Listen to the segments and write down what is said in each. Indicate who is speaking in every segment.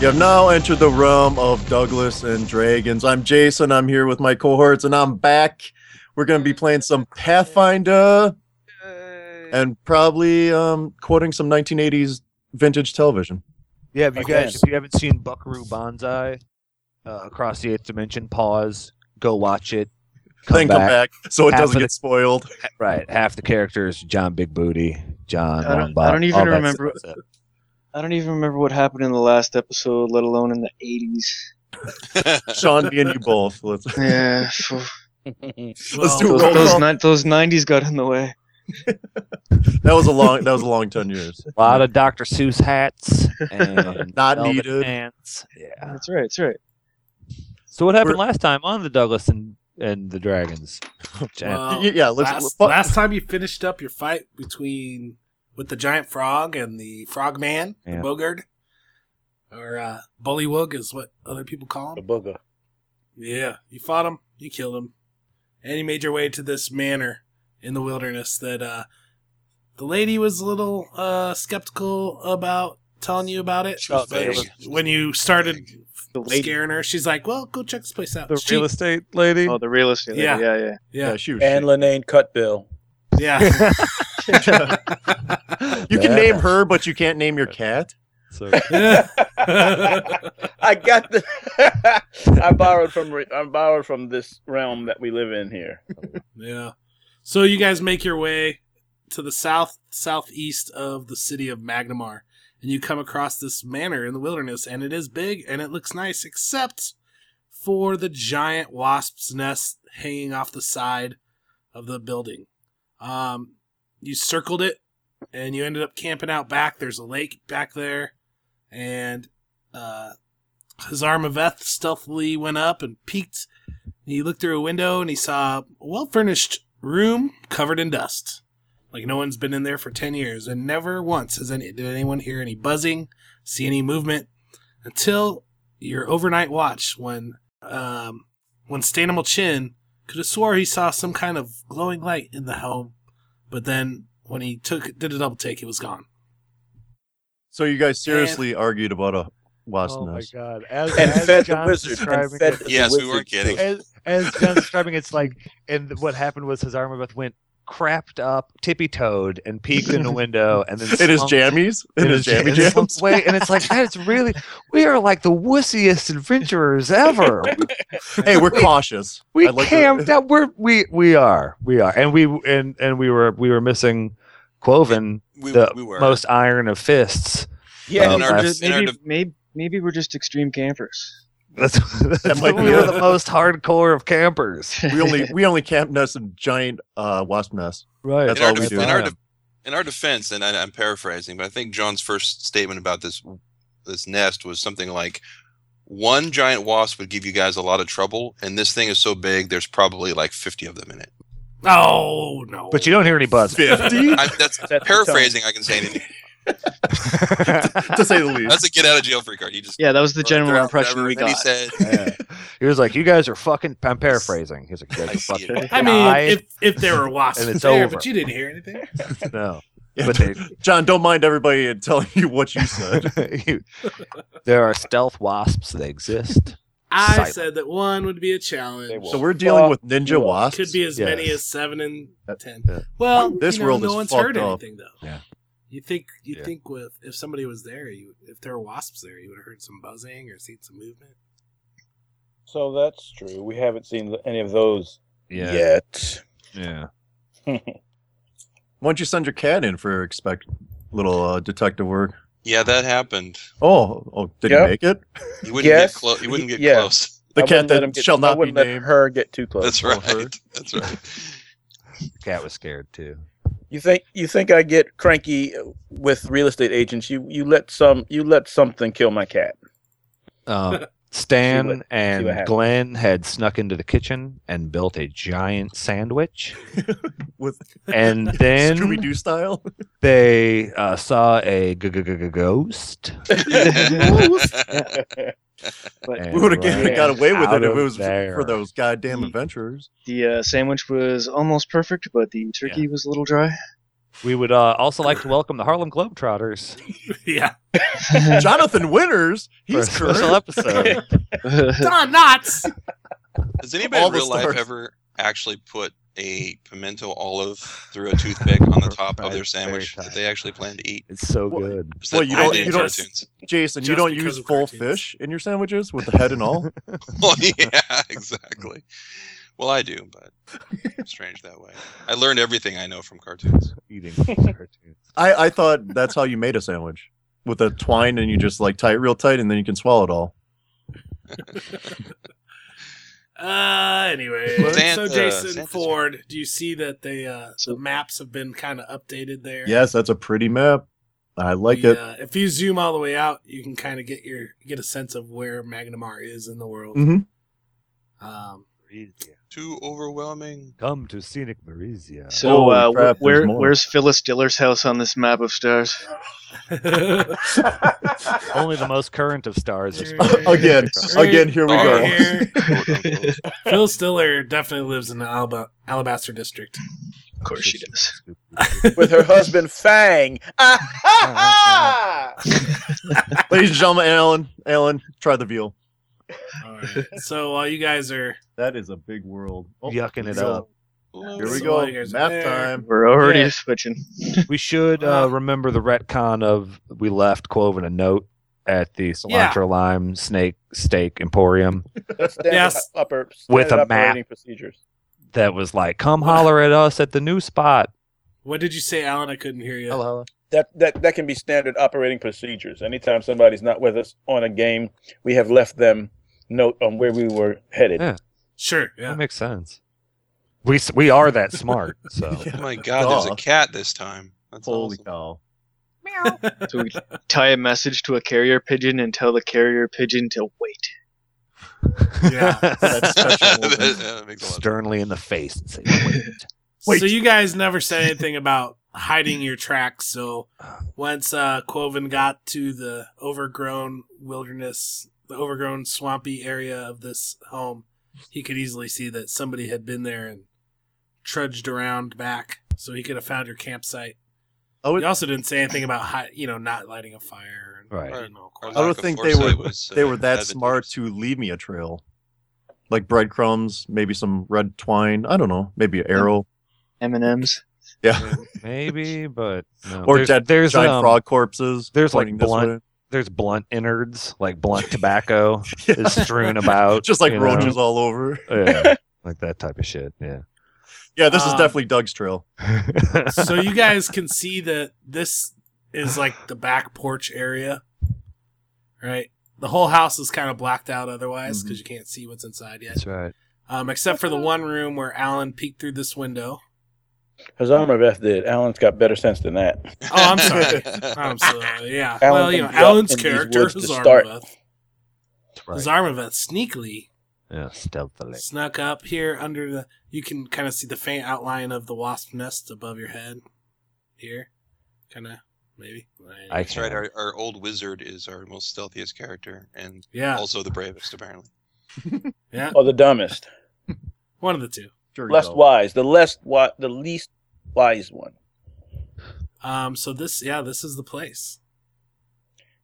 Speaker 1: You have now entered the realm of Douglas and Dragons. I'm Jason. I'm here with my cohorts, and I'm back. We're going to be playing some Pathfinder and probably um, quoting some 1980s vintage television.
Speaker 2: Yeah, if you
Speaker 3: Okay.
Speaker 2: guys if you haven't seen Buckaroo Banzai, uh, Across the Eighth Dimension, pause, go watch it. Come
Speaker 1: then
Speaker 2: back.
Speaker 1: come back so it
Speaker 2: Half
Speaker 1: doesn't
Speaker 2: of
Speaker 1: get spoiled.
Speaker 2: Right, half the characters: John Big Booty, John.
Speaker 3: I don't-
Speaker 2: Long Bob,
Speaker 3: I don't even
Speaker 2: all that
Speaker 3: remember-
Speaker 2: stuff.
Speaker 3: I don't even remember what happened in the last episode, let alone in the 80s.
Speaker 1: Sean, me and you both. Let's,
Speaker 3: Yeah, phew.
Speaker 1: let's do a
Speaker 3: those,
Speaker 1: roll
Speaker 3: those,
Speaker 1: call.
Speaker 3: ni- those 90s got in the way.
Speaker 1: That was a long. That was a long ten years.
Speaker 2: A lot of Dr. Seuss hats and
Speaker 1: Not
Speaker 2: velvet
Speaker 1: needed.
Speaker 2: pants. Yeah.
Speaker 3: That's right, that's right.
Speaker 2: So what happened
Speaker 1: We're-
Speaker 2: last time on the Douglas and and the Dragons?
Speaker 4: Uh,
Speaker 2: Jan-
Speaker 1: Y- yeah, let's.
Speaker 5: last,
Speaker 1: fu-
Speaker 5: last time you finished up your fight between with the giant frog and the frogman,
Speaker 2: Yeah.
Speaker 5: the bogard, or uh, bullywug is what other people call
Speaker 6: The
Speaker 5: him.
Speaker 6: booger.
Speaker 5: Yeah, you fought him, you killed him, and you made your way to this manor in the wilderness that uh, the lady was a little uh, skeptical about telling you about it.
Speaker 6: She was
Speaker 5: But
Speaker 6: vague.
Speaker 5: when you started
Speaker 3: The lady.
Speaker 5: scaring her, she's like, "Well, go check this place out."
Speaker 2: the
Speaker 5: She-
Speaker 2: real estate lady.
Speaker 3: Oh, the real estate. Yeah,
Speaker 5: Yeah.
Speaker 3: yeah, yeah.
Speaker 1: yeah,
Speaker 5: yeah,
Speaker 1: shoot.
Speaker 6: And Lenane Cutbill.
Speaker 5: yeah.
Speaker 1: you can name her, but you can't name your cat.
Speaker 2: So
Speaker 6: I got the. I borrowed from. re- I borrowed from this realm that we live in here.
Speaker 5: Yeah. So you guys make your way to the south southeast of the city of Magnamar, and you come across this manor in the wilderness, and it is big and it looks nice, except for the giant wasp's nest hanging off the side of the building. Um, you circled it, and you ended up camping out back. There's a lake back there, and uh, Hazar Maveth stealthily went up and peeked he looked through a window and he saw a well furnished room covered in dust. Like no one's been in there for 10 years, and never once has any, did anyone hear any buzzing, see any movement, until your overnight watch when um, when Stanimal Chin could have swore he saw some kind of glowing light in the home, but then when he took did a double take, it was gone.
Speaker 1: So you guys seriously argued about a wasp
Speaker 4: Oh my
Speaker 1: nest.
Speaker 4: god! As,
Speaker 6: And
Speaker 4: as
Speaker 6: fed the
Speaker 4: John's
Speaker 6: wizard. And
Speaker 4: describing
Speaker 6: fed
Speaker 4: it-
Speaker 6: the
Speaker 7: Yes, we
Speaker 6: wizard
Speaker 7: were kidding.
Speaker 6: too.
Speaker 4: as, as John's describing, it's like, and what happened was his armabeth went crapped up, tippy toed, and peeked in the window, and then
Speaker 1: It is
Speaker 4: slunk-
Speaker 1: jammies. It is
Speaker 4: jam-
Speaker 1: jammy
Speaker 4: it is slunk
Speaker 1: jams.
Speaker 4: away, and it's like that's really we are like the wussiest adventurers ever.
Speaker 1: Hey, we're cautious.
Speaker 4: We
Speaker 1: I like the-
Speaker 4: camped out. We're we we are we are, and we and and we were we were missing Quoven,
Speaker 7: We,
Speaker 4: the
Speaker 7: we were.
Speaker 4: most iron of fists.
Speaker 6: Yeah,
Speaker 7: Um,
Speaker 6: and
Speaker 4: our-
Speaker 6: just-
Speaker 7: in our
Speaker 3: Maybe,
Speaker 7: de-
Speaker 3: maybe, maybe we're just extreme campers.
Speaker 4: That's, that's
Speaker 1: might
Speaker 4: we
Speaker 1: be
Speaker 4: were
Speaker 1: it.
Speaker 4: the most hardcore of campers.
Speaker 1: We only we only camp nests and giant uh, wasp nests.
Speaker 4: Right.
Speaker 1: That's
Speaker 7: in our,
Speaker 1: all we
Speaker 7: def-
Speaker 1: do.
Speaker 7: In our, de- in our defense, and I, I'm paraphrasing, but I think John's first statement about this this nest was something like, "One giant wasp would give you guys a lot of trouble, and this thing is so big, there's probably like 50 of them in it."
Speaker 5: Oh, no.
Speaker 4: But you don't hear any buzz.
Speaker 1: Fifty,
Speaker 7: I, that's
Speaker 6: the tone.
Speaker 7: paraphrasing. I can say anything.
Speaker 1: to say the least.
Speaker 7: That's a get out of jail free card. You just
Speaker 3: Yeah, that was the general
Speaker 7: Whatever
Speaker 3: impression we
Speaker 7: He
Speaker 3: got.
Speaker 7: said,
Speaker 4: He was like, "You guys are fucking." I'm paraphrasing. He's like, "You
Speaker 7: I
Speaker 4: guys are
Speaker 7: see
Speaker 4: fucking."
Speaker 7: it.
Speaker 5: I mean, if, if there were wasps
Speaker 4: And it's
Speaker 5: there,
Speaker 4: over.
Speaker 5: but you didn't hear anything.
Speaker 4: no,
Speaker 1: Yeah,
Speaker 4: but they,
Speaker 1: John, don't mind everybody telling you what you said.
Speaker 4: you- there are stealth wasps. They exist.
Speaker 5: I
Speaker 4: Silent.
Speaker 5: said that one would be a challenge.
Speaker 6: They will.
Speaker 1: so we're dealing
Speaker 6: Fuck
Speaker 1: with ninja
Speaker 6: you.
Speaker 1: wasps.
Speaker 5: could be as
Speaker 4: Yeah.
Speaker 5: many as seven and
Speaker 1: That-
Speaker 5: ten.
Speaker 1: yeah.
Speaker 5: Well,
Speaker 1: This
Speaker 5: you know,
Speaker 1: world
Speaker 5: no
Speaker 1: is
Speaker 5: one's
Speaker 1: fucked
Speaker 5: heard
Speaker 1: up.
Speaker 5: anything though.
Speaker 4: Yeah.
Speaker 5: You think you
Speaker 4: Yeah.
Speaker 5: think with if somebody was there, you if there were wasps there, you would have heard some buzzing or seen some movement.
Speaker 6: So that's true. We haven't seen any of those yet.
Speaker 4: yeah.
Speaker 1: Why don't you send your cat in for expect little uh, detective work?
Speaker 7: "Yeah, that happened.
Speaker 1: Oh, oh, did
Speaker 6: Yep.
Speaker 1: he make it?
Speaker 7: You wouldn't
Speaker 6: Yes.
Speaker 7: get close. You wouldn't get
Speaker 6: Yeah.
Speaker 7: close.
Speaker 1: The
Speaker 6: I
Speaker 1: cat
Speaker 6: wouldn't let him
Speaker 1: that
Speaker 6: get-
Speaker 1: shall
Speaker 6: I
Speaker 1: not be
Speaker 6: wouldn't let
Speaker 1: named.
Speaker 6: her get too close.
Speaker 7: That's
Speaker 1: Well, her-
Speaker 7: right. That's right."
Speaker 4: Cat was scared too.
Speaker 6: You think you think I get cranky with real estate agents? You you let some you let something kill my cat.
Speaker 2: Um, Stan
Speaker 6: See what- see what
Speaker 2: and
Speaker 6: happens.
Speaker 2: Glenn had snuck into the kitchen and built a giant sandwich,
Speaker 1: with
Speaker 2: and then
Speaker 1: Scooby Doo style.
Speaker 2: they uh, saw a g- g- g- g- ghost.
Speaker 1: We would have
Speaker 3: Right.
Speaker 1: got away with it if it was
Speaker 2: there.
Speaker 1: for those goddamn
Speaker 3: Mm.
Speaker 1: adventurers.
Speaker 3: The uh, sandwich was almost perfect, but the turkey was a little dry.
Speaker 2: We would uh, also like to welcome the Harlem Globetrotters
Speaker 5: yeah.
Speaker 1: Jonathan Winters, he's
Speaker 2: for a special
Speaker 1: correct.
Speaker 2: episode.
Speaker 5: Don Knotts.
Speaker 7: Does anybody
Speaker 1: All
Speaker 7: in
Speaker 1: the
Speaker 7: real life
Speaker 1: stars.
Speaker 7: ever actually put a pimento olive through a toothpick on the top of their
Speaker 2: Right,
Speaker 7: sandwich
Speaker 2: very
Speaker 7: that they actually plan to eat?
Speaker 2: It's so
Speaker 1: Well,
Speaker 2: good.
Speaker 7: Is
Speaker 1: Well,
Speaker 7: that
Speaker 1: you
Speaker 7: all
Speaker 5: don't-
Speaker 7: the
Speaker 5: you don't-
Speaker 7: cartoons?
Speaker 1: Jason, you
Speaker 5: Just
Speaker 1: don't
Speaker 5: because
Speaker 1: use
Speaker 5: of
Speaker 1: full
Speaker 5: cartoons.
Speaker 1: fish in your sandwiches with the head and all.
Speaker 3: Oh,
Speaker 7: Well, yeah, exactly. Well, I do, but strange that way. I learned everything I know from cartoons.
Speaker 2: Eating cartoons.
Speaker 1: I, I thought that's how you made a sandwich with a twine, and you just like tie it real tight, and then you can swallow it all.
Speaker 5: Uh, anyway, so
Speaker 7: Santa-
Speaker 5: Jason
Speaker 7: Santa's-
Speaker 5: Ford, do you see that they uh,
Speaker 3: So-
Speaker 5: the maps have been kind of updated there?
Speaker 1: Yes, that's a pretty map. I like
Speaker 5: The,
Speaker 1: it.
Speaker 5: uh, if you zoom all the way out, you can kind of get your get a sense of where Magnamar is in the world.
Speaker 1: Mhm.
Speaker 5: Um,
Speaker 7: Too overwhelming.
Speaker 2: Come to scenic Marizia.
Speaker 3: so,
Speaker 1: Holy
Speaker 3: uh, wh-
Speaker 1: crap, there's
Speaker 3: where
Speaker 1: more.
Speaker 3: where's Phyllis Diller's house on this map of stars?
Speaker 2: Only the most current of stars. is-
Speaker 1: Again, again, here we
Speaker 7: All
Speaker 1: go.
Speaker 7: right.
Speaker 5: Here,
Speaker 7: Quote, unquote.
Speaker 5: Phil Stiller definitely lives in the Alba, Alabaster district.
Speaker 3: Of course she does.
Speaker 6: With her husband Fang. Ah, ha, ha.
Speaker 1: Ladies and gentlemen, Alan, Alan, try the veal.
Speaker 5: All right. So while you guys are
Speaker 1: That is a big world. Oh,
Speaker 2: Yucking it
Speaker 1: so-
Speaker 2: up.
Speaker 1: Here we
Speaker 5: So
Speaker 1: go.
Speaker 5: while you guys are
Speaker 1: Map
Speaker 5: there-
Speaker 1: time.
Speaker 3: We're already
Speaker 5: Yeah.
Speaker 3: switching.
Speaker 2: We should uh, remember the retcon of we left Cloven a note at the cilantro lime snake steak emporium
Speaker 6: That's standard
Speaker 5: Yes.
Speaker 6: upper-
Speaker 2: With
Speaker 6: standard
Speaker 2: a map.
Speaker 6: operating procedures.
Speaker 2: that was like, "Come holler at us at the new spot."
Speaker 5: what did you say, Alan? I couldn't hear you.
Speaker 2: Hello.
Speaker 6: That, that that can be standard operating procedures. Anytime somebody's not with us on a game, we have left them note on where we were headed.
Speaker 2: Yeah.
Speaker 5: Sure.
Speaker 2: That
Speaker 5: Yeah.
Speaker 2: makes sense. We s- we are that smart. So
Speaker 7: Oh my God, there's
Speaker 1: Duh.
Speaker 7: a cat this time. That's
Speaker 1: Holy
Speaker 7: awesome.
Speaker 1: cow.
Speaker 3: So we tie a message to a carrier pigeon and tell the carrier pigeon to wait.
Speaker 5: Yeah.
Speaker 1: That's
Speaker 7: that,
Speaker 1: special.
Speaker 7: that makes a lot of
Speaker 2: sternly in the face and say, "Wait."
Speaker 1: Wait.
Speaker 5: So you guys never said anything about hiding your tracks. So once uh, Quoven got to the overgrown wilderness, the overgrown swampy area of this home, he could easily see that somebody had been there and trudged around back, so he could have found your campsite.
Speaker 1: I would,
Speaker 5: You also didn't say anything about hi- you know not lighting a fire. and,
Speaker 2: Right.
Speaker 5: you know,
Speaker 7: Our
Speaker 5: quiet.
Speaker 1: I would
Speaker 7: lack of
Speaker 1: think they
Speaker 7: foresight
Speaker 1: were-
Speaker 7: was, uh,
Speaker 1: they were that
Speaker 7: advantageous.
Speaker 1: smart to leave me a trail, like breadcrumbs, maybe some red twine. I don't know, maybe an arrow.
Speaker 3: M and M's.
Speaker 1: Yeah,
Speaker 2: Maybe, but no.
Speaker 1: or
Speaker 2: there's,
Speaker 1: dead
Speaker 2: there's
Speaker 1: giant
Speaker 2: um,
Speaker 1: frog corpses.
Speaker 2: there's, like,
Speaker 1: pointing this
Speaker 2: blunt-
Speaker 1: way.
Speaker 2: There's blunt innards, like blunt tobacco
Speaker 1: Yeah.
Speaker 2: is strewn about,
Speaker 1: just like
Speaker 2: you know?
Speaker 1: roaches all over.
Speaker 2: yeah, like that type of shit. Yeah.
Speaker 1: Yeah, this is
Speaker 5: Um,
Speaker 1: definitely Doug's trail.
Speaker 5: so you guys can see that this is like the back porch area, right? The whole house is kind of blacked out
Speaker 6: Mm-hmm.
Speaker 5: otherwise because you can't see what's inside yet,
Speaker 2: That's right.
Speaker 5: um, except for the one room where Alan peeked through this window.
Speaker 6: Hazam Raveth did. Alan's got better sense than that.
Speaker 5: Oh, I'm sorry. I'm sorry. Um, Yeah.
Speaker 6: Alan
Speaker 5: well, you know,
Speaker 6: comes up
Speaker 5: Alan's
Speaker 6: in these
Speaker 5: character,
Speaker 6: woods to start.
Speaker 5: Zarmaveth,
Speaker 2: That's right.
Speaker 5: Zarmaveth sneakily
Speaker 2: Yeah, stealthily.
Speaker 5: snuck up here under the. You can kind of see the faint outline of the wasp nest above your head. Here, kind of maybe.
Speaker 2: I
Speaker 7: That's right.
Speaker 2: can.
Speaker 7: Our, our old wizard is our most stealthiest character, and
Speaker 5: yeah,
Speaker 7: also the bravest, apparently.
Speaker 5: yeah.
Speaker 6: Or the dumbest,
Speaker 5: One of the two.
Speaker 1: Sure you
Speaker 6: less
Speaker 1: know.
Speaker 6: wise, the less wi- the least wise one.
Speaker 5: Um, so this, yeah, this is the place.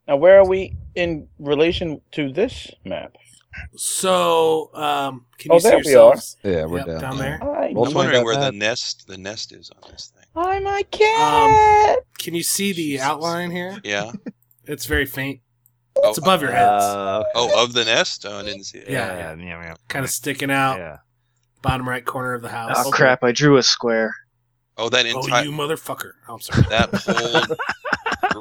Speaker 6: Now, where are we in relation to this map?
Speaker 5: So, um, can
Speaker 6: Oh,
Speaker 5: you see
Speaker 6: there we
Speaker 5: yourselves?
Speaker 2: Yeah,
Speaker 5: Yep, down. there.
Speaker 6: I,
Speaker 2: We'll
Speaker 7: I'm
Speaker 2: find
Speaker 7: wondering
Speaker 2: out
Speaker 7: where
Speaker 2: that.
Speaker 7: the nest the nest is on this thing.
Speaker 6: I'm a cat.
Speaker 5: Um, Can you see the
Speaker 7: Jesus.
Speaker 5: outline here?
Speaker 7: Yeah.
Speaker 5: It's very faint.
Speaker 7: Oh,
Speaker 5: It's above your heads,
Speaker 2: Uh,
Speaker 7: Oh, of the nest? Oh, I didn't see it.
Speaker 5: Yeah,
Speaker 2: yeah, Oh. yeah, yeah,
Speaker 5: kind of sticking out,
Speaker 2: yeah.
Speaker 5: bottom right corner of the house.
Speaker 3: Oh crap! I drew a square.
Speaker 7: Oh, that
Speaker 5: Oh,
Speaker 7: entire
Speaker 5: you motherfucker! Oh, I'm sorry.
Speaker 7: that whole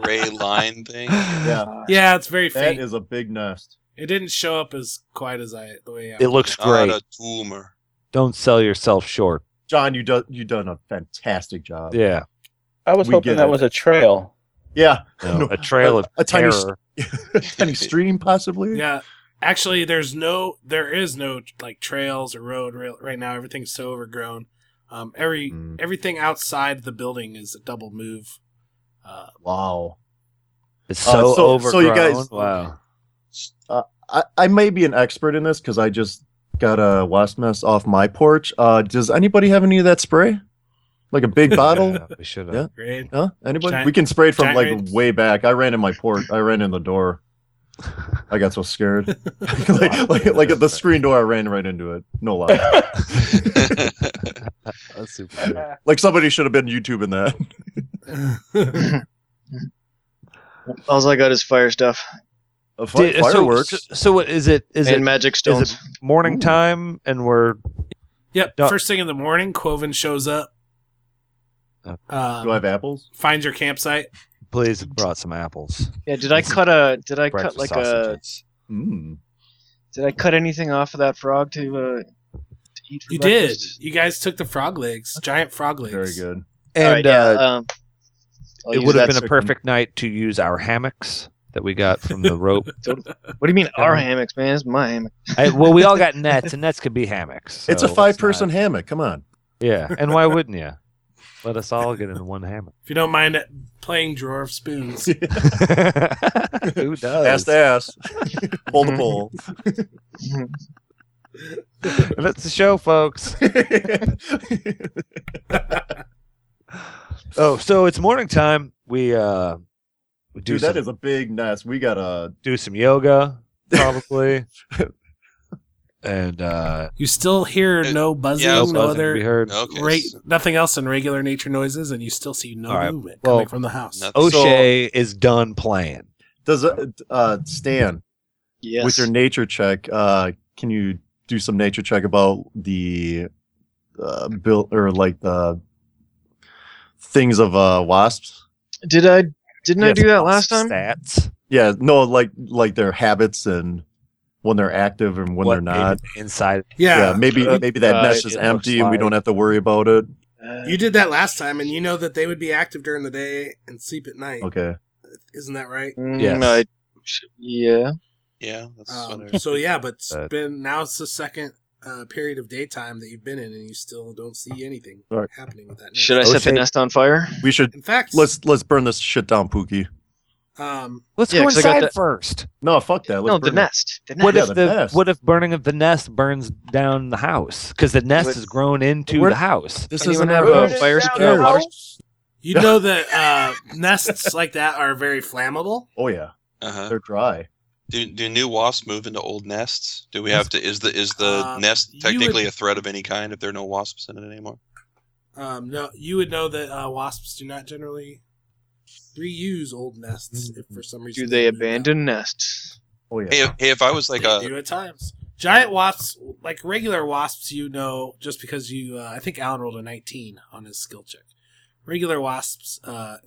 Speaker 7: gray line thing.
Speaker 1: Yeah,
Speaker 5: yeah, it's very
Speaker 1: that
Speaker 5: faint.
Speaker 1: is a big nest.
Speaker 5: it didn't show up as quite as I the way I.
Speaker 2: It looks
Speaker 7: Not
Speaker 2: great.
Speaker 7: a tumor.
Speaker 2: Don't sell yourself short.
Speaker 1: John, you done you done a fantastic job.
Speaker 2: Yeah.
Speaker 6: I was
Speaker 1: We
Speaker 6: hoping
Speaker 1: get
Speaker 6: that
Speaker 1: it.
Speaker 6: was a trail.
Speaker 1: Yeah.
Speaker 2: No,
Speaker 1: No,
Speaker 2: a trail of
Speaker 1: a tiny
Speaker 2: terror.
Speaker 1: s- a tiny stream possibly.
Speaker 5: Yeah. Actually, there's no, there is no like trails or road rail- right now. Everything's so overgrown. Um, every
Speaker 1: Mm.
Speaker 5: everything outside the building is a double move. Uh,
Speaker 1: Wow.
Speaker 2: It's
Speaker 1: Uh,
Speaker 2: so,
Speaker 1: so-
Speaker 2: overgrown.
Speaker 1: so you guys-
Speaker 2: wow.
Speaker 1: I, I may be an expert in this because I just got a wasp nest off my porch. Uh, does anybody have any of that spray? Like a big bottle?
Speaker 2: Yeah, we should have.
Speaker 1: Yeah.
Speaker 5: great.
Speaker 1: Huh? Anybody?
Speaker 5: Giant-
Speaker 1: we can spray it from
Speaker 5: giant
Speaker 1: like
Speaker 5: raids?
Speaker 1: way back. I ran in my port. I ran in the door. I got so scared. like, like, like at the screen door, I ran right into it. No lie.
Speaker 2: That's super.
Speaker 1: like somebody should have been YouTubing that.
Speaker 3: All I got is fire stuff
Speaker 1: A fi- fireworks.
Speaker 2: So, so what is it? Is
Speaker 3: and
Speaker 2: it
Speaker 3: magic stones.
Speaker 2: morning time and we're
Speaker 5: Yep.
Speaker 2: Duh.
Speaker 5: First thing in the morning, Quoven shows up.
Speaker 2: Okay.
Speaker 1: Do I
Speaker 5: Um,
Speaker 1: have apples?
Speaker 5: finds your campsite.
Speaker 2: please brought some apples?
Speaker 3: Yeah, did I cut a? Did I cut
Speaker 2: breakfast
Speaker 3: like a?
Speaker 2: sausages.
Speaker 1: Mm.
Speaker 3: Did I cut anything off of that frog to uh, to eat? For
Speaker 5: You did.
Speaker 3: breakfast?
Speaker 5: You guys took the frog legs, giant frog legs.
Speaker 1: Very good.
Speaker 3: All
Speaker 2: and
Speaker 3: right, yeah,
Speaker 2: uh,
Speaker 3: um, I'll
Speaker 2: it
Speaker 3: use
Speaker 2: would
Speaker 3: that
Speaker 2: have been a
Speaker 3: circ-
Speaker 2: perfect night to use our hammocks that we got from the rope.
Speaker 3: What do you mean our
Speaker 2: Yeah.
Speaker 3: hammocks, man? It's my hammock.
Speaker 2: I, well, we all got nets, and nets could be hammocks.
Speaker 1: it's a
Speaker 2: so let's
Speaker 1: five-person
Speaker 2: not-
Speaker 1: hammock. Come on.
Speaker 2: yeah, and why wouldn't you? Let us all get in one hammock.
Speaker 5: If you don't mind it, playing drawer of spoons.
Speaker 2: Who does?
Speaker 1: Ass to ass. pole to pole.
Speaker 2: And That's the show, folks. oh, so it's morning time. We uh, we do
Speaker 1: Dude,
Speaker 2: some,
Speaker 1: that is a big nest. We got a
Speaker 2: do some yoga probably, and uh,
Speaker 5: You still hear
Speaker 7: Uh,
Speaker 5: no buzzing,
Speaker 7: yeah,
Speaker 5: no,
Speaker 7: no
Speaker 2: buzzing.
Speaker 5: other
Speaker 2: we heard
Speaker 7: okay.
Speaker 5: ra-
Speaker 7: s-
Speaker 5: nothing else than regular nature noises, and you still see no
Speaker 2: All right,
Speaker 5: movement
Speaker 2: well,
Speaker 5: coming from the house.
Speaker 7: nothing.
Speaker 2: O'Shea is done playing.
Speaker 1: does it uh Stan
Speaker 3: Yes.
Speaker 1: with your nature check. Uh, can you do some nature check about the uh, built or like the things of uh wasps?
Speaker 3: Did I? Didn't I
Speaker 2: Yes,
Speaker 3: do that last time?
Speaker 2: Stats.
Speaker 1: Yeah, no, like like their habits and when they're active and when
Speaker 2: What
Speaker 1: they're not.
Speaker 2: maybe inside?
Speaker 1: Yeah,
Speaker 5: yeah,
Speaker 1: maybe
Speaker 3: Uh,
Speaker 1: maybe that
Speaker 3: uh,
Speaker 1: nest is
Speaker 3: it
Speaker 2: looks
Speaker 1: empty and we
Speaker 2: like-
Speaker 1: don't have to worry about it.
Speaker 3: Uh,
Speaker 5: you did that last time, and you know that they would be active during the day and sleep at night.
Speaker 1: Okay.
Speaker 5: Isn't that right?
Speaker 3: mm,
Speaker 2: Yes.
Speaker 3: I, yeah.
Speaker 7: yeah, that's what I
Speaker 5: Um, so yeah, but it's
Speaker 2: Uh,
Speaker 5: been now it's the second uh, period of daytime that you've been in, and you still don't see anything
Speaker 1: Right.
Speaker 5: happening with that. Nest.
Speaker 3: Should I set the
Speaker 2: O'Shea-
Speaker 3: nest on fire?
Speaker 1: We should
Speaker 5: In fact,
Speaker 1: let's let's burn this shit down, Pookie.
Speaker 5: um,
Speaker 2: Let's
Speaker 3: Yeah,
Speaker 2: go
Speaker 3: 'cause I got
Speaker 2: inside
Speaker 3: that-
Speaker 2: first.
Speaker 1: No, fuck that. Let's
Speaker 3: no, the
Speaker 1: burn it.
Speaker 3: nest. The nest.
Speaker 2: What
Speaker 1: Yeah,
Speaker 2: if
Speaker 1: the
Speaker 2: the
Speaker 1: nest.
Speaker 2: what if burning of the nest burns down the house? Because the nest
Speaker 3: What-
Speaker 2: is grown into
Speaker 1: We're-
Speaker 2: the house.
Speaker 1: This
Speaker 3: Anyone
Speaker 1: isn't
Speaker 3: have
Speaker 1: our
Speaker 3: a
Speaker 1: house.
Speaker 3: fire
Speaker 1: Yeah.
Speaker 3: uh, water?
Speaker 5: you know that uh, nests like that are very flammable.
Speaker 1: Oh yeah,
Speaker 7: uh-huh.
Speaker 1: they're dry.
Speaker 7: do, do new wasps move into old nests? Do we have to? Is the is the
Speaker 5: Uh,
Speaker 7: nest
Speaker 5: you
Speaker 7: technically
Speaker 5: would-
Speaker 7: a threat of any kind if there are no wasps in it anymore?
Speaker 5: Um, no, you would know that uh, wasps do not generally reuse old nests if for some reason
Speaker 3: Do they
Speaker 5: move out.
Speaker 3: abandon nests?
Speaker 1: Oh yeah.
Speaker 7: Hey, if, hey, if I was like
Speaker 5: they
Speaker 7: a
Speaker 5: do at times. Giant wasps, like regular wasps, you know, just because you, uh, I think Alan rolled a 19 on his skill check. Regular wasps uh,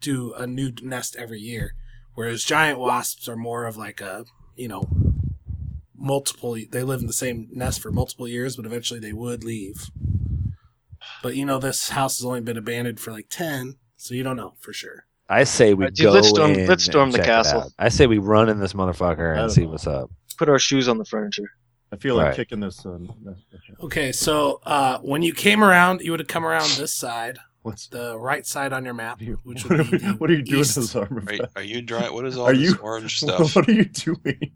Speaker 5: do a new nest every year, whereas giant wasps are more of like a, you know, multiple, they live in the same nest for multiple years, but eventually they would leave. But you know, this house has only been abandoned for like 10, so you don't know for sure.
Speaker 2: I say we
Speaker 3: Uh, dude,
Speaker 2: go
Speaker 3: let's storm-
Speaker 2: in
Speaker 3: let's storm
Speaker 2: and
Speaker 3: the
Speaker 2: check it
Speaker 3: castle.
Speaker 2: out. I say we run in this motherfucker
Speaker 1: I
Speaker 2: and
Speaker 1: don't
Speaker 2: see
Speaker 1: know.
Speaker 2: what's up.
Speaker 3: Put our shoes on the furniture.
Speaker 1: I feel like
Speaker 2: Right.
Speaker 1: kicking this. Um, nest.
Speaker 5: Okay, so uh, when you came around, you would have come around this side,
Speaker 1: What's
Speaker 5: the right side on your map, which
Speaker 1: what,
Speaker 5: would
Speaker 1: are,
Speaker 5: be the
Speaker 1: what are you doing
Speaker 5: east.
Speaker 1: to this armor?
Speaker 7: are,
Speaker 1: vest?
Speaker 7: are you dry? What is all
Speaker 1: Are
Speaker 7: this
Speaker 1: you-
Speaker 7: orange stuff?
Speaker 1: What are you doing?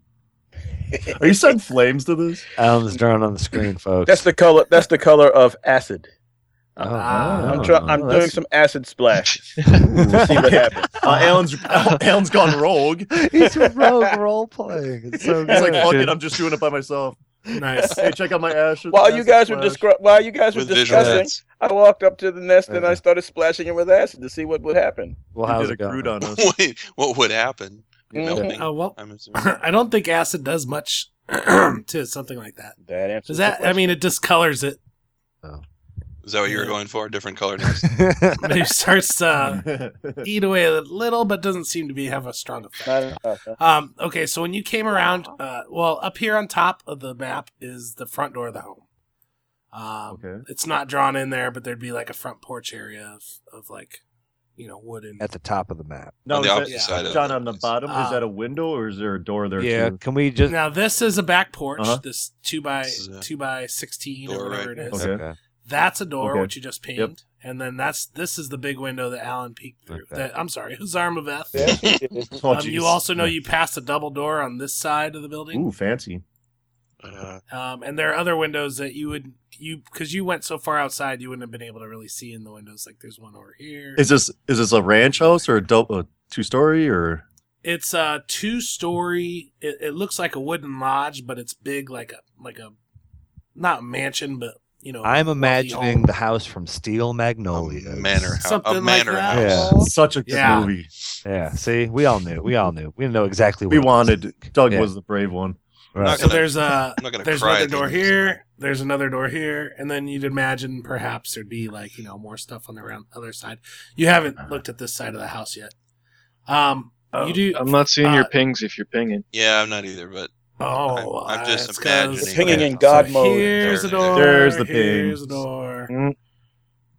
Speaker 1: Are you setting flames to this?
Speaker 2: Alan's drawing on the screen, folks.
Speaker 6: That's the color. That's the color of acid.
Speaker 2: Oh,
Speaker 5: Ah.
Speaker 6: I'm,
Speaker 2: oh,
Speaker 6: try- I'm
Speaker 2: oh,
Speaker 6: doing
Speaker 2: that's-
Speaker 6: some acid splash.
Speaker 1: Ooh.
Speaker 6: See what happens.
Speaker 1: Uh, Alan's Alan's gone rogue.
Speaker 2: He's rogue role playing. It's so
Speaker 1: He's
Speaker 2: good.
Speaker 1: like, fuck it, I'm just doing it by myself.
Speaker 5: Nice.
Speaker 1: Hey, check out my ash.
Speaker 6: While you guys were
Speaker 1: just
Speaker 6: discru- while you guys were
Speaker 7: With visual
Speaker 6: discussing,
Speaker 7: aids.
Speaker 6: I walked up to the nest and
Speaker 2: Yeah.
Speaker 6: I started splashing it with acid to see what would happen.
Speaker 2: well,
Speaker 1: did
Speaker 2: how's
Speaker 1: a
Speaker 2: it going?
Speaker 1: crude on us.
Speaker 7: Wait, what would happen? Melting.
Speaker 5: Oh well,
Speaker 7: I'm assuming.
Speaker 5: I don't think acid does much to something like that.
Speaker 6: That
Speaker 5: Does
Speaker 6: answers the
Speaker 5: that? I
Speaker 6: question.
Speaker 5: mean, it discolors it.
Speaker 7: Is that what you were
Speaker 5: Yeah.
Speaker 7: going for? A different color nest?
Speaker 5: Maybe starts
Speaker 7: Uh,
Speaker 5: to eat away a little, but doesn't seem to be have a strong effect.
Speaker 6: Not enough, huh?
Speaker 5: Um, okay, so when you came around, uh, well, up here on top of the map is the front door of the home. Um,
Speaker 1: Okay.
Speaker 5: It's not drawn in there, but there'd be like a front porch area of, of like, you know, wooden.
Speaker 2: at the top of the map.
Speaker 1: No,
Speaker 7: On
Speaker 1: is
Speaker 7: the
Speaker 1: that-
Speaker 7: opposite side of
Speaker 1: John,
Speaker 7: the
Speaker 1: on the
Speaker 7: place. Uh,
Speaker 1: bottom,
Speaker 5: Ah.
Speaker 1: is that a window or is there a door there
Speaker 2: yeah,
Speaker 1: too?
Speaker 2: can we just
Speaker 5: Now this is a back porch.
Speaker 1: Uh-huh.
Speaker 5: This two by
Speaker 7: This is a
Speaker 5: two by sixteen or
Speaker 7: door,
Speaker 5: whatever
Speaker 7: right?
Speaker 5: it is.
Speaker 1: Okay.
Speaker 5: That's a door
Speaker 1: Okay.
Speaker 5: which you just pinged, and then that's this is the big window that Alan peeked through.
Speaker 2: Okay.
Speaker 5: That I'm sorry, Zarmaveth.
Speaker 6: Yes, we did it.
Speaker 1: Oh,
Speaker 5: um,
Speaker 1: jeez.
Speaker 5: you also know you passed a double door on this side of the building,
Speaker 1: Ooh, fancy.
Speaker 7: Uh,
Speaker 5: um, and there are other windows that you would you because you went so far outside you wouldn't have been able to really see in the windows. Like there's one over here.
Speaker 1: Is this is this a ranch house or a, double, a two story or?
Speaker 5: It's a two story. It, it looks like a wooden lodge, but it's big, like a like a not mansion, but you know.
Speaker 2: I'm
Speaker 5: wealthy
Speaker 2: imagining
Speaker 5: home.
Speaker 2: the house from Steel Magnolia.
Speaker 7: manor house.
Speaker 5: Something
Speaker 7: a
Speaker 5: like
Speaker 7: manor
Speaker 5: that.
Speaker 7: house.
Speaker 2: Yeah.
Speaker 1: Such a good
Speaker 5: Yeah.
Speaker 1: movie.
Speaker 2: Yeah. See, we all knew. We all knew. We know exactly. What
Speaker 1: We
Speaker 2: it was.
Speaker 1: wanted. Doug
Speaker 2: Yeah.
Speaker 1: was the brave one.
Speaker 2: Right.
Speaker 5: So there's a
Speaker 7: I'm not gonna
Speaker 5: there's
Speaker 7: cry
Speaker 5: another
Speaker 7: at the
Speaker 5: door
Speaker 7: end of this.
Speaker 5: here. There's another door here, and then you'd imagine perhaps there'd be like you know more stuff on the round other side. You haven't
Speaker 1: Uh-huh.
Speaker 5: looked at this side of the house yet. Um,
Speaker 1: Oh,
Speaker 5: you do.
Speaker 3: I'm not seeing your
Speaker 5: uh,
Speaker 3: pings if you're pinging.
Speaker 7: Yeah, I'm not either, but
Speaker 5: oh,
Speaker 7: I'm- I'm
Speaker 5: uh,
Speaker 7: just
Speaker 5: it's 'cause-
Speaker 7: imagining
Speaker 6: Pinging
Speaker 7: that.
Speaker 6: in God mode.
Speaker 5: Here's a
Speaker 7: There-
Speaker 5: door.
Speaker 1: there's the
Speaker 5: Here's
Speaker 1: pings.
Speaker 5: a door.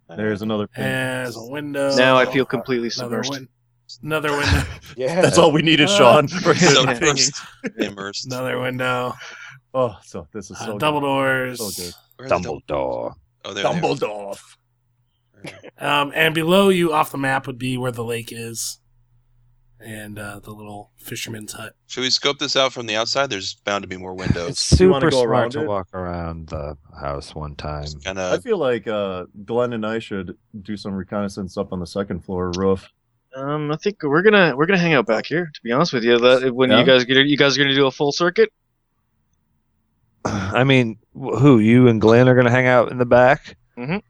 Speaker 1: There's another. Thing.
Speaker 5: There's a window.
Speaker 3: Now I feel completely
Speaker 5: another
Speaker 3: submersed.
Speaker 5: win- another window.
Speaker 6: Yeah.
Speaker 1: That's all we needed,
Speaker 5: Uh,
Speaker 1: Sean.
Speaker 7: Submersed. immersed.
Speaker 5: another window.
Speaker 1: oh, so this is
Speaker 5: Uh,
Speaker 1: so
Speaker 5: double
Speaker 1: good.
Speaker 5: doors.
Speaker 1: So good.
Speaker 7: Where are the double-
Speaker 2: Dumbledore.
Speaker 7: Oh, there they are.
Speaker 1: Dumbledore.
Speaker 5: Um, and below you, off the map, would be where the lake is, and uh, the little fisherman's hut.
Speaker 7: Should we scope this out from the outside? There's bound to be more
Speaker 2: It's
Speaker 7: windows.
Speaker 1: You wanna
Speaker 2: super
Speaker 1: go
Speaker 2: smart
Speaker 1: around
Speaker 2: to
Speaker 1: it?
Speaker 2: walk around the house one time.
Speaker 7: Kind
Speaker 1: I
Speaker 7: of.
Speaker 1: feel like uh, Glenn and I should do some reconnaissance up on the second floor roof.
Speaker 3: Um, I think we're gonna we're gonna hang out back here. To be honest with you, That- when
Speaker 1: Yeah?
Speaker 3: you guys get you guys are gonna do a full circuit.
Speaker 2: I mean, wh- who you and Glenn are gonna hang out in the back?
Speaker 1: Mm-hmm.
Speaker 3: Mhm.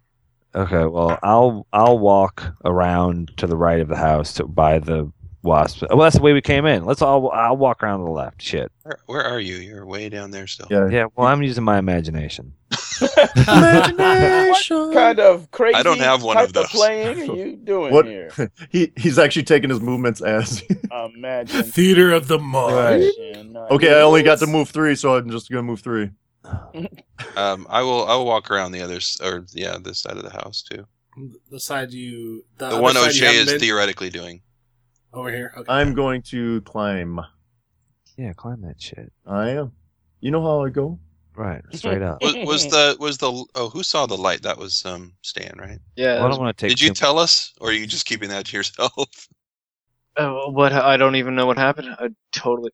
Speaker 2: Okay. Well, I'll I'll walk around to the right of the house to by the wasp. Well, that's the way we came in. Let's all. I'll walk around to the left. Shit.
Speaker 7: Where, where are you? You're way down there still.
Speaker 1: Yeah.
Speaker 2: Yeah. Well, I'm using my imagination.
Speaker 6: What kind of crazy
Speaker 7: I don't have one
Speaker 6: type
Speaker 7: of those.
Speaker 6: playing are you doing
Speaker 1: What-
Speaker 6: here?
Speaker 1: He he's actually taking his movements as.
Speaker 6: Imagine.
Speaker 5: Theater of the Mind.
Speaker 7: Oh.
Speaker 1: okay, I only got to move three, so I'm just gonna move three.
Speaker 7: Um, I will. I'll walk around the other s- or yeah, this side of the house too.
Speaker 5: The side you. Uh, The,
Speaker 7: The
Speaker 5: other
Speaker 7: one
Speaker 5: side you
Speaker 7: O'Shea
Speaker 5: haven't
Speaker 7: is
Speaker 5: been-
Speaker 7: theoretically doing.
Speaker 5: over here. Okay. Uh,
Speaker 1: I'm going to climb.
Speaker 2: Yeah. Climb that shit.
Speaker 1: I am. You know how I go?
Speaker 2: Right. Straight up.
Speaker 7: Was, was the was the oh who saw the light? That was um Stan, right?
Speaker 3: Yeah.
Speaker 2: Well, I don't want to take.
Speaker 7: Did you
Speaker 2: too-
Speaker 7: tell us, or are you just keeping that to yourself?
Speaker 3: Uh, what I don't even know what happened. I totally.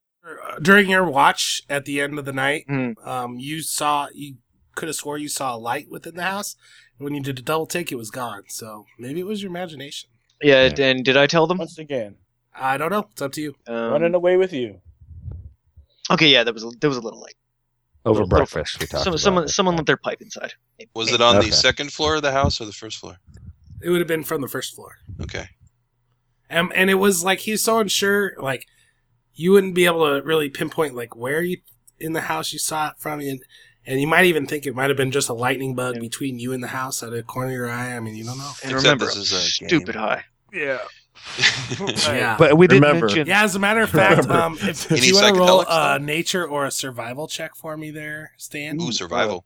Speaker 5: During your watch at the end of the night,
Speaker 3: Hmm.
Speaker 5: um, you saw you could have swore you saw a light within the house. When you did a double take, it was gone. So maybe it was your imagination.
Speaker 3: Yeah,
Speaker 2: Yeah.
Speaker 3: and did I tell them?
Speaker 6: Once again,
Speaker 5: I don't know. It's up to you.
Speaker 6: running
Speaker 3: Um,
Speaker 6: away with you.
Speaker 3: okay, yeah, there was a, there was a little light.
Speaker 2: over
Speaker 3: Little- little-
Speaker 2: breakfast? We talked
Speaker 3: Some,
Speaker 2: about
Speaker 3: someone
Speaker 2: it.
Speaker 3: someone let their pipe inside.
Speaker 7: Was it on
Speaker 2: Okay.
Speaker 7: the second floor of the house or the first floor?
Speaker 5: It would have been from the first floor.
Speaker 7: Okay.
Speaker 5: Um, and it was like he's so unsure, like you wouldn't be able to really pinpoint like where you in the house you saw it from, and and you might even think it might have been just a lightning bug between you and the house out of the corner of your eye. I mean, you don't know.
Speaker 3: And
Speaker 7: Except
Speaker 3: remember,
Speaker 7: this is
Speaker 3: I'm
Speaker 7: a game.
Speaker 3: stupid high.
Speaker 2: Yeah.
Speaker 5: Yeah.
Speaker 2: But we did
Speaker 1: Remember.
Speaker 2: mention.
Speaker 5: yeah, as a matter of fact,
Speaker 1: Remember.
Speaker 5: um, if, if
Speaker 7: Any
Speaker 5: you want to roll
Speaker 7: psychedelics,
Speaker 5: a nature or a survival check for me, there, Stan,
Speaker 7: Ooh, survival.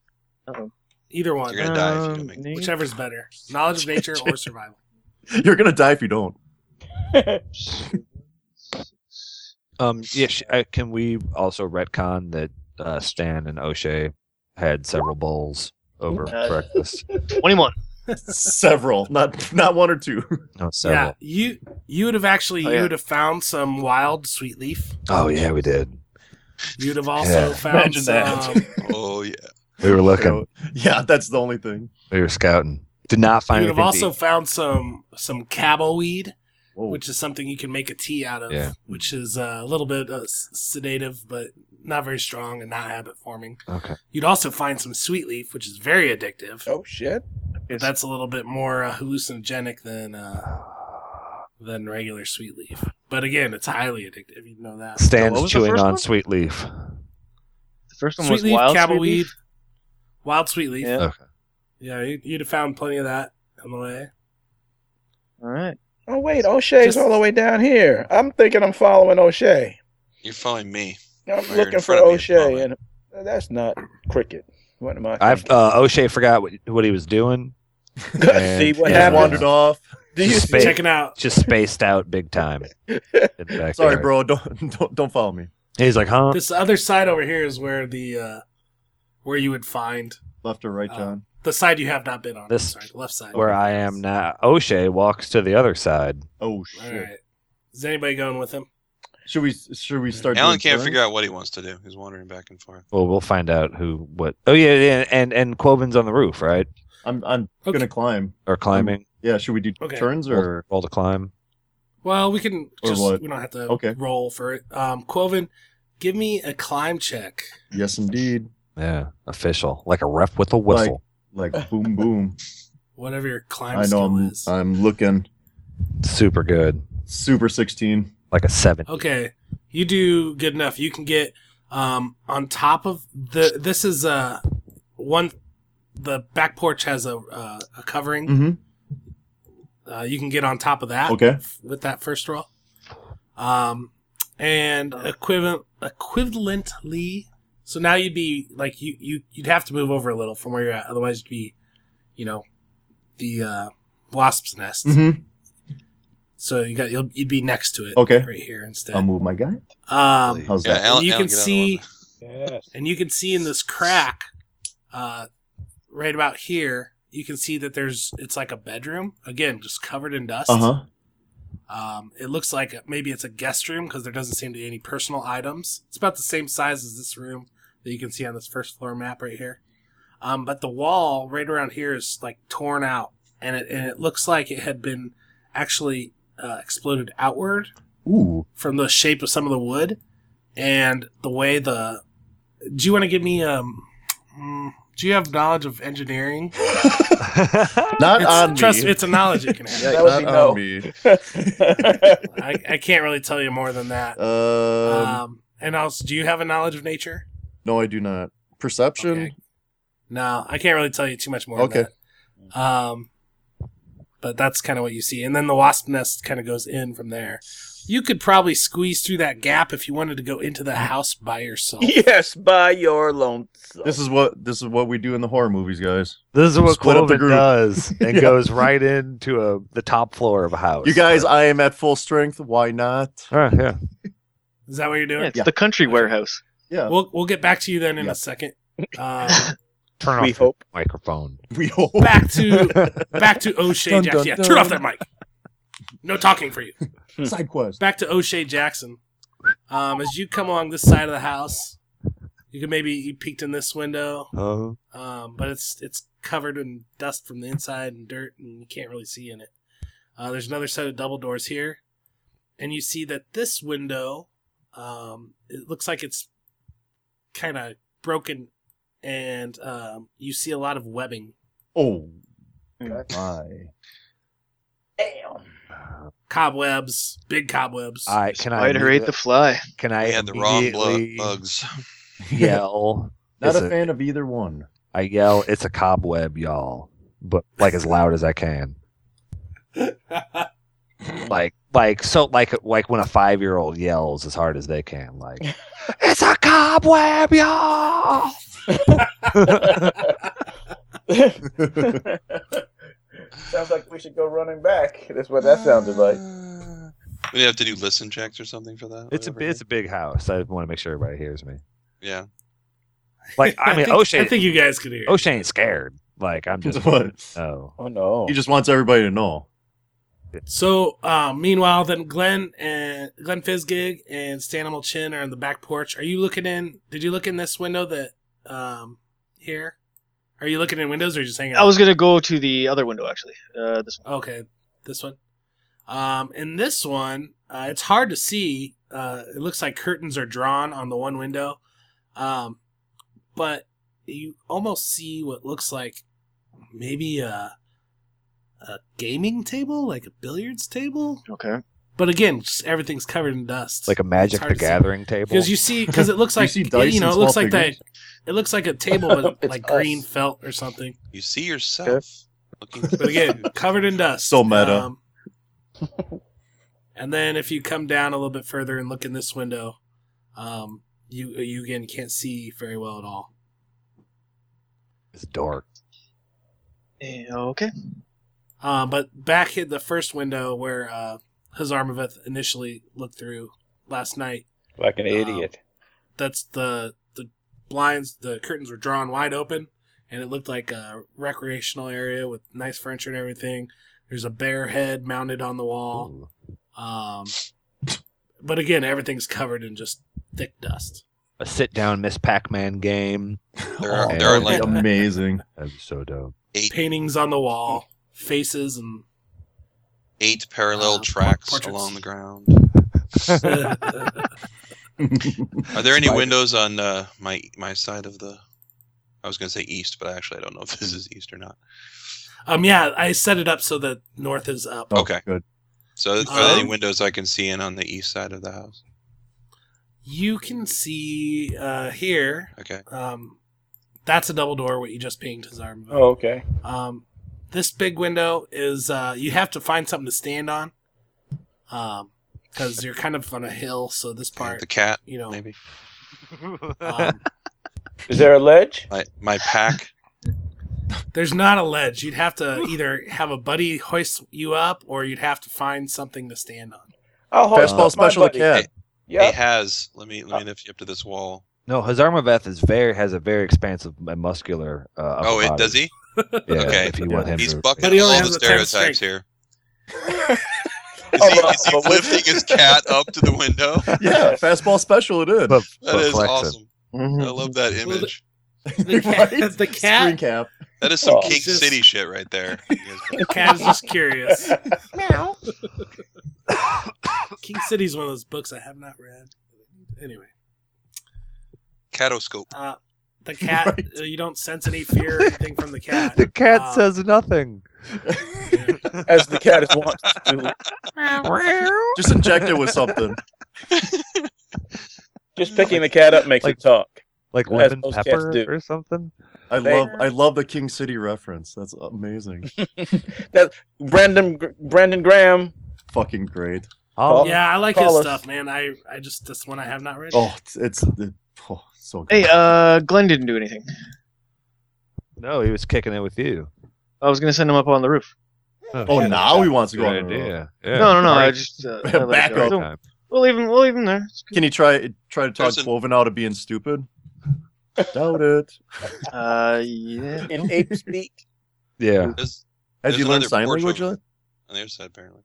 Speaker 5: either one,
Speaker 7: You're gonna die if you don't make.
Speaker 3: Um,
Speaker 5: whichever's better, knowledge of nature or survival.
Speaker 1: You're gonna die if you don't.
Speaker 2: Um. Yeah. Sh- uh, can we also retcon that uh, Stan and O'Shea had several bowls over
Speaker 3: Uh,
Speaker 2: breakfast?
Speaker 3: Twenty-one.
Speaker 1: Several, not not one or two.
Speaker 2: No, several.
Speaker 5: Yeah, you you would have actually
Speaker 3: Oh,
Speaker 5: you
Speaker 3: yeah.
Speaker 5: would have found some wild sweet leaf.
Speaker 2: Oh yeah, we did.
Speaker 5: You'd have also
Speaker 2: Yeah.
Speaker 5: found
Speaker 1: Imagine that.
Speaker 5: some.
Speaker 7: Oh yeah.
Speaker 2: We were looking.
Speaker 1: So, yeah, that's the only thing.
Speaker 2: We were scouting. Did not find
Speaker 5: You'd have
Speaker 2: anything.
Speaker 5: also
Speaker 2: to eat.
Speaker 5: found some some cabo weed,
Speaker 1: Whoa.
Speaker 5: which is something you can make a tea out of,
Speaker 2: Yeah.
Speaker 5: which is uh, a little bit uh, s- sedative, but not very strong and not habit forming.
Speaker 2: Okay.
Speaker 5: You'd also find some sweet leaf, which is very addictive.
Speaker 6: Oh shit!
Speaker 5: But that's a little bit more uh, hallucinogenic than uh, than regular sweet leaf. But again, it's highly addictive. You know that.
Speaker 2: Stan's
Speaker 3: What was the
Speaker 2: chewing
Speaker 3: first
Speaker 2: on
Speaker 3: one?
Speaker 2: sweet leaf.
Speaker 3: The first one
Speaker 5: Sweet
Speaker 3: was
Speaker 5: leaf,
Speaker 3: wild
Speaker 5: cabo
Speaker 3: sweet
Speaker 5: weed,
Speaker 3: leaf.
Speaker 5: wild sweet leaf.
Speaker 3: Yeah.
Speaker 2: Okay.
Speaker 5: Yeah, you- you'd have found plenty of that on the way.
Speaker 3: All right.
Speaker 6: Oh wait, O'Shea's
Speaker 5: Just-
Speaker 6: all the way down here. I'm thinking I'm following O'Shea.
Speaker 7: You're following me.
Speaker 6: I'm
Speaker 7: you're in
Speaker 6: looking for
Speaker 7: front of me, it's
Speaker 6: O'Shea,
Speaker 7: following.
Speaker 6: and that's not cricket. What am I?
Speaker 2: I've uh, O'Shea forgot what, what he was doing. and-
Speaker 6: See what
Speaker 2: yeah,
Speaker 6: happened?
Speaker 1: Wandered off.
Speaker 6: Do you
Speaker 2: Space.
Speaker 5: Checking out.
Speaker 2: Just spaced out big time. in the
Speaker 1: Sorry,
Speaker 2: backyard.
Speaker 1: bro. Don't don't don't follow me.
Speaker 2: He's like, huh?
Speaker 5: This other side over here is where the uh where you would find
Speaker 1: Left or right,
Speaker 5: Uh,
Speaker 1: John?
Speaker 5: the side you have not been on.
Speaker 2: This-
Speaker 5: Sorry, the left side.
Speaker 2: Where I am now. O'Shea walks to the other side.
Speaker 1: oh
Speaker 5: All
Speaker 1: shit.
Speaker 5: right. Is anybody going with him?
Speaker 1: Should we should we start?
Speaker 7: Alan
Speaker 1: doing
Speaker 7: can't
Speaker 1: turns?
Speaker 7: figure out what he wants to do. He's wandering back and forth.
Speaker 2: Well, we'll find out who, what. Oh, yeah, yeah. And, and Quovin's on the roof, right?
Speaker 1: I'm I'm
Speaker 5: Okay.
Speaker 1: gonna climb.
Speaker 2: Or climbing.
Speaker 1: Yeah. Should we do
Speaker 5: Okay.
Speaker 1: turns
Speaker 2: Roll-
Speaker 1: or?
Speaker 2: roll to climb.
Speaker 5: Well, we can
Speaker 1: Or
Speaker 5: just
Speaker 1: what?
Speaker 5: we don't have to
Speaker 1: Okay.
Speaker 5: roll for it. Um Quoven, give me a climb check.
Speaker 1: Yes, indeed.
Speaker 2: Yeah, official. Like a ref with a whistle.
Speaker 1: Like boom, boom.
Speaker 5: Whatever your climb
Speaker 1: I know.
Speaker 5: skill
Speaker 1: I'm,
Speaker 5: is.
Speaker 1: I'm looking
Speaker 2: Super good.
Speaker 1: super sixteen.
Speaker 2: Like a seven.
Speaker 5: Okay. You do good enough. You can get um on top of the this is uh one the back porch has a uh, a covering.
Speaker 1: Mm-hmm.
Speaker 5: Uh, you can get on top of that.
Speaker 1: Okay.
Speaker 5: f- With that first roll. Um, and equivalent equivalently, so now you'd be like you you you'd have to move over a little from where you're at, otherwise you'd be, you know, the uh, wasp's nest.
Speaker 1: Mm-hmm.
Speaker 5: So you got you'll, you'd be next to it.
Speaker 1: Okay.
Speaker 5: Right here instead.
Speaker 1: I'll move my guy.
Speaker 5: um,
Speaker 1: How's
Speaker 7: Yeah,
Speaker 1: that?
Speaker 7: Alan,
Speaker 5: you can
Speaker 7: Alan, get out of the
Speaker 5: see
Speaker 7: way.
Speaker 6: Yes.
Speaker 5: and you can see in this crack uh, right about here you can see that there's it's like a bedroom again just covered in dust
Speaker 1: Uh huh.
Speaker 5: um, it looks like maybe it's a guest room because there doesn't seem to be any personal items it's about the same size as this room that you can see on this first floor map right here um, but the wall right around here is like torn out and it, and it looks like it had been actually uh, exploded outward
Speaker 1: Ooh.
Speaker 5: from the shape of some of the wood and the way the do you want to give me um mm, do you have knowledge of engineering
Speaker 1: Not
Speaker 5: It's-
Speaker 1: on
Speaker 5: trust
Speaker 1: me.
Speaker 5: it's a knowledge you can have
Speaker 6: That would be
Speaker 1: Not
Speaker 6: no.
Speaker 1: on me.
Speaker 5: I, I can't really tell you more than that um,
Speaker 1: Um,
Speaker 5: and also do you have a knowledge of nature
Speaker 1: no, I do not. Perception.
Speaker 5: Okay. no i can't really tell you too much more
Speaker 1: Okay.
Speaker 5: than that. um but that's kind of what you see and then the wasp nest kind of goes in from there you could probably squeeze through that gap if you wanted to go into the house by yourself
Speaker 6: yes, by your lonesome.
Speaker 1: This is what this is what we do in the horror movies, guys.
Speaker 2: This is what
Speaker 1: Split up the
Speaker 2: Quoven
Speaker 1: group.
Speaker 2: does and
Speaker 1: Yeah.
Speaker 2: goes right into a the top floor of a house.
Speaker 1: You guys, I am at full strength. Why not?
Speaker 2: All right, yeah.
Speaker 5: is that what you're doing
Speaker 3: Yeah, it's
Speaker 1: Yeah.
Speaker 3: the country warehouse.
Speaker 1: Yeah,
Speaker 5: We'll we'll get back to you then in
Speaker 1: Yeah.
Speaker 5: a second. Um,
Speaker 2: Turn
Speaker 6: We
Speaker 2: off your
Speaker 6: hope.
Speaker 2: microphone.
Speaker 1: we hope.
Speaker 5: back to back to O'Shea
Speaker 1: Dun,
Speaker 5: Jackson.
Speaker 1: dun,
Speaker 5: yeah, turn off
Speaker 1: dun.
Speaker 5: that mic. No talking for you.
Speaker 1: Side quest.
Speaker 5: Back to O'Shea Jackson. Um, as you come along this side of the house, you can maybe you peeked in this window,
Speaker 2: Oh,
Speaker 5: um, but it's it's covered in dust from the inside and dirt, and you can't really see in it. Uh, there's another set of double doors here, and you see that this window, um, it looks like it's kind of broken, and um, you see a lot of webbing
Speaker 1: Oh
Speaker 6: Mm.
Speaker 1: my!
Speaker 5: cobwebs, big cobwebs.
Speaker 2: I can I
Speaker 3: Spider ate the fly.
Speaker 2: can
Speaker 7: I
Speaker 2: I
Speaker 7: had the wrong
Speaker 2: immediately
Speaker 7: blu- bugs.
Speaker 2: yell?
Speaker 1: Not
Speaker 2: It's
Speaker 1: a fan of either one.
Speaker 2: I yell, "It's a cobweb, y'all!" But like as loud as I can, like like so like like when a five year old yells as hard as they can, like it's a cobweb, y'all.
Speaker 6: Sounds like we should go running back. That's what that sounded like.
Speaker 7: We have to do listen checks or something for that.
Speaker 2: It's a
Speaker 7: whatever.
Speaker 2: it's a big house. I want to make sure everybody hears me.
Speaker 7: yeah.
Speaker 2: Like I mean,
Speaker 5: think,
Speaker 2: O'Shea
Speaker 5: I think you guys could hear. it.
Speaker 2: O'Shea ain't scared. Like I'm just
Speaker 1: What?
Speaker 2: oh
Speaker 6: Oh no.
Speaker 1: He just wants everybody to know.
Speaker 5: So, um, meanwhile, then Glenn and Glenn Fizgig and Stanimal Chin are on the back porch. Are you looking in? Did you look in this window that um here? Are you looking in windows or just hanging?
Speaker 3: I
Speaker 5: out?
Speaker 3: was gonna go to the other window actually. Uh, this
Speaker 5: Okay, this one. Um, in this one, uh, it's hard to see. Uh, it looks like curtains are drawn on the one window, um, but you almost see what looks like maybe a a gaming table, like a billiards table.
Speaker 3: okay.
Speaker 5: But again, just everything's covered in dust,
Speaker 2: like a Magic
Speaker 5: hard
Speaker 2: the
Speaker 5: to see.
Speaker 2: Gathering table.
Speaker 5: because you see because it looks
Speaker 1: You
Speaker 5: like
Speaker 1: see
Speaker 5: you,
Speaker 1: dice
Speaker 5: know
Speaker 1: and
Speaker 5: it looks
Speaker 1: small
Speaker 5: like
Speaker 1: figures.
Speaker 5: that. It looks like a table, but
Speaker 6: It's
Speaker 5: like
Speaker 6: us.
Speaker 5: green felt or something.
Speaker 7: You see yourself looking.
Speaker 5: But again, covered in dust.
Speaker 1: So meta.
Speaker 5: Um, and then if you come down a little bit further and look in this window, um, you you again can't see very well at all.
Speaker 4: It's dark.
Speaker 3: Eh, Okay.
Speaker 5: Uh, but back at the first window where uh, Hazarmaveth initially looked through last night,
Speaker 6: Like an
Speaker 5: Um,
Speaker 6: idiot.
Speaker 5: that's the the blinds, the curtains were drawn wide open, and it looked like a recreational area with nice furniture and everything. There's a bear head mounted on the wall.
Speaker 4: Ooh.
Speaker 5: Um, but again, everything's covered in just thick dust.
Speaker 4: A sit down Miss Pac Man game.
Speaker 7: There are,
Speaker 4: Oh,
Speaker 7: there
Speaker 4: that'd
Speaker 7: are
Speaker 4: be
Speaker 7: like
Speaker 4: a-
Speaker 1: Amazing.
Speaker 4: That'd be so dope.
Speaker 5: Paintings on the wall, faces, and
Speaker 7: eight
Speaker 5: Uh,
Speaker 7: parallel
Speaker 5: por-
Speaker 7: tracks
Speaker 5: portraits.
Speaker 7: along the ground.
Speaker 1: That's
Speaker 7: Are there any
Speaker 1: Spider-
Speaker 7: windows on uh, my my side of the? I was going to say east, but actually I don't know if this is east or not.
Speaker 5: um, yeah, I set it up so that north is up.
Speaker 7: okay.
Speaker 1: Oh, good.
Speaker 7: So are there
Speaker 5: Um,
Speaker 7: any windows I can see in on the east side of the house?
Speaker 5: You can see uh, here.
Speaker 7: Okay.
Speaker 5: Um, that's a double door. What you just pinged his arm.
Speaker 6: Oh, okay.
Speaker 5: Um, this big window is uh, you have to find something to stand on, um, because you're kind of on a hill. So this part,
Speaker 7: The cat,
Speaker 5: you know,
Speaker 7: maybe.
Speaker 5: um,
Speaker 6: Is there a ledge?
Speaker 7: My my pack.
Speaker 5: there's not a ledge. You'd have to either have a buddy hoist you up, or you'd have to find something to stand on.
Speaker 6: I'll hoist
Speaker 1: Fastball
Speaker 6: up my
Speaker 1: special to
Speaker 6: buddy.
Speaker 1: cat.
Speaker 7: It
Speaker 6: Yeah.
Speaker 7: has. Let me let me lift you up to this wall.
Speaker 2: No, Hazarmaveth is very has a very expansive and muscular. Uh, upper
Speaker 7: oh, it
Speaker 2: body.
Speaker 7: does he?
Speaker 2: Yeah,
Speaker 7: Okay.
Speaker 2: If you want him
Speaker 7: He's
Speaker 2: to,
Speaker 7: bucking
Speaker 5: But he only
Speaker 7: all the
Speaker 5: has a 10
Speaker 7: stereotypes
Speaker 5: strength.
Speaker 7: here. Is he, is he
Speaker 6: But with-
Speaker 7: lifting his cat up to the window?
Speaker 1: Yeah, fastball special it is.
Speaker 2: But,
Speaker 7: That is
Speaker 2: flexing.
Speaker 7: awesome. I
Speaker 3: Mm-hmm.
Speaker 7: love that image.
Speaker 5: The
Speaker 1: Right?
Speaker 5: cat, the
Speaker 1: Screen
Speaker 5: cat,
Speaker 1: cap.
Speaker 7: That is some
Speaker 6: Oh,
Speaker 7: King
Speaker 5: just-
Speaker 7: City shit right there.
Speaker 5: the cat is just curious. King City's one of those books I have not read. Anyway.
Speaker 7: Catoscope.
Speaker 5: Uh, the cat. uh, You don't sense any fear or anything from the cat.
Speaker 4: The cat
Speaker 5: Um,
Speaker 4: says nothing.
Speaker 6: As the cat is wont to do.
Speaker 1: Just inject it with something.
Speaker 6: Just picking the cat up makes
Speaker 4: Like-
Speaker 6: it talk.
Speaker 4: like
Speaker 6: As
Speaker 4: lemon
Speaker 6: most cats
Speaker 4: pepper
Speaker 6: do.
Speaker 4: or something.
Speaker 1: I
Speaker 6: They-
Speaker 1: love I love the King City reference. That's amazing.
Speaker 6: Brandon Brandon Graham.
Speaker 1: Fucking great.
Speaker 4: Oh,
Speaker 6: Well-
Speaker 5: Yeah, I like
Speaker 6: Call
Speaker 5: his
Speaker 6: us.
Speaker 5: stuff, man. I, I just that's one I have not read.
Speaker 1: Oh, it's, it's it- oh, so good.
Speaker 3: Hey, uh, Glenn didn't do anything.
Speaker 2: No, he was kicking it with you.
Speaker 3: I was gonna send him up on the roof.
Speaker 1: oh, now he wants to
Speaker 2: Good
Speaker 1: go on the road.
Speaker 2: idea. Yeah.
Speaker 3: no, no, no. I just uh, I let
Speaker 1: Back
Speaker 3: it go.
Speaker 1: up.
Speaker 3: So We'll leave him. We'll leave him there. It's good.
Speaker 1: Can you try try to talk
Speaker 7: There's an-
Speaker 1: Cloven out of being stupid? Doubt it.
Speaker 3: Uh, yeah.
Speaker 6: In ape speak.
Speaker 2: Yeah.
Speaker 7: There's,
Speaker 1: Has
Speaker 7: There's
Speaker 1: he learned
Speaker 7: another
Speaker 1: sign
Speaker 7: porch
Speaker 1: language
Speaker 7: over
Speaker 1: yet?
Speaker 7: on the other side, apparently.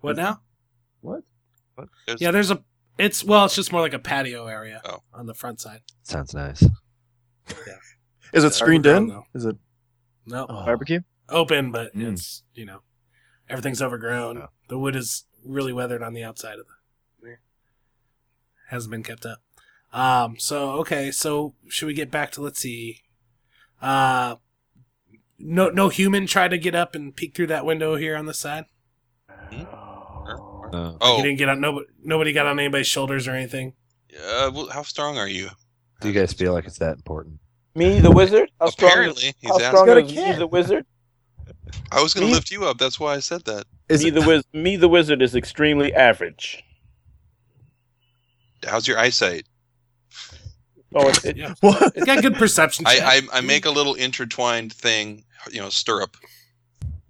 Speaker 5: What now?
Speaker 7: There's,
Speaker 5: Yeah, there's a. It's well, it's just more like a patio area
Speaker 7: Oh.
Speaker 5: on the front side.
Speaker 2: Sounds nice.
Speaker 1: Is it screened
Speaker 5: overgrown,
Speaker 1: in?
Speaker 5: though.
Speaker 1: Is it
Speaker 5: No,
Speaker 1: oh,
Speaker 3: Barbecue.
Speaker 5: open, but
Speaker 1: Mm.
Speaker 5: it's you know, everything's overgrown.
Speaker 2: Oh.
Speaker 5: The wood is really weathered on the outside of the. Hasn't been kept up. Um. So okay. So should we get back to let's see. Uh, no, no human tried to get up and peek through that window here on the side.
Speaker 2: No.
Speaker 5: You
Speaker 7: oh,
Speaker 5: didn't get on. Nobody, nobody got on anybody's shoulders or anything.
Speaker 7: uh, well, how strong are you?
Speaker 2: Do you guys feel like it's that important?
Speaker 6: Me, the wizard. How strong is-
Speaker 7: Apparently, he's
Speaker 6: how
Speaker 7: asking.
Speaker 6: strong
Speaker 1: Got a
Speaker 6: is me,
Speaker 1: cat.
Speaker 6: the wizard?
Speaker 7: I was going to
Speaker 6: Me?
Speaker 7: lift you up. That's why I said that.
Speaker 1: is
Speaker 6: me,
Speaker 1: it
Speaker 6: the wiz- me, the wizard is extremely average.
Speaker 7: How's your eyesight?
Speaker 6: Oh, it's, it,
Speaker 5: Yeah.
Speaker 1: what?
Speaker 5: You got good perception. check.
Speaker 7: I, I I make a little intertwined thing, you know, stirrup.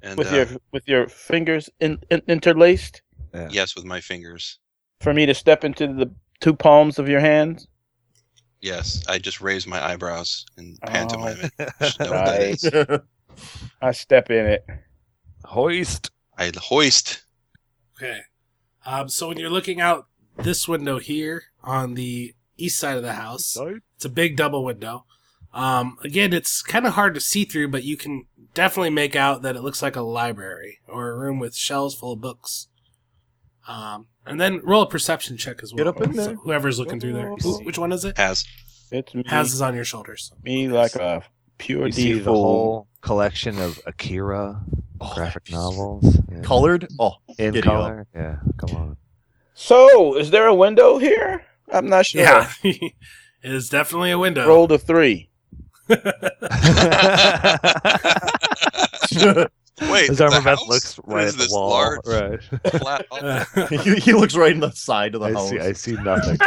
Speaker 7: And
Speaker 6: with
Speaker 7: uh,
Speaker 6: your with your fingers in, in, interlaced
Speaker 7: yes, with my fingers.
Speaker 6: for me to step into the two palms of your hands.
Speaker 7: Yes, I just raise my eyebrows and
Speaker 6: Oh.
Speaker 7: pantomime it. You should know what that
Speaker 6: Nice.
Speaker 7: is.
Speaker 6: I step in it.
Speaker 2: Hoist.
Speaker 7: I hoist.
Speaker 5: Okay. Um, so when you're looking out this window here on the east side of the house, it's a big double window. Um, again, it's kind of hard to see through, but you can definitely make out that it looks like a library or a room with shelves full of books. Um, and then roll a perception check as well.
Speaker 1: Get up in there.
Speaker 5: whoever's looking through there. Who- which one is it?
Speaker 7: Has
Speaker 6: It's me,
Speaker 5: Has is on your shoulders.
Speaker 6: me like a pure
Speaker 2: You see
Speaker 6: D
Speaker 2: the whole collection of Akira
Speaker 1: Oh, that'd
Speaker 2: graphic
Speaker 1: be so-
Speaker 2: novels yeah.
Speaker 1: Colored? Oh,
Speaker 2: in
Speaker 1: giddy up.
Speaker 2: color. Yeah, come on.
Speaker 6: So, is there a window here? I'm not sure.
Speaker 5: Yeah. it is definitely a window.
Speaker 6: Roll the three.
Speaker 7: Wait,
Speaker 2: his
Speaker 7: the
Speaker 2: armor vest
Speaker 7: house?
Speaker 2: looks
Speaker 7: What
Speaker 2: right
Speaker 7: is
Speaker 2: at the
Speaker 7: this
Speaker 2: wall.
Speaker 7: large
Speaker 2: Right.
Speaker 7: flat.
Speaker 5: Uh,
Speaker 1: he, he looks right in the side of the
Speaker 2: I
Speaker 1: house.
Speaker 2: see. I see nothing.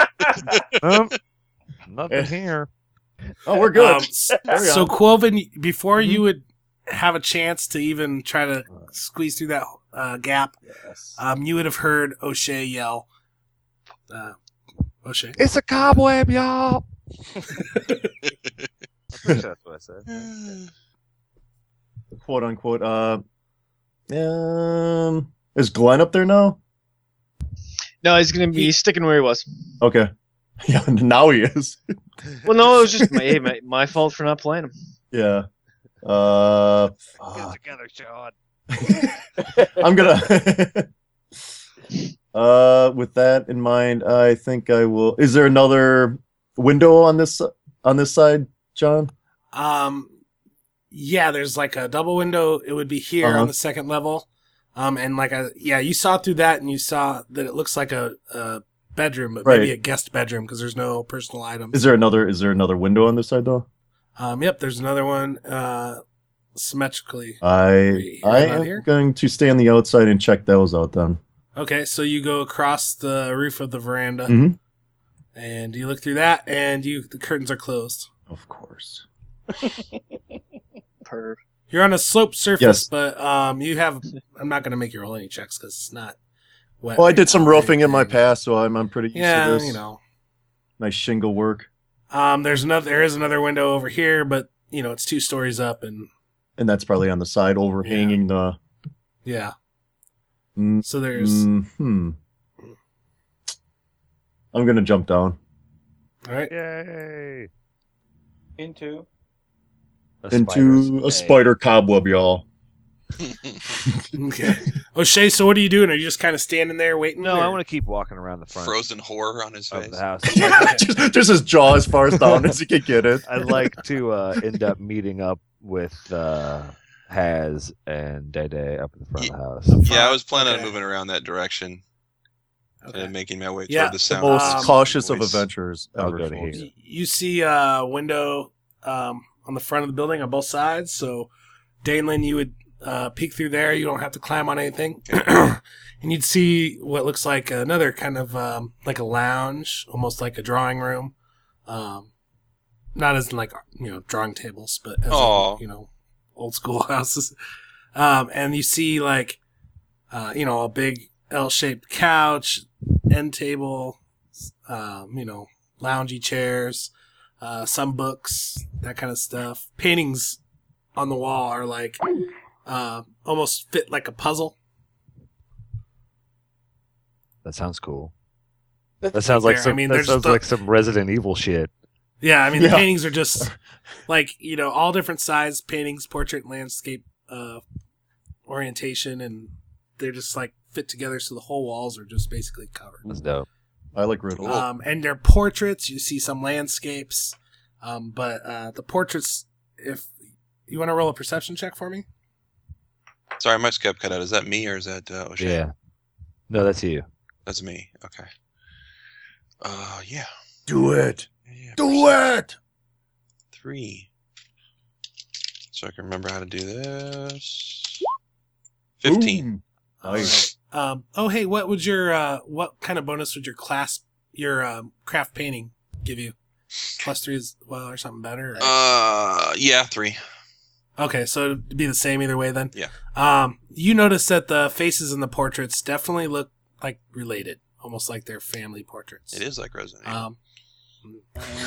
Speaker 2: um, nothing here.
Speaker 1: Oh, we're good.
Speaker 5: Um, s-
Speaker 1: Carry
Speaker 5: so
Speaker 1: on.
Speaker 5: Quoven, before
Speaker 1: Mm-hmm.
Speaker 5: you would have a chance to even try to squeeze through that uh, gap, um, you would have heard O'Shea yell. Uh, O'Shea.
Speaker 4: It's a cobweb, y'all.
Speaker 2: That's what I said.
Speaker 1: quote unquote. Uh, um, is Glenn up there now?
Speaker 3: No, he's gonna be he's sticking where he was.
Speaker 1: Okay. Yeah, now he is.
Speaker 3: Well, no, it was just my, hey, my my fault for not playing him.
Speaker 1: Yeah. Uh,
Speaker 4: Get it
Speaker 1: fuck.
Speaker 4: together, Sean.
Speaker 1: I'm gonna. uh, with that in mind, I think I will. Is there another window on this on this side, John?
Speaker 5: Um, yeah, there's like a double window. It would be here
Speaker 1: Uh-huh.
Speaker 5: on the second level. Um, and like a yeah, you saw through that, and you saw that it looks like a, a bedroom, but
Speaker 1: Right.
Speaker 5: maybe a guest bedroom because there's no personal items.
Speaker 1: Is there another? Is there another window on this side though?
Speaker 5: Um, yep, there's another one. Uh, symmetrically.
Speaker 1: I
Speaker 5: Wait,
Speaker 1: I
Speaker 5: not
Speaker 1: am
Speaker 5: here?
Speaker 1: going to stay on the outside and check those out then.
Speaker 5: Okay, so you go across the roof of the veranda,
Speaker 1: Mhm.
Speaker 5: and you look through that, and you the curtains are closed.
Speaker 1: Of course.
Speaker 3: Perv.
Speaker 5: You're on a slope surface,
Speaker 1: Yes.
Speaker 5: but um, you have. I'm not going to make you roll any checks because it's not. Wet
Speaker 1: Well, I
Speaker 5: right
Speaker 1: did some
Speaker 5: now or
Speaker 1: roofing in my
Speaker 5: anything.
Speaker 1: past, so I'm I'm pretty used to
Speaker 5: Yeah,
Speaker 1: this.
Speaker 5: you know.
Speaker 1: Nice shingle work.
Speaker 5: Um, there's another. There is another window over here, but you know it's two stories up, and
Speaker 1: and that's probably on the side overhanging
Speaker 5: yeah.
Speaker 1: the. Mm,
Speaker 5: So there's.
Speaker 1: mm, hmm. I'm gonna jump down.
Speaker 5: All right.
Speaker 4: Yay.
Speaker 6: Into
Speaker 1: into a spider cobweb, y'all.
Speaker 5: Okay. O'Shea, so what are you doing? Are you just kind of standing there waiting?
Speaker 2: No, I want to keep walking around the front
Speaker 7: Frozen horror on his
Speaker 2: of
Speaker 7: face.
Speaker 2: the house.
Speaker 1: just, just his jaw as far as down as he could get it.
Speaker 2: I'd like to uh, end up meeting up with uh, Haz and Dede up in the front of the house.
Speaker 7: Yeah, I was planning
Speaker 5: Okay.
Speaker 7: on moving around that direction and making my way
Speaker 5: Yeah,
Speaker 7: toward the sound.
Speaker 1: Most
Speaker 5: Um,
Speaker 1: cautious of
Speaker 7: voice.
Speaker 1: adventurers
Speaker 2: I'll
Speaker 1: ever.
Speaker 2: go to
Speaker 1: folks.
Speaker 2: here.
Speaker 5: Y- You see a window um, on the front of the building on both sides. So, Danelin, you would uh, peek through there. You don't have to climb on anything. and you'd see what looks like another kind of um, like a lounge, almost like a drawing room. Um, not as in like, you know, drawing tables, but as in,
Speaker 7: Aw.
Speaker 5: you know, old school houses. Um, and you see like, uh, you know, a big L shaped couch, end table, um, you know, loungy chairs, uh, some books, that kind of stuff. Paintings on the wall are like uh, almost fit like a puzzle.
Speaker 2: That sounds cool. That sounds like
Speaker 5: fair. I
Speaker 2: some.
Speaker 5: mean,
Speaker 2: that
Speaker 5: there's
Speaker 2: sounds
Speaker 5: the-
Speaker 2: like some Resident Evil shit.
Speaker 5: Yeah, I mean the
Speaker 1: Yeah.
Speaker 5: paintings are just like you know all different size paintings, portrait, landscape, uh, orientation, and they're just like fit together so the whole walls are just basically covered.
Speaker 2: That's dope.
Speaker 1: I like riddles.
Speaker 5: Um, and they're portraits. You see some landscapes, um, but uh, the portraits. If you want to roll a perception check for me,
Speaker 7: Sorry, my Skype cut out. Is that me or is that uh, O'Shea?
Speaker 2: Yeah. No, that's you.
Speaker 7: That's me. Okay. Uh, yeah.
Speaker 1: Do it.
Speaker 7: yeah
Speaker 1: Do it.
Speaker 7: Three. So I can remember how to do this. Fifteen.
Speaker 1: Boom. Nice.
Speaker 5: Um, oh, hey, what would your uh, what kind of bonus would your class your um, craft painting give you? Plus three is well, or something better. or-
Speaker 7: Uh, yeah, three.
Speaker 5: Okay, so it'd be the same either way then.
Speaker 7: Yeah.
Speaker 5: Um, you notice that the faces in the portraits definitely look like related, almost like they're family portraits.
Speaker 7: It is like Resident Evil.
Speaker 5: Um,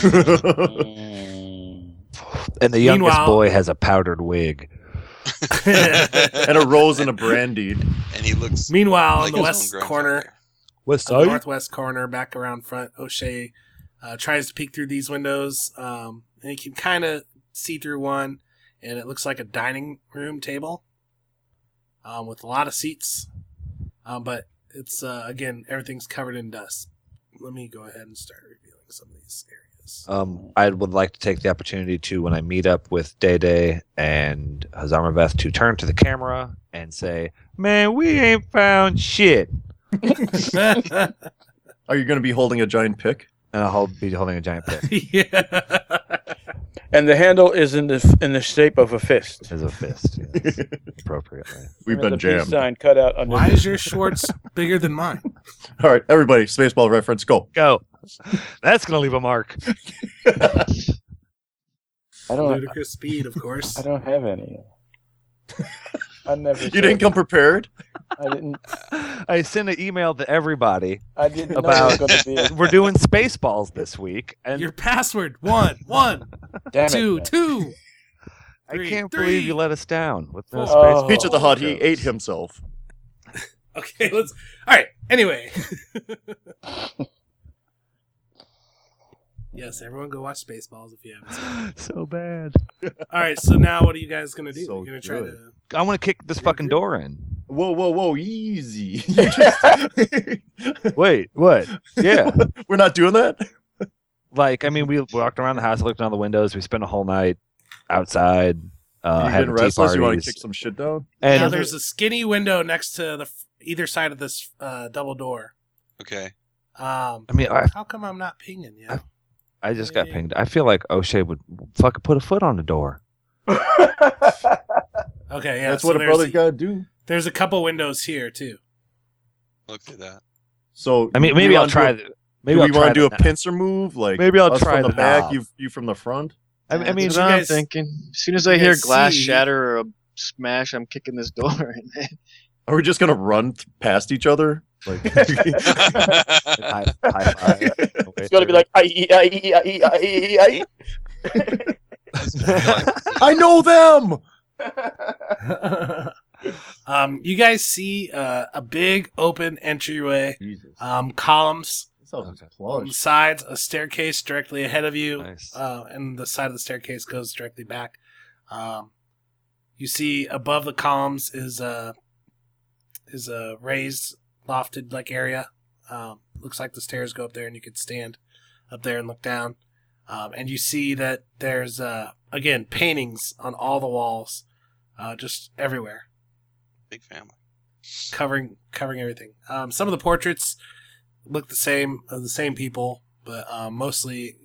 Speaker 2: Oh, And the youngest
Speaker 5: Meanwhile-
Speaker 2: boy has a powdered wig.
Speaker 1: and a rose and a brandy.
Speaker 7: And he looks
Speaker 5: meanwhile,
Speaker 7: like
Speaker 5: in the
Speaker 7: his
Speaker 5: west
Speaker 7: own grandfather.
Speaker 5: corner,
Speaker 2: What's
Speaker 5: the northwest corner, back around front. O'Shea uh, tries to peek through these windows, um, and he can kind of see through one, and it looks like a dining room table um, with a lot of seats. Um, but it's uh, again, everything's covered in dust. Let me go ahead and start revealing some of these areas.
Speaker 2: Um, I would like to take the opportunity to, when I meet up with Dede and Hazarmaveth, to turn to the camera and say, "Man, we ain't found shit."
Speaker 6: Oh.
Speaker 1: Are you gonna be holding a giant pick?
Speaker 2: And I'll hold, be holding a giant pick
Speaker 5: yeah.
Speaker 6: and the handle is in the f- in the shape of a fist.
Speaker 2: as a fist, yes, appropriately.
Speaker 1: We've been
Speaker 6: And there's a peace
Speaker 1: jammed.
Speaker 6: Sign cut out under
Speaker 5: Why is your Schwartz bigger than mine?
Speaker 1: All right, everybody, spaceball reference, go.
Speaker 2: Go. That's gonna leave a mark.
Speaker 6: I don't-
Speaker 5: ludicrous speed, of course.
Speaker 6: I don't have any. I never.
Speaker 1: You didn't come prepared.
Speaker 6: I didn't.
Speaker 2: I sent an email to everybody
Speaker 6: I didn't
Speaker 2: about
Speaker 6: know it was going to
Speaker 2: we're doing Spaceballs this week, and
Speaker 5: Your password one one
Speaker 6: be. Damn
Speaker 5: two
Speaker 6: it.
Speaker 5: two.
Speaker 2: I
Speaker 5: three,
Speaker 2: can't
Speaker 5: three.
Speaker 2: believe you let us down with no
Speaker 6: Oh.
Speaker 2: Spaceballs.
Speaker 1: Peach at the Hut, he ate himself.
Speaker 5: Okay, let's. All right. Anyway. yes, everyone go watch Spaceballs if you haven't. seen
Speaker 2: so bad.
Speaker 5: it. All right. So now, what are you guys gonna do?
Speaker 1: So
Speaker 5: You're gonna try
Speaker 1: good.
Speaker 5: to.
Speaker 2: I want to kick this fucking door in.
Speaker 1: Whoa, whoa, whoa! Easy. You just-
Speaker 2: Wait, what? Yeah,
Speaker 1: We're not doing that.
Speaker 2: like I mean, we walked around the house, looked down the windows. We spent a whole night outside, uh,
Speaker 1: you
Speaker 2: having
Speaker 1: getting
Speaker 2: tea
Speaker 1: restless? You want
Speaker 2: parties,
Speaker 1: to kick some shit down?
Speaker 5: now
Speaker 2: and
Speaker 5: there's a skinny window next to the f- either side of this uh, double door.
Speaker 7: Okay.
Speaker 5: Um,
Speaker 2: I mean, I,
Speaker 5: how come I'm not pinging you?
Speaker 2: I just got pinged. I feel like O'Shea would fucking put a foot on the door.
Speaker 5: Okay, yeah.
Speaker 1: That's
Speaker 5: so
Speaker 1: what a
Speaker 5: there's
Speaker 1: brother gotta do.
Speaker 5: There's a couple windows here too.
Speaker 7: Look at that.
Speaker 1: So
Speaker 2: I mean,
Speaker 1: do
Speaker 2: maybe
Speaker 1: we
Speaker 2: I'll
Speaker 1: wanna do
Speaker 2: try.
Speaker 1: a-
Speaker 2: th-
Speaker 1: Do
Speaker 2: Maybe
Speaker 1: we
Speaker 2: I'll
Speaker 1: want to
Speaker 2: try
Speaker 1: do a
Speaker 2: that now.
Speaker 1: pincer move? Like
Speaker 2: Maybe I'll
Speaker 1: us
Speaker 2: try
Speaker 1: from the
Speaker 2: the
Speaker 1: back,
Speaker 2: knob.
Speaker 1: you you from the front.
Speaker 2: I, I mean,
Speaker 3: That's
Speaker 5: you
Speaker 3: what I'm
Speaker 5: guys-
Speaker 3: thinking. As soon as
Speaker 5: you
Speaker 3: I hear
Speaker 5: guys
Speaker 3: glass
Speaker 5: see-
Speaker 3: shatter or a smash, I'm kicking this door in, man.
Speaker 1: Are we just gonna run th- past each other? Like
Speaker 2: high, high five.
Speaker 6: It's going to be like, I e I e I e I e I e.
Speaker 1: I know them.
Speaker 5: Um, you guys see uh, a big open entryway, um, columns on the sides, a staircase directly ahead of you,
Speaker 2: Nice.
Speaker 5: uh, and the side of the staircase goes directly back. Um, you see above the columns is a is a raised, lofted like area. Um, looks like the stairs go up there, and you could stand up there and look down. Um, and you see that there's uh, again paintings on all the walls, uh, just everywhere
Speaker 7: Big family.
Speaker 5: covering covering everything. Um, some of the portraits look the same of the same people, but um, mostly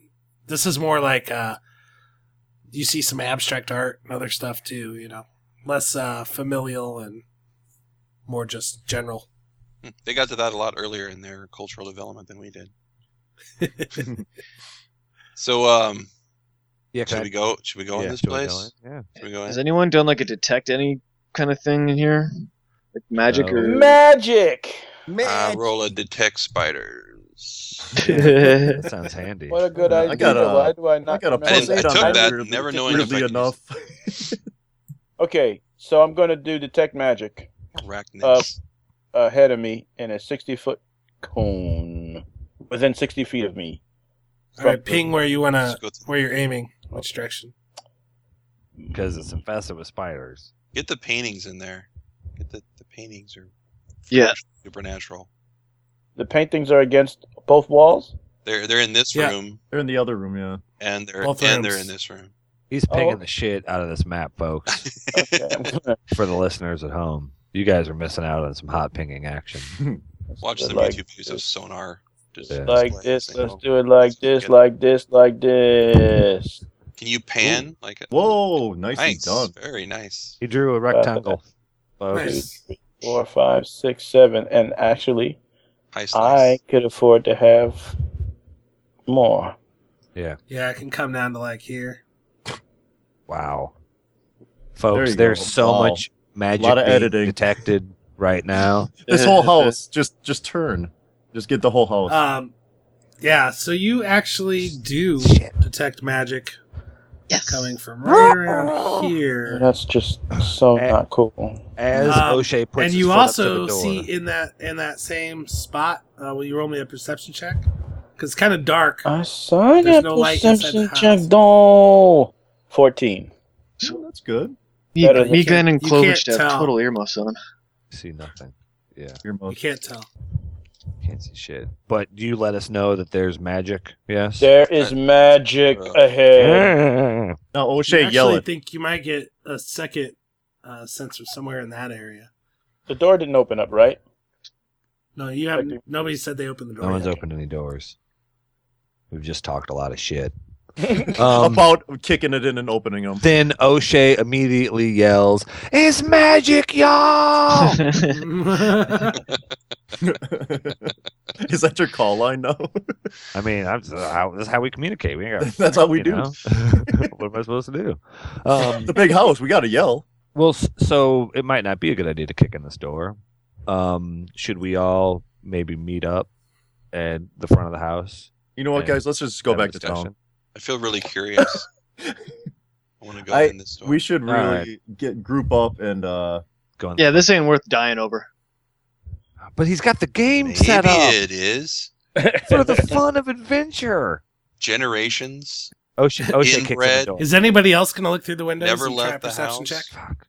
Speaker 5: this is more like uh, you see some abstract art and other stuff too. You know, less uh, familial and more just general.
Speaker 7: Hmm. They got to that a lot earlier in their cultural development than we did. So, um,
Speaker 2: yeah, can
Speaker 7: should
Speaker 2: I-
Speaker 7: we go? Should we go in
Speaker 2: yeah,
Speaker 7: this
Speaker 2: should we go
Speaker 7: place?
Speaker 2: in? Yeah.
Speaker 7: Should we go in?
Speaker 3: Has anyone done like a detect any kind of thing in here? Like magic
Speaker 2: No.
Speaker 3: or
Speaker 6: Magic.
Speaker 7: I roll a detect spiders.
Speaker 2: That sounds handy.
Speaker 6: What a good
Speaker 1: Uh, I
Speaker 6: idea.
Speaker 1: got a-
Speaker 6: Why do I not
Speaker 1: I got a
Speaker 6: remember
Speaker 1: plus
Speaker 7: I
Speaker 1: eight
Speaker 7: didn't-
Speaker 1: on
Speaker 7: I took
Speaker 1: that.
Speaker 7: that,
Speaker 1: weirdly-
Speaker 7: never knowing if I
Speaker 1: Weirdly
Speaker 7: could
Speaker 1: enough,
Speaker 6: Okay, so I'm going to do detect magic
Speaker 7: Arachnids.
Speaker 6: Uh, ahead of me in a 60 foot cone within 60 feet of me.
Speaker 5: All right, ping where you wanna
Speaker 7: Let's go to-
Speaker 5: where you're aiming, which direction.
Speaker 2: Because it's infested with spiders.
Speaker 7: Get the paintings in there. Get the, the paintings are
Speaker 3: Yeah.
Speaker 7: supernatural.
Speaker 6: The paintings are against both walls.
Speaker 7: They're they're in this
Speaker 5: Yeah.
Speaker 7: room
Speaker 1: they're in the other room. Yeah.
Speaker 7: and they're
Speaker 5: Both
Speaker 7: and they're
Speaker 5: rooms.
Speaker 7: in this room.
Speaker 2: He's picking
Speaker 6: Oh.
Speaker 2: the shit out of this map, folks.
Speaker 6: Okay, I'm gonna-
Speaker 2: for the listeners at home, you guys are missing out on some hot pinging action.
Speaker 7: Watch
Speaker 6: But
Speaker 7: some
Speaker 6: like
Speaker 7: YouTube videos of
Speaker 6: this.
Speaker 7: sonar. Just
Speaker 2: Yeah.
Speaker 7: display
Speaker 6: Like this.
Speaker 7: things.
Speaker 6: Let's do it like this, like this, like this.
Speaker 7: Can you pan like?
Speaker 1: Whoa, nicely
Speaker 7: nice,
Speaker 1: done.
Speaker 7: very nice.
Speaker 2: He drew a rectangle.
Speaker 1: Uh,
Speaker 2: folks.
Speaker 5: Nice.
Speaker 6: Four, five, six, seven. And actually,
Speaker 7: High
Speaker 6: I
Speaker 7: slice.
Speaker 6: could afford to have more.
Speaker 5: Yeah, I can come down to like here.
Speaker 2: Wow.
Speaker 1: There
Speaker 2: Folks,
Speaker 1: you
Speaker 2: there's
Speaker 1: go.
Speaker 2: so
Speaker 1: Wow.
Speaker 2: much magic
Speaker 1: Lot of
Speaker 2: being
Speaker 1: editing.
Speaker 2: detected right now.
Speaker 1: This whole house, just just turn, just get the whole house.
Speaker 5: Um, yeah, so you actually do detect magic
Speaker 3: Yes.
Speaker 5: coming from right around here.
Speaker 6: That's just so
Speaker 7: Uh,
Speaker 6: not cool.
Speaker 2: As
Speaker 5: Um,
Speaker 2: O'Shea puts
Speaker 5: and
Speaker 2: his
Speaker 5: you
Speaker 2: foot up to the
Speaker 5: also
Speaker 2: door.
Speaker 5: see in that in that same spot uh, will you roll me a perception check because it's kind of dark
Speaker 2: Oh.
Speaker 6: I saw
Speaker 5: There's
Speaker 6: that
Speaker 5: no light inside
Speaker 6: perception
Speaker 5: the
Speaker 6: check,
Speaker 5: house.
Speaker 6: though. 14.
Speaker 1: Oh, that's good.
Speaker 3: Me,
Speaker 6: Better than-
Speaker 3: me Glenn, and
Speaker 5: You can't
Speaker 3: Clover should have
Speaker 5: tell.
Speaker 3: total earmuffs on.
Speaker 2: see nothing. Yeah,
Speaker 1: Your
Speaker 5: you
Speaker 1: mouth.
Speaker 5: can't tell
Speaker 2: can't see shit. But you let us know that there's magic. Yes.
Speaker 6: There is magic
Speaker 7: Uh,
Speaker 6: ahead.
Speaker 1: Now
Speaker 5: you
Speaker 1: O'Shea
Speaker 5: actually
Speaker 1: yell it.
Speaker 5: think you might get a second uh, sense from somewhere in that area
Speaker 6: The door didn't open up, right?
Speaker 5: no you haven't
Speaker 6: Okay.
Speaker 5: nobody said they opened the door
Speaker 2: No one's
Speaker 5: yet.
Speaker 2: opened any doors. We've just talked a lot of shit. Um,
Speaker 1: about kicking it in and opening them.
Speaker 2: then O'Shea immediately yells, "It's
Speaker 5: Oh.
Speaker 2: magic, y'all!"
Speaker 1: Is that your call line now?
Speaker 2: I mean, I'm, this, is how, this is how we communicate. We ain't got-
Speaker 1: That's how we
Speaker 2: you
Speaker 1: do.
Speaker 2: know? what am I supposed to do? Um,
Speaker 1: The big house. We got to yell.
Speaker 2: Well, s- so it might not be a good idea to kick in this door. Um, should we all maybe meet up at the front of the house?
Speaker 1: You know what,
Speaker 2: Yeah.
Speaker 1: guys? Let's just go
Speaker 2: have a
Speaker 1: back to town.
Speaker 2: discussion?
Speaker 7: I feel really curious. I want to go
Speaker 1: I-
Speaker 7: in this door.
Speaker 1: We should
Speaker 2: All
Speaker 1: really get group up and uh
Speaker 2: Go in-
Speaker 3: Yeah, this ain't worth dying over.
Speaker 2: But he's got the game
Speaker 7: Maybe
Speaker 2: set up
Speaker 7: it is
Speaker 2: for the fun of adventure.
Speaker 7: generations.
Speaker 2: Ocean, Ocean kicks in the
Speaker 7: Inbred.
Speaker 2: door.
Speaker 5: Is anybody else going to look through the windows
Speaker 7: Never
Speaker 5: and try a
Speaker 7: left the
Speaker 5: perception
Speaker 7: house.
Speaker 5: check?
Speaker 2: Fuck.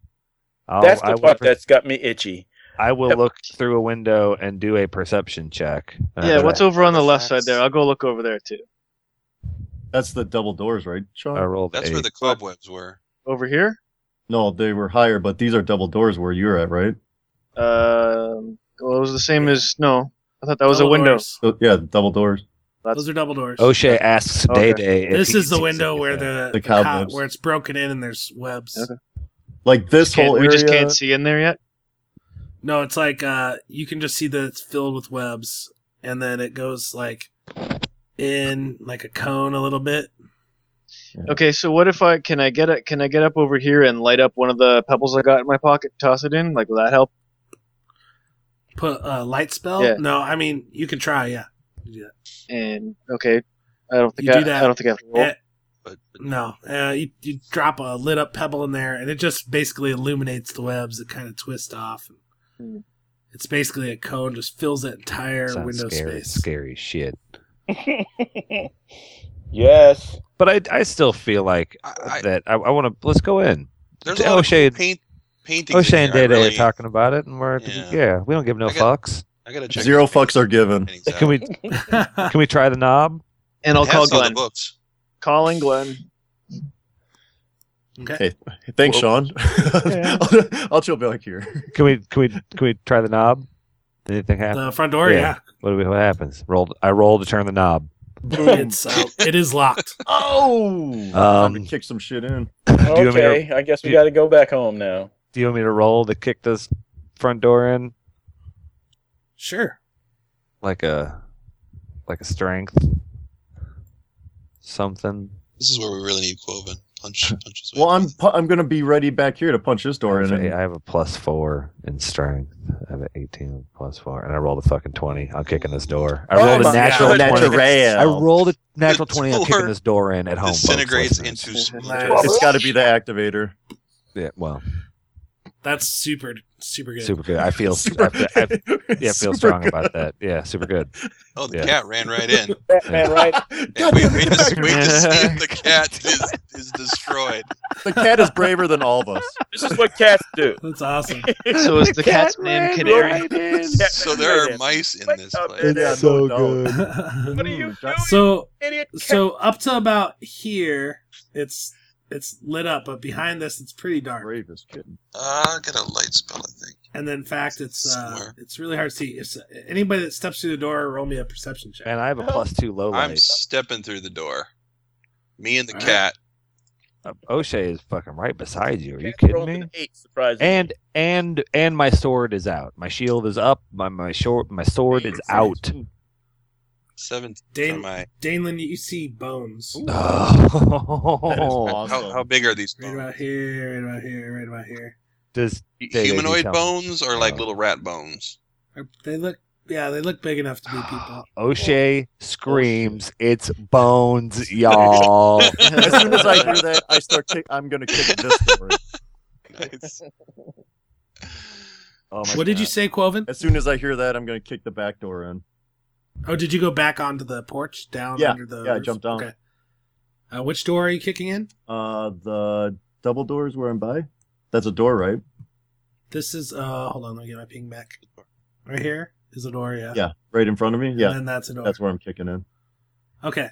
Speaker 2: I'll-
Speaker 6: That's
Speaker 2: Oh, I
Speaker 6: the
Speaker 2: will
Speaker 6: part
Speaker 2: per-
Speaker 6: that's got me itchy.
Speaker 2: I will
Speaker 6: Yep.
Speaker 2: look through a window and do a perception check. Uh,
Speaker 3: yeah, what's over on the left
Speaker 2: Artifacts.
Speaker 3: side there? I'll go look over there too.
Speaker 1: that's the double doors, right, Sean?
Speaker 2: I rolled
Speaker 7: That's
Speaker 2: a-
Speaker 7: where the cobwebs were.
Speaker 3: Over here?
Speaker 1: no, they were higher, but these are double doors where you're at, right?
Speaker 3: Um, well, it was the same as no. I thought that was
Speaker 5: Double
Speaker 3: a window.
Speaker 5: doors.
Speaker 1: So, yeah, double doors.
Speaker 5: Those are double doors.
Speaker 2: O'Shea asks
Speaker 3: Okay.
Speaker 2: Day Day. if
Speaker 5: this
Speaker 2: Oh, he
Speaker 5: is the
Speaker 2: sees
Speaker 5: window where
Speaker 2: anything.
Speaker 5: the,
Speaker 1: The
Speaker 5: the co-
Speaker 1: cobwebs.
Speaker 5: where it's broken in and there's webs.
Speaker 3: Okay.
Speaker 1: Like this
Speaker 3: Can't-
Speaker 1: whole
Speaker 3: we
Speaker 1: area.
Speaker 3: just can't see in there yet.
Speaker 5: No, it's like uh, you can just see that it's filled with webs, and then it goes like in like a cone a little bit.
Speaker 3: Okay, so what if I can I get it? Can I get up over here and light up one of the pebbles I got in my pocket? Toss it in. Like, will that help?
Speaker 5: Put a light spell.
Speaker 3: Yeah.
Speaker 5: No, I mean you can try. Yeah. yeah.
Speaker 3: And okay, I don't think
Speaker 5: You
Speaker 3: I,
Speaker 5: do that.
Speaker 3: I don't think I have to roll.
Speaker 5: Eh,
Speaker 7: But, but
Speaker 5: no, uh, you, you drop a lit up pebble in there, and it just basically illuminates the webs. It kind of twists off.
Speaker 3: Hmm.
Speaker 5: It's basically a cone, just fills that entire
Speaker 2: Sounds
Speaker 5: window
Speaker 2: scary,
Speaker 5: space.
Speaker 2: scary shit.
Speaker 6: yes.
Speaker 2: But I, I still feel like
Speaker 7: I, I,
Speaker 2: that I, I want to. Let's go in.
Speaker 7: there's
Speaker 2: D-
Speaker 7: a lot
Speaker 2: O'Shea-
Speaker 7: of cool paint, paintings. in
Speaker 2: O'Shea and
Speaker 7: here. I
Speaker 2: Day Day
Speaker 7: really-
Speaker 2: are talking about it, and we're yeah,
Speaker 7: Yeah.
Speaker 2: we don't give no
Speaker 7: I got-
Speaker 2: fucks.
Speaker 7: I gotta check
Speaker 1: Zero
Speaker 7: these paintings
Speaker 1: fucks are given.
Speaker 7: out.
Speaker 2: Can we can we try the knob?
Speaker 3: And I'll
Speaker 7: It has
Speaker 3: call
Speaker 7: all the
Speaker 3: Glenn.
Speaker 7: books.
Speaker 3: Calling Glenn.
Speaker 5: okay.
Speaker 1: Hey, thanks, Sean.
Speaker 4: Yeah.
Speaker 1: I'll, I'll chill back here.
Speaker 2: Can we can we can we try the knob? Anything happen?
Speaker 5: The front door.
Speaker 2: Yeah.
Speaker 5: Yeah.
Speaker 2: What do we, what happens? Roll. I roll to turn the knob.
Speaker 1: Boom.
Speaker 5: It's uh, it is locked.
Speaker 1: oh,
Speaker 2: Um,
Speaker 1: time to kick some shit in.
Speaker 2: Do you want me to-
Speaker 6: Okay, I guess we
Speaker 2: do-
Speaker 6: got to go back home now.
Speaker 2: Do you want me to roll to kick this front door in
Speaker 5: Sure.
Speaker 2: like a like a strength something?
Speaker 7: This is where we really need Quoven. Punch, punch his way.
Speaker 1: Well, I'm pu- I'm gonna be ready back here to punch this door in.
Speaker 2: I have a plus four in strength. I have an eighteen plus four, and I rolled a fucking twenty. I'm kicking this door. I
Speaker 1: Oh
Speaker 2: rolled a
Speaker 1: my
Speaker 2: natural
Speaker 1: God,
Speaker 2: twenty.
Speaker 1: natural.
Speaker 2: I rolled a natural twenty. I'm kicking
Speaker 7: door
Speaker 2: this door in at home. folks,
Speaker 7: disintegrates
Speaker 2: listeners.
Speaker 3: Nice.
Speaker 7: into splinters.
Speaker 1: It's got to be the activator.
Speaker 2: yeah. Well,
Speaker 5: That's super super good.
Speaker 2: super good. I feel I, feel- I, yeah, I feel strong about that. Yeah, super good.
Speaker 7: Oh, the
Speaker 2: Yeah.
Speaker 7: cat ran right in.
Speaker 6: Batman, right?
Speaker 7: And we, we just, we just see if the cat is, is destroyed.
Speaker 1: The cat is braver than all of us.
Speaker 6: This is what cats do.
Speaker 5: That's awesome.
Speaker 3: So is the cat's name Canary?
Speaker 6: Cat
Speaker 7: So
Speaker 6: ran
Speaker 7: there
Speaker 6: right
Speaker 7: are
Speaker 6: in.
Speaker 7: mice in
Speaker 6: Wake
Speaker 7: this
Speaker 6: up,
Speaker 7: place.
Speaker 1: Yeah,
Speaker 4: so
Speaker 1: no doubt.
Speaker 4: good.
Speaker 6: What are you doing,
Speaker 5: so
Speaker 6: idiot? cat?
Speaker 5: so up to about here, it's it's lit up, but behind this, it's pretty dark.
Speaker 1: Brave as kitten.
Speaker 7: Ah, I got a light spell, I think.
Speaker 5: And then, in fact, it's uh,
Speaker 7: Somewhere.
Speaker 5: it's really hard to see. If anybody that steps through the door, roll me a perception check.
Speaker 2: And I have a plus two low
Speaker 7: I'm
Speaker 2: light.
Speaker 7: stepping through the door. Me and the
Speaker 5: All right.
Speaker 7: cat.
Speaker 2: Uh, O'Shea is fucking right beside you. Are you
Speaker 6: Cat
Speaker 2: kidding
Speaker 6: rolled
Speaker 2: me?
Speaker 6: an Eight, surprisingly.
Speaker 2: And and and my sword is out. My shield is up. My my short my sword is out.
Speaker 7: Seven.
Speaker 5: Dane,
Speaker 7: my,
Speaker 5: Danelin, you see bones
Speaker 2: Oh,
Speaker 7: how, how big are these
Speaker 5: right
Speaker 7: bones?
Speaker 5: about here, right about here, right about here.
Speaker 2: does David, you
Speaker 7: Humanoid
Speaker 2: tell me.
Speaker 7: bones or
Speaker 5: Oh.
Speaker 7: like
Speaker 2: Uh,
Speaker 7: little rat bones?
Speaker 5: They look, yeah, they look big enough to be people.
Speaker 2: O'Shea screams, "It's bones, y'all!"
Speaker 1: As soon as I hear that, I start. Kick, I'm gonna kick this door.
Speaker 7: Nice.
Speaker 2: Oh my
Speaker 5: What did you
Speaker 2: God.
Speaker 5: say, Quoven?
Speaker 1: As soon as I hear that, I'm gonna kick the back door in.
Speaker 5: Oh, did you go back onto the porch down
Speaker 1: Yeah,
Speaker 5: under the?
Speaker 1: yeah, I
Speaker 5: roof?
Speaker 1: jumped down.
Speaker 5: Okay. Uh, which door are you kicking in?
Speaker 1: Uh, the double doors where I'm by. That's a door, right?
Speaker 5: This is uh hold on, let me get my ping back. Right here is a door, yeah.
Speaker 1: Yeah, right in front of me.
Speaker 5: And
Speaker 1: Yeah,
Speaker 5: then that's a door.
Speaker 1: that's where I'm kicking in.
Speaker 5: Okay.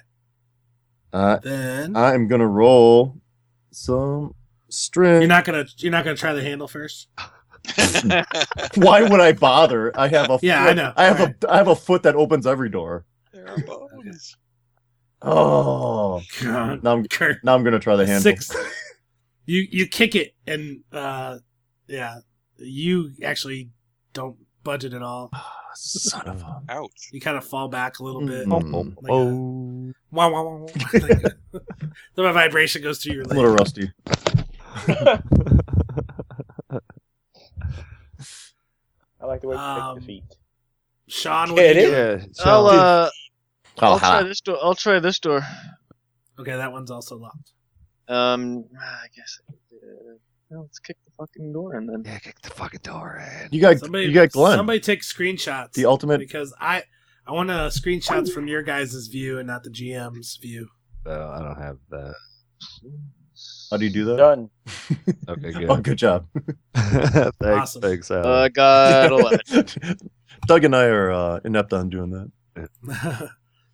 Speaker 1: Uh,
Speaker 5: Then
Speaker 1: I'm gonna roll some string.
Speaker 5: you're not gonna you're not gonna try the handle first.
Speaker 1: Why would I bother? I have a
Speaker 5: Yeah, I
Speaker 1: foot,
Speaker 5: know.
Speaker 1: I have
Speaker 5: Alright.
Speaker 1: a I have a foot that opens every door.
Speaker 7: there are bones.
Speaker 1: Oh,
Speaker 5: God.
Speaker 1: now I'm
Speaker 5: Kurt,
Speaker 1: now I'm gonna try the handle.
Speaker 5: Six. You you kick it and uh yeah. You actually don't budget and all.
Speaker 8: Son of a.
Speaker 7: Ouch.
Speaker 5: You kind of fall back a little bit. Oh,
Speaker 1: Mm.
Speaker 5: Like a-
Speaker 1: Oh.
Speaker 5: wah, wah, wah, wah. Like, the vibration goes through your
Speaker 1: A little
Speaker 5: leg.
Speaker 1: rusty.
Speaker 6: I like the way you
Speaker 5: Um,
Speaker 6: take the feet.
Speaker 5: Sean, what
Speaker 6: Yeah,
Speaker 5: are you
Speaker 6: it is.
Speaker 5: doing?
Speaker 2: Yeah.
Speaker 3: I'll
Speaker 2: so-
Speaker 3: uh,
Speaker 8: Oh,
Speaker 3: I'll try this door. I'll try this door.
Speaker 5: Okay, that one's also locked.
Speaker 3: Um, I guess. Uh, well, let's kick the fucking door in then.
Speaker 2: yeah, kick the fucking door in.
Speaker 1: You got
Speaker 5: Somebody,
Speaker 1: you got Glenn,
Speaker 5: somebody take screenshots
Speaker 1: the ultimate.
Speaker 5: because I I want to screenshots from your guys' view and not the GM's view.
Speaker 2: Oh, I don't have that.
Speaker 1: How do you do that?
Speaker 6: Done.
Speaker 2: Okay,
Speaker 1: Oh,
Speaker 2: good.
Speaker 1: good job.
Speaker 2: thanks,
Speaker 5: Awesome.
Speaker 2: thanks. Alan.
Speaker 3: Uh, got eleven.
Speaker 1: Doug and I are uh, inept on doing that.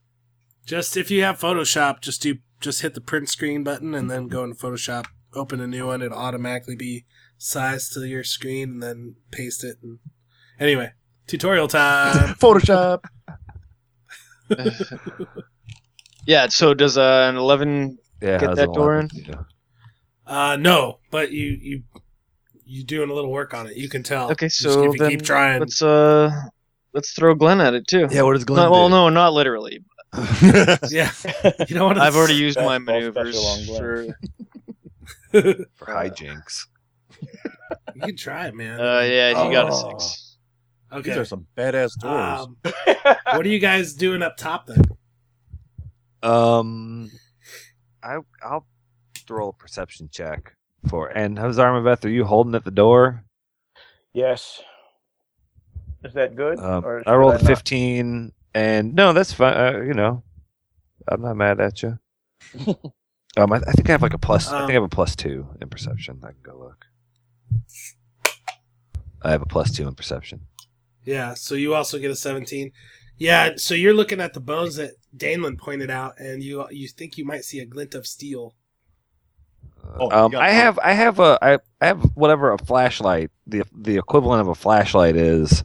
Speaker 5: just if you have Photoshop, just do just hit the print screen button and then go into Photoshop, open a new one. It'll automatically be sized to your screen and then paste it. And anyway, tutorial time.
Speaker 1: Photoshop.
Speaker 3: yeah. So does uh, an eleven?
Speaker 2: yeah,
Speaker 3: get
Speaker 2: how's
Speaker 3: that
Speaker 2: it
Speaker 3: door
Speaker 2: locked? Yeah.
Speaker 5: uh, no, but you you you doing a little work on it. You can tell.
Speaker 3: Okay,
Speaker 5: Just
Speaker 3: so
Speaker 5: if you
Speaker 3: then
Speaker 5: keep trying.
Speaker 3: Let's uh, let's throw Glenn at it too.
Speaker 2: Yeah, what does Glenn
Speaker 3: Not, well,
Speaker 2: do?
Speaker 3: no, not literally.
Speaker 5: Yeah, you don't want to.
Speaker 3: I've already used my
Speaker 6: Fastball special on
Speaker 3: maneuvers for.
Speaker 6: Glenn.
Speaker 2: For hijinks.
Speaker 5: You can try it, man.
Speaker 3: Uh, yeah, he got a
Speaker 1: Oh.
Speaker 3: six.
Speaker 1: These
Speaker 5: okay.
Speaker 1: are some badass doors.
Speaker 5: Um, what are you guys doing up top then?
Speaker 2: Um, I I'll throw a perception check for. And Hazarmaveth, are you holding at the door?
Speaker 6: Yes. Is that good?
Speaker 2: Um,
Speaker 6: or
Speaker 2: I rolled
Speaker 6: should not?
Speaker 2: fifteen, and no, that's fine. Uh, you know, I'm not mad at you. um, I, I think I have like a plus. I think I have a plus two in perception. I can go look. I have a plus two in perception.
Speaker 5: Yeah, so you also get a 17. Yeah, so you're looking at the bones that Danelin pointed out, and you you think you might see a glint of steel.
Speaker 1: Oh, you
Speaker 2: um,
Speaker 1: got
Speaker 2: I
Speaker 1: it.
Speaker 2: have I have a I, I have whatever a flashlight the the equivalent of a flashlight is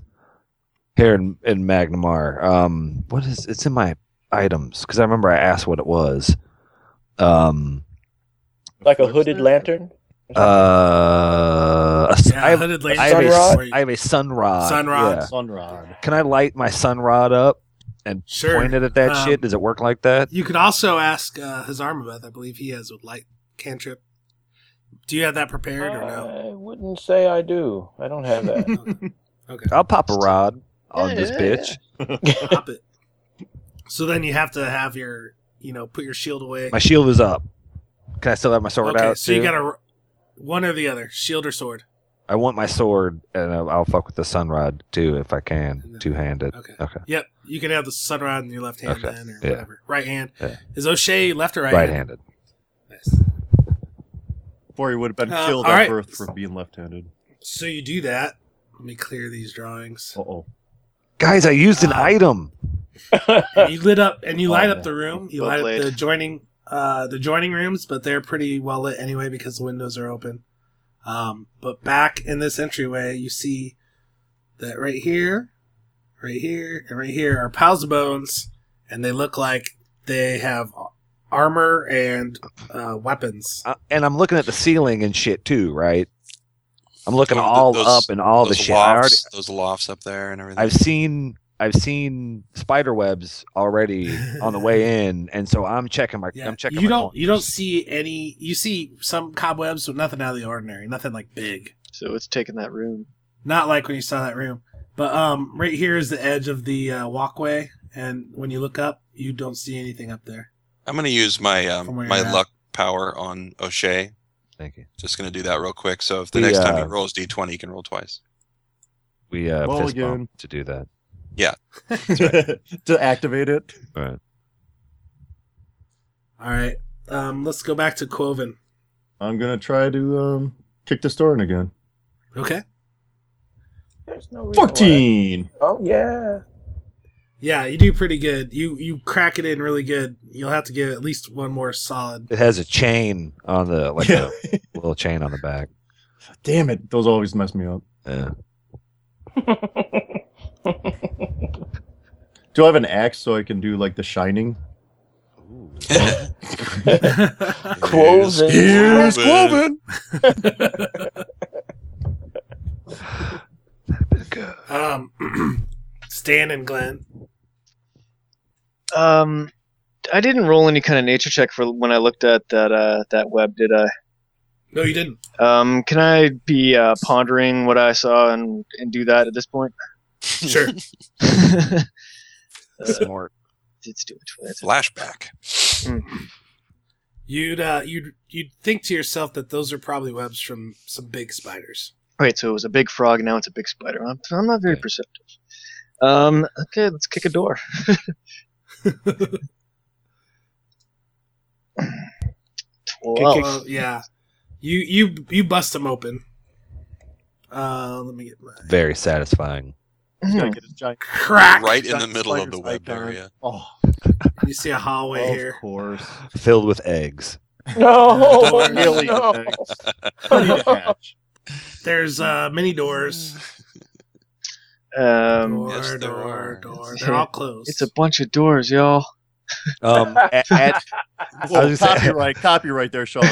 Speaker 2: here in in Magnamar. Um, what is it's in my items because I remember I asked what it was. Um,
Speaker 6: like a hooded lantern.
Speaker 2: uh, a s-
Speaker 5: Yeah,
Speaker 2: I have,
Speaker 5: hooded lantern.
Speaker 2: I have a
Speaker 6: Sunrod?
Speaker 2: s- I have a sun rod.
Speaker 5: Sun rod.
Speaker 1: Sunrod.
Speaker 2: Can I light my sun rod up and
Speaker 5: Sure.
Speaker 2: point it at that
Speaker 5: Um,
Speaker 2: shit? Does it work like that?
Speaker 5: You could also ask uh, Hazarmaveth. I believe he has a light cantrip. Do you have that prepared or no?
Speaker 6: I wouldn't say I do. I don't have that.
Speaker 5: Okay,
Speaker 2: I'll pop a rod on
Speaker 3: Yeah,
Speaker 2: this
Speaker 3: yeah,
Speaker 2: bitch.
Speaker 5: pop it. So then you have to have your, you know, put your shield away.
Speaker 2: My shield is up. Can I still have my sword
Speaker 5: okay,
Speaker 2: out?
Speaker 5: so you
Speaker 2: too?
Speaker 5: got to one or the other, shield or sword.
Speaker 2: I want my sword, and I'll, I'll fuck with the sunrod too if I can,
Speaker 5: No.
Speaker 2: two handed.
Speaker 5: Okay.
Speaker 2: Okay.
Speaker 5: Yep, you can have the sunrod in your left hand
Speaker 2: Okay,
Speaker 5: then, or
Speaker 2: yeah.
Speaker 5: whatever. Right hand
Speaker 2: Yeah.
Speaker 5: is O'Shea left or right?
Speaker 2: Right handed.
Speaker 5: Nice.
Speaker 1: Before he would have been
Speaker 5: Uh,
Speaker 1: killed
Speaker 5: all
Speaker 1: at
Speaker 5: right.
Speaker 1: birth for being left-handed.
Speaker 5: So you do that. Let me clear these drawings.
Speaker 1: Uh oh.
Speaker 2: Guys, I used an
Speaker 5: Uh,
Speaker 2: item.
Speaker 5: And you lit up and you
Speaker 1: Oh,
Speaker 5: light
Speaker 1: yeah.
Speaker 5: up the room. You
Speaker 3: Well
Speaker 5: light up
Speaker 3: played.
Speaker 5: the adjoining uh, the joining rooms, but they're pretty well lit anyway because the windows are open. Um, but back in this entryway, you see that right here, right here, and right here are piles of bones, and they look like they have armor and uh, weapons.
Speaker 2: Uh, and I'm looking at the ceiling and shit too, right? I'm looking
Speaker 7: Oh, th-
Speaker 2: all
Speaker 7: those-
Speaker 2: up and all the
Speaker 7: those
Speaker 2: shit. I already,
Speaker 7: lofts, those lofts up there and everything.
Speaker 2: I've seen I've seen spider webs already on the way in, and so I'm checking my
Speaker 5: Yeah,
Speaker 2: I'm checking.
Speaker 5: you
Speaker 2: my
Speaker 5: don't you don't
Speaker 2: corners.
Speaker 5: see any. You see some cobwebs, but nothing out of the ordinary. Nothing like big.
Speaker 3: So it's taking that room.
Speaker 5: not like when you saw that room but um right here is the edge of the uh, walkway and when you look up you don't see anything up there
Speaker 7: I'm going to use my
Speaker 5: From
Speaker 7: um,
Speaker 5: where
Speaker 7: my
Speaker 5: you're at.
Speaker 7: luck power on O'Shea.
Speaker 2: Thank you.
Speaker 7: Just going to do that real quick. So if the
Speaker 2: The,
Speaker 7: next time he
Speaker 2: uh,
Speaker 7: rolls D20, he can roll twice.
Speaker 2: We uh,
Speaker 1: Roll
Speaker 2: fist
Speaker 1: again.
Speaker 2: bump to do that.
Speaker 1: to activate it.
Speaker 2: All right.
Speaker 5: all right um let's go back to Quoven
Speaker 1: I'm gonna try to um, kick this door in again.
Speaker 5: okay
Speaker 6: There's no reason why-
Speaker 1: Fourteen.
Speaker 6: Oh yeah.
Speaker 5: yeah you do pretty good you you crack it in really good you'll have to give it at least one more solid
Speaker 2: It has a chain on the like
Speaker 1: Yeah.
Speaker 2: a little chain on the back.
Speaker 1: Damn it! Those always mess me up.
Speaker 2: Yeah.
Speaker 1: Do I have an axe so I can do like the shining?
Speaker 6: Quoven.
Speaker 7: Here's Quoven.
Speaker 2: That'd been a
Speaker 5: Um, Stan and Glenn.
Speaker 3: Um, I didn't roll any kind of nature check for when I looked at that uh, that web, did I?
Speaker 5: No, you didn't.
Speaker 3: Um, can I be uh, pondering what I saw and, and do that at this point?
Speaker 5: Sure.
Speaker 3: Uh,
Speaker 2: Smart.
Speaker 3: let's do it. Let's-
Speaker 7: Flashback.
Speaker 5: You'd uh, you'd you'd think to yourself that those are probably webs from some big spiders.
Speaker 3: Wait, so it was a big frog. Now it's a big spider. I'm, I'm not very perceptive. Um, okay, let's kick a door. Twelve.
Speaker 5: Well, yeah. You you you bust them open. Uh, let me get my
Speaker 2: Very satisfying.
Speaker 1: He's
Speaker 3: Hmm.
Speaker 1: gotta get his giant-
Speaker 5: crack.
Speaker 7: Right in the
Speaker 1: giant
Speaker 7: middle of
Speaker 1: spider's
Speaker 7: the web
Speaker 1: icon.
Speaker 7: area.
Speaker 1: Oh,
Speaker 5: You see a hallway
Speaker 1: of
Speaker 5: here.
Speaker 1: course.
Speaker 2: Filled with eggs.
Speaker 6: No,
Speaker 5: Really?
Speaker 6: Oh, no.
Speaker 1: Funny to hatch.
Speaker 5: There's uh, many doors.
Speaker 3: Um,
Speaker 5: Door,
Speaker 7: Yes, there
Speaker 5: door,
Speaker 7: are.
Speaker 5: door. They're all closed.
Speaker 3: it's a bunch of doors, y'all.
Speaker 2: Um, at, at,
Speaker 1: Whoa,
Speaker 2: I was gonna say-
Speaker 1: copyright, copyright there, Sean.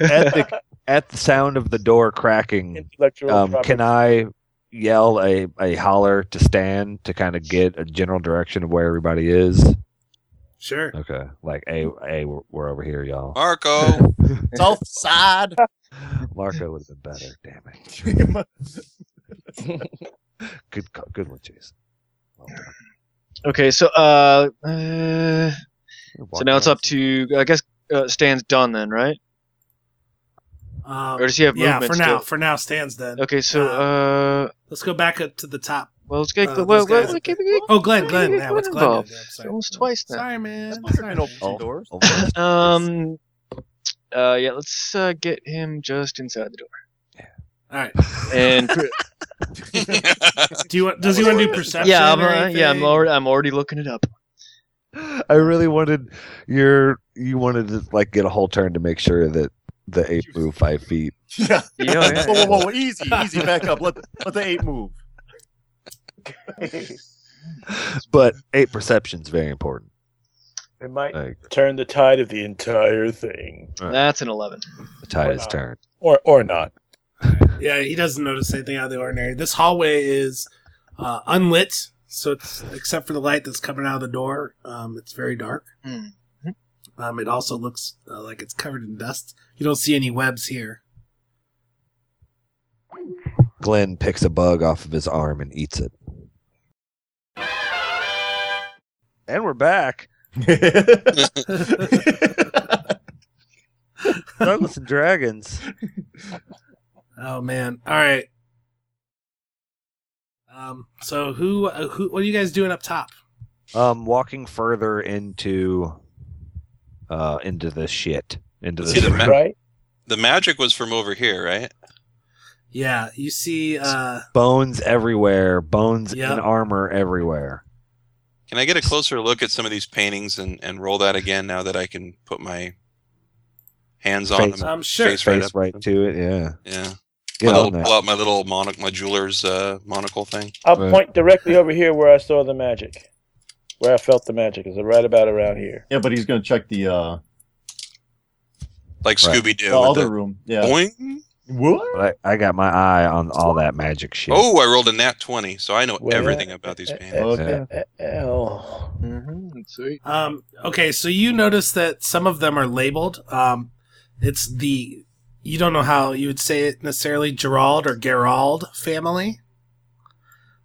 Speaker 2: at, the, at the sound of the door cracking,
Speaker 6: Intellectual
Speaker 2: um,
Speaker 6: property.
Speaker 2: can I yell a, a holler to Stan to kind of get a general direction of where everybody is?
Speaker 5: sure.
Speaker 2: Okay, like hey,
Speaker 3: Mm.
Speaker 2: hey, we're, we're over here, y'all.
Speaker 7: Marco.
Speaker 1: South side.
Speaker 2: Marco would have been better. Damn it. Good, co- good one, Jason. Well done.
Speaker 3: Okay, so uh, uh
Speaker 2: You're
Speaker 3: so
Speaker 2: walking
Speaker 3: now it's
Speaker 2: on
Speaker 3: up
Speaker 2: some-
Speaker 3: to I guess uh, Stan's done then, right?
Speaker 5: Um,
Speaker 3: Or does he have
Speaker 5: yeah,
Speaker 3: movement
Speaker 5: for now.
Speaker 3: still?
Speaker 5: For now, stands then.
Speaker 3: Okay, so uh,
Speaker 5: Let's go back up to the top.
Speaker 3: well, let's get well,
Speaker 5: Uh, those
Speaker 3: well,
Speaker 5: guys
Speaker 3: well,
Speaker 5: up
Speaker 3: get-
Speaker 5: there. Oh, Glenn, Glenn. Yeah, what's Glenn?
Speaker 3: involved.
Speaker 5: doing? I'm sorry.
Speaker 3: Almost twice now.
Speaker 5: Sorry, man.
Speaker 1: Those
Speaker 5: Sorry,
Speaker 1: can open
Speaker 5: man.
Speaker 2: Oh.
Speaker 1: some doors.
Speaker 2: Almost.
Speaker 3: Um, uh, yeah, let's uh, get him just inside the door.
Speaker 5: All right.
Speaker 3: And
Speaker 5: Do you want? Does he want to do perception?
Speaker 3: yeah, I'm,
Speaker 5: or
Speaker 3: uh, yeah, I'm
Speaker 5: anything?
Speaker 3: already, I'm already looking it up.
Speaker 2: I really wanted your you wanted to like get a whole turn to make sure that the ape moved five feet.
Speaker 1: Yeah.
Speaker 3: Yeah, yeah,
Speaker 1: Whoa, whoa, whoa, easy, easy, back up. Let let the ape move.
Speaker 2: But ape perception's very important.
Speaker 6: It might
Speaker 2: Like
Speaker 6: turn the tide of the entire thing,
Speaker 2: Right.
Speaker 3: That's an eleven.
Speaker 2: the tide is turned.
Speaker 6: or or not.
Speaker 5: Yeah, he doesn't notice anything out of the ordinary. This hallway is uh, unlit, so it's except for the light that's coming out of the door. Um, it's very dark.
Speaker 3: Mhm.
Speaker 5: Um, it also looks uh, like it's covered in dust. You don't see any webs here.
Speaker 2: Glenn picks a bug off of his arm and eats it. And we're back. Douglas and Dragons.
Speaker 5: Oh man! All right. Um, so who, uh, who, what are you guys doing up top?
Speaker 2: Um, walking further into uh into this shit. Into
Speaker 7: See
Speaker 2: this.
Speaker 7: the map?
Speaker 6: Right?
Speaker 7: the magic was from over here, right?
Speaker 5: Yeah, you see. Uh,
Speaker 2: bones everywhere. Bones
Speaker 5: Yeah.
Speaker 2: and armor everywhere.
Speaker 7: Can I get a closer look at some of these paintings and, and roll that again now that I can put my hands on
Speaker 2: Face-
Speaker 7: them?
Speaker 5: I'm Um, sure.
Speaker 7: Face right
Speaker 2: Face
Speaker 7: up.
Speaker 2: right to it. Yeah.
Speaker 7: Yeah.
Speaker 2: Get
Speaker 7: my
Speaker 2: on
Speaker 7: little,
Speaker 2: that.
Speaker 7: pull out my little monoc my jeweler's uh, monocle thing.
Speaker 6: I'll
Speaker 2: Right.
Speaker 6: point directly over here where I saw the magic, where I felt the magic. Is it right about around here?
Speaker 1: yeah, but he's gonna check the uh
Speaker 7: Like
Speaker 2: Right.
Speaker 7: Scooby Doo.
Speaker 1: the other room. Yeah.
Speaker 7: Boing.
Speaker 1: What?
Speaker 2: But I, I got my eye on all that magic shit.
Speaker 7: Oh, I rolled a nat 20, so I know
Speaker 6: Well,
Speaker 7: everything about these
Speaker 2: eh,
Speaker 7: paintings.
Speaker 1: Okay.
Speaker 6: L.
Speaker 3: Mm-hmm, sweet.
Speaker 5: Um, okay, so you notice that some of them are labeled. Um, it's the you don't know how you would say it necessarily Gerald or Gerald family.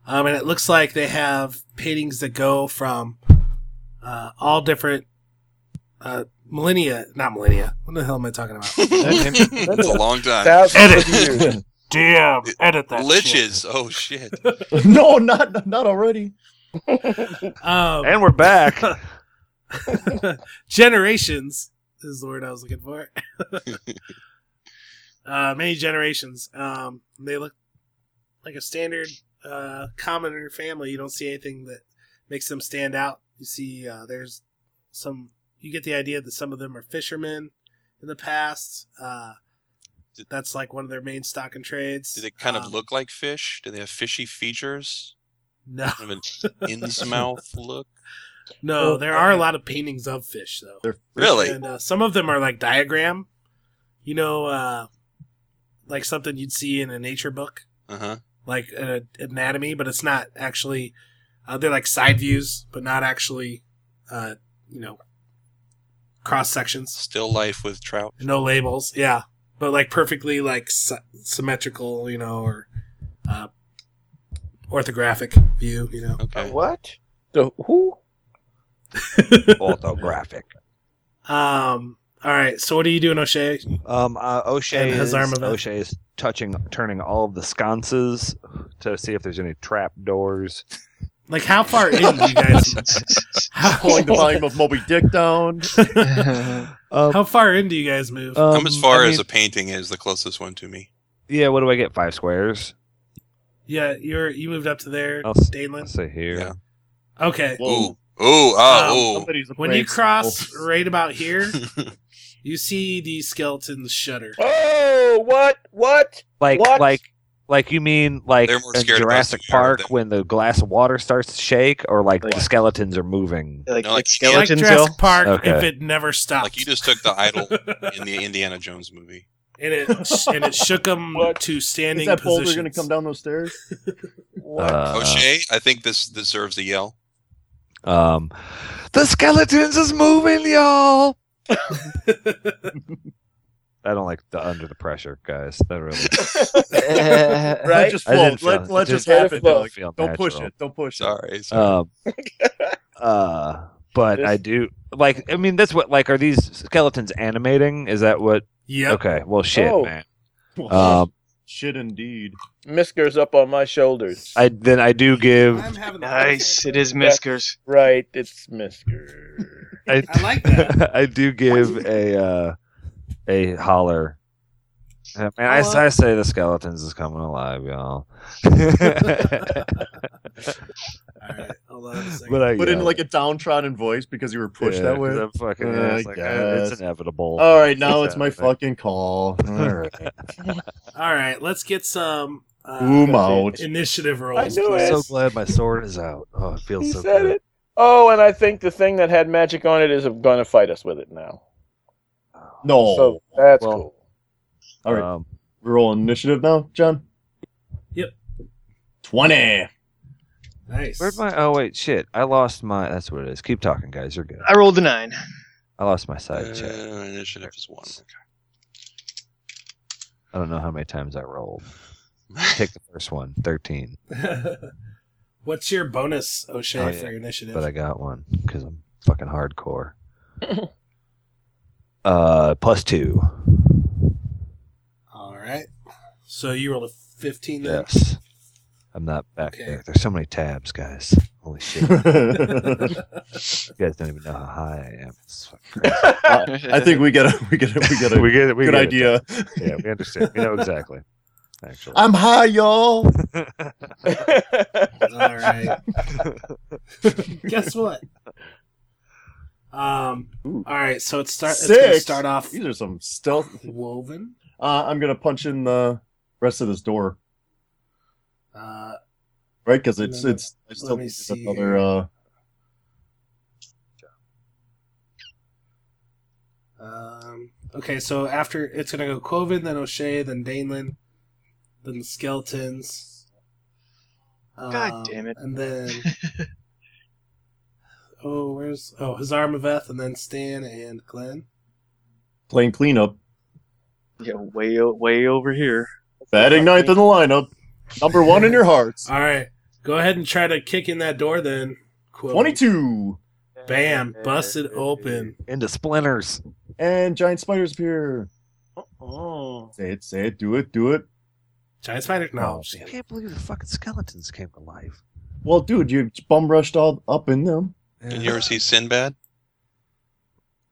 Speaker 5: Um, and it looks like they have paintings that go from uh, all different uh, millennia, not millennia. What the hell am I talking about?
Speaker 7: That's a long time.
Speaker 6: Thousands of
Speaker 5: Edit.
Speaker 6: years.
Speaker 5: Damn, edit that.
Speaker 7: Liches. Oh shit.
Speaker 1: no, Oh, not not already.
Speaker 5: Um,
Speaker 2: And we're back.
Speaker 5: generations is the word I was looking for. uh, many generations. Um, they look like a standard uh, commoner family. You don't see anything that makes them stand out. You see, uh, there's some. You get the idea that some of them are fishermen in the past. Uh,
Speaker 7: Did-
Speaker 5: that's like one of their main stock and trades.
Speaker 7: Do they kind of
Speaker 5: Um,
Speaker 7: look like fish? Do they have fishy features?
Speaker 5: No,
Speaker 7: Kind of an in's mouth look? Oh,
Speaker 5: no. There are a lot of paintings of fish, though.
Speaker 1: They're
Speaker 7: Really?
Speaker 5: and uh, some of them are like diagram you know uh like something you'd see in a nature book
Speaker 7: Uh huh.
Speaker 5: like an anatomy, but it's not actually. Uh, they're like side views, but not actually, uh, you know, cross sections.
Speaker 7: Still life with trout.
Speaker 5: No labels, yeah, but like perfectly like sy- symmetrical, you know, or uh, orthographic view, you know.
Speaker 7: Okay.
Speaker 6: What? The who?
Speaker 2: Orthographic.
Speaker 5: Um. All right. So what are you doing, O'Shea?
Speaker 2: Um, uh, O'Shea,
Speaker 5: And
Speaker 2: is,
Speaker 5: Hazarmaveth.
Speaker 2: O'Shea is touching, turning all of the sconces to see if there's any trap doors.
Speaker 5: Like, how far in do you guys? how,
Speaker 1: Pulling the volume of Moby Dick down.
Speaker 5: how far in do you guys move?
Speaker 7: I'm as far
Speaker 2: Um, I
Speaker 7: as
Speaker 2: mean,
Speaker 7: a painting is the closest one to me.
Speaker 2: yeah. What do I get? Five squares.
Speaker 5: yeah, you're you moved up to there,
Speaker 2: I'll s-
Speaker 5: Daneland.
Speaker 2: Let's see here.
Speaker 7: Yeah.
Speaker 5: Okay.
Speaker 7: Ooh.
Speaker 5: Um,
Speaker 7: Ooh. Oh. ooh.
Speaker 1: Somebody's
Speaker 5: When you
Speaker 1: afraid.
Speaker 5: cross
Speaker 1: Oh.
Speaker 5: right about here, you see the skeletons shudder.
Speaker 6: Oh, what? What?
Speaker 2: Like,
Speaker 6: What?
Speaker 2: like, like you mean like
Speaker 7: They're more
Speaker 2: in
Speaker 7: scared of us
Speaker 2: Jurassic
Speaker 7: than we are of
Speaker 2: Park
Speaker 7: them.
Speaker 2: when the glass of water starts to shake, or like
Speaker 3: Like-
Speaker 2: the skeletons are moving?
Speaker 3: Like,
Speaker 7: No,
Speaker 3: like
Speaker 7: like-
Speaker 5: Like
Speaker 3: skeletons.
Speaker 5: Jurassic
Speaker 3: Hill?
Speaker 5: Park,
Speaker 2: Okay.
Speaker 5: if it never stopped.
Speaker 7: Like you just took the idol
Speaker 5: and
Speaker 7: in the Indiana Jones movie.
Speaker 5: it and it shook them
Speaker 1: What?
Speaker 5: to
Speaker 1: Is
Speaker 5: standing
Speaker 1: that boulder
Speaker 5: positions.
Speaker 1: going to come down those stairs?
Speaker 6: What?
Speaker 2: Uh,
Speaker 7: O'Shea, I think this deserves a yell.
Speaker 2: Um, the skeletons is moving, y'all. I don't like the under the pressure, guys. That really
Speaker 1: Let
Speaker 6: Right?
Speaker 1: just
Speaker 2: I didn't
Speaker 1: float.
Speaker 2: feel
Speaker 1: Let,
Speaker 2: it.
Speaker 1: let
Speaker 2: It
Speaker 1: just
Speaker 2: didn't-
Speaker 1: happen.
Speaker 6: it didn't
Speaker 1: Doug.
Speaker 2: feel
Speaker 1: Don't push
Speaker 2: natural.
Speaker 1: it. Don't push it.
Speaker 7: Sorry. sorry.
Speaker 2: Um, uh, but
Speaker 6: This-
Speaker 2: I do like. I mean, that's what like. Are these skeletons animating? Is that what?
Speaker 5: Yep.
Speaker 2: Okay. Well, shit,
Speaker 6: Oh.
Speaker 2: man.
Speaker 1: Well,
Speaker 2: Um,
Speaker 1: Shit, indeed.
Speaker 6: Misker's up on my shoulders.
Speaker 2: I then I do give.
Speaker 5: I'm having the-
Speaker 3: Nice. It is Miskers.
Speaker 6: right, it's Misker.
Speaker 2: I,
Speaker 5: I like that.
Speaker 2: I do give a uh, a holler. Uh, Man, I, I say the skeletons is coming alive, y'all. but
Speaker 5: All right, hold on a second.
Speaker 2: I
Speaker 1: Put in
Speaker 2: yell.
Speaker 1: like a downtrodden voice because you were pushed
Speaker 2: Yeah,
Speaker 1: that
Speaker 2: 'cause
Speaker 1: way.
Speaker 2: I'm fucking,
Speaker 1: Uh,
Speaker 2: yeah,
Speaker 1: I
Speaker 2: it's, like, uh,
Speaker 1: guess. Oh,
Speaker 2: it's inevitable.
Speaker 1: All right, now it's my
Speaker 2: Exactly.
Speaker 1: fucking call. All right.
Speaker 5: All right, let's get some uh,
Speaker 1: Boom out.
Speaker 5: initiative
Speaker 6: I
Speaker 5: rolls.
Speaker 6: knew
Speaker 2: I'm
Speaker 6: it.
Speaker 2: so glad my sword is out. Oh, it feels
Speaker 6: he
Speaker 2: so
Speaker 6: said
Speaker 2: good.
Speaker 6: it. Oh, and I think the thing that had magic on it is going to fight us with it now.
Speaker 1: No.
Speaker 6: So that's
Speaker 2: well-
Speaker 6: cool.
Speaker 1: All right.
Speaker 2: Um,
Speaker 1: we roll initiative now, John?
Speaker 5: Yep.
Speaker 1: 20.
Speaker 5: Nice.
Speaker 2: where'd my? Oh wait, shit! I lost my. That's what it is. Keep talking, guys. You're good.
Speaker 3: I rolled a nine.
Speaker 2: I lost my side
Speaker 7: Uh,
Speaker 2: check.
Speaker 7: initiative is one.
Speaker 2: I don't know how many times I rolled.
Speaker 7: Okay.
Speaker 2: Take the first one, 13,
Speaker 5: What's your bonus, O'Shea,
Speaker 2: Oh, yeah.
Speaker 5: for your initiative?
Speaker 2: but I got one because I'm fucking hardcore. uh, plus two.
Speaker 5: All right. So you rolled a 15 then?
Speaker 2: Yes. I'm not back
Speaker 5: Okay.
Speaker 2: there. There's so many tabs, guys. Holy shit! you guys don't even know how high I am. It's fucking crazy.
Speaker 1: I think we get a we get a we get a
Speaker 2: we get it. We
Speaker 1: good
Speaker 2: get it.
Speaker 1: idea.
Speaker 2: Yeah, we understand. We know exactly. Actually.
Speaker 1: I'm high, y'all.
Speaker 5: All right. Guess what? Um.
Speaker 1: Ooh.
Speaker 5: All right. So it's start. It's gonna
Speaker 1: Six.
Speaker 5: start off
Speaker 1: These are some stealth.
Speaker 5: woven.
Speaker 1: Uh, I'm gonna punch in the rest of this door,
Speaker 5: Uh,
Speaker 1: right? Because it's
Speaker 5: Let me-
Speaker 1: it's I still
Speaker 5: me
Speaker 1: need
Speaker 5: see
Speaker 1: another. Uh,
Speaker 5: um. Okay. So after it's gonna go Quoven, then O'Shea, then Danelin, then the skeletons. um,
Speaker 3: God damn it.
Speaker 5: And then. oh, where's oh Hazar Maveth, and then Stan and Glenn.
Speaker 1: playing cleanup.
Speaker 3: Yeah, way o- way over here.
Speaker 1: Batting ninth in the lineup. Number one in your hearts.
Speaker 5: All right. Go ahead and try to kick in that door then. Quoven.
Speaker 1: Twenty-two.
Speaker 5: Bam! Busted open.
Speaker 2: into splinters.
Speaker 1: And giant spiders appear.
Speaker 6: oh.
Speaker 1: Say it, say it, do it, do it.
Speaker 5: Giant spider?
Speaker 1: Oh,
Speaker 5: No.
Speaker 2: Oh, I can't believe the fucking skeletons came to life.
Speaker 1: Well, dude, you bum rushed all up in them.
Speaker 7: Did you ever see Sinbad?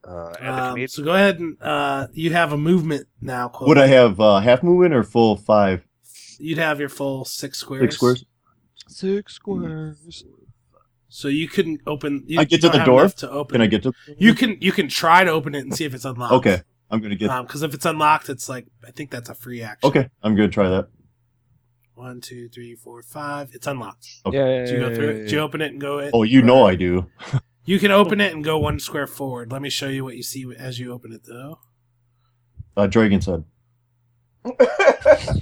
Speaker 2: Uh, and the
Speaker 5: Um,
Speaker 2: comedian-
Speaker 5: so go ahead and uh, you have a movement now. Quoven.
Speaker 1: Would I have uh, half movement or full five?
Speaker 5: You'd have your full six squares.
Speaker 1: Six squares?
Speaker 2: Six squares.
Speaker 5: So you couldn't open. You,
Speaker 1: I get
Speaker 5: you
Speaker 1: to
Speaker 5: don't
Speaker 1: the
Speaker 5: have
Speaker 1: door?
Speaker 5: enough to open.
Speaker 1: Can I get to
Speaker 5: You can. You can try to open it and see if it's unlocked.
Speaker 1: Okay. I'm gonna get
Speaker 5: Because if it's unlocked, it's like I think that's a free action.
Speaker 1: Okay, I'm gonna try that.
Speaker 5: One, two, three, four, five. It's unlocked.
Speaker 1: Okay.
Speaker 2: Yeah.
Speaker 5: Do you go through it? Do you open it and go in?
Speaker 1: Oh, you know I do.
Speaker 5: You can open it and go one square forward. Let me show you what you see as you open it, though.
Speaker 1: Uh, Dragon's Head.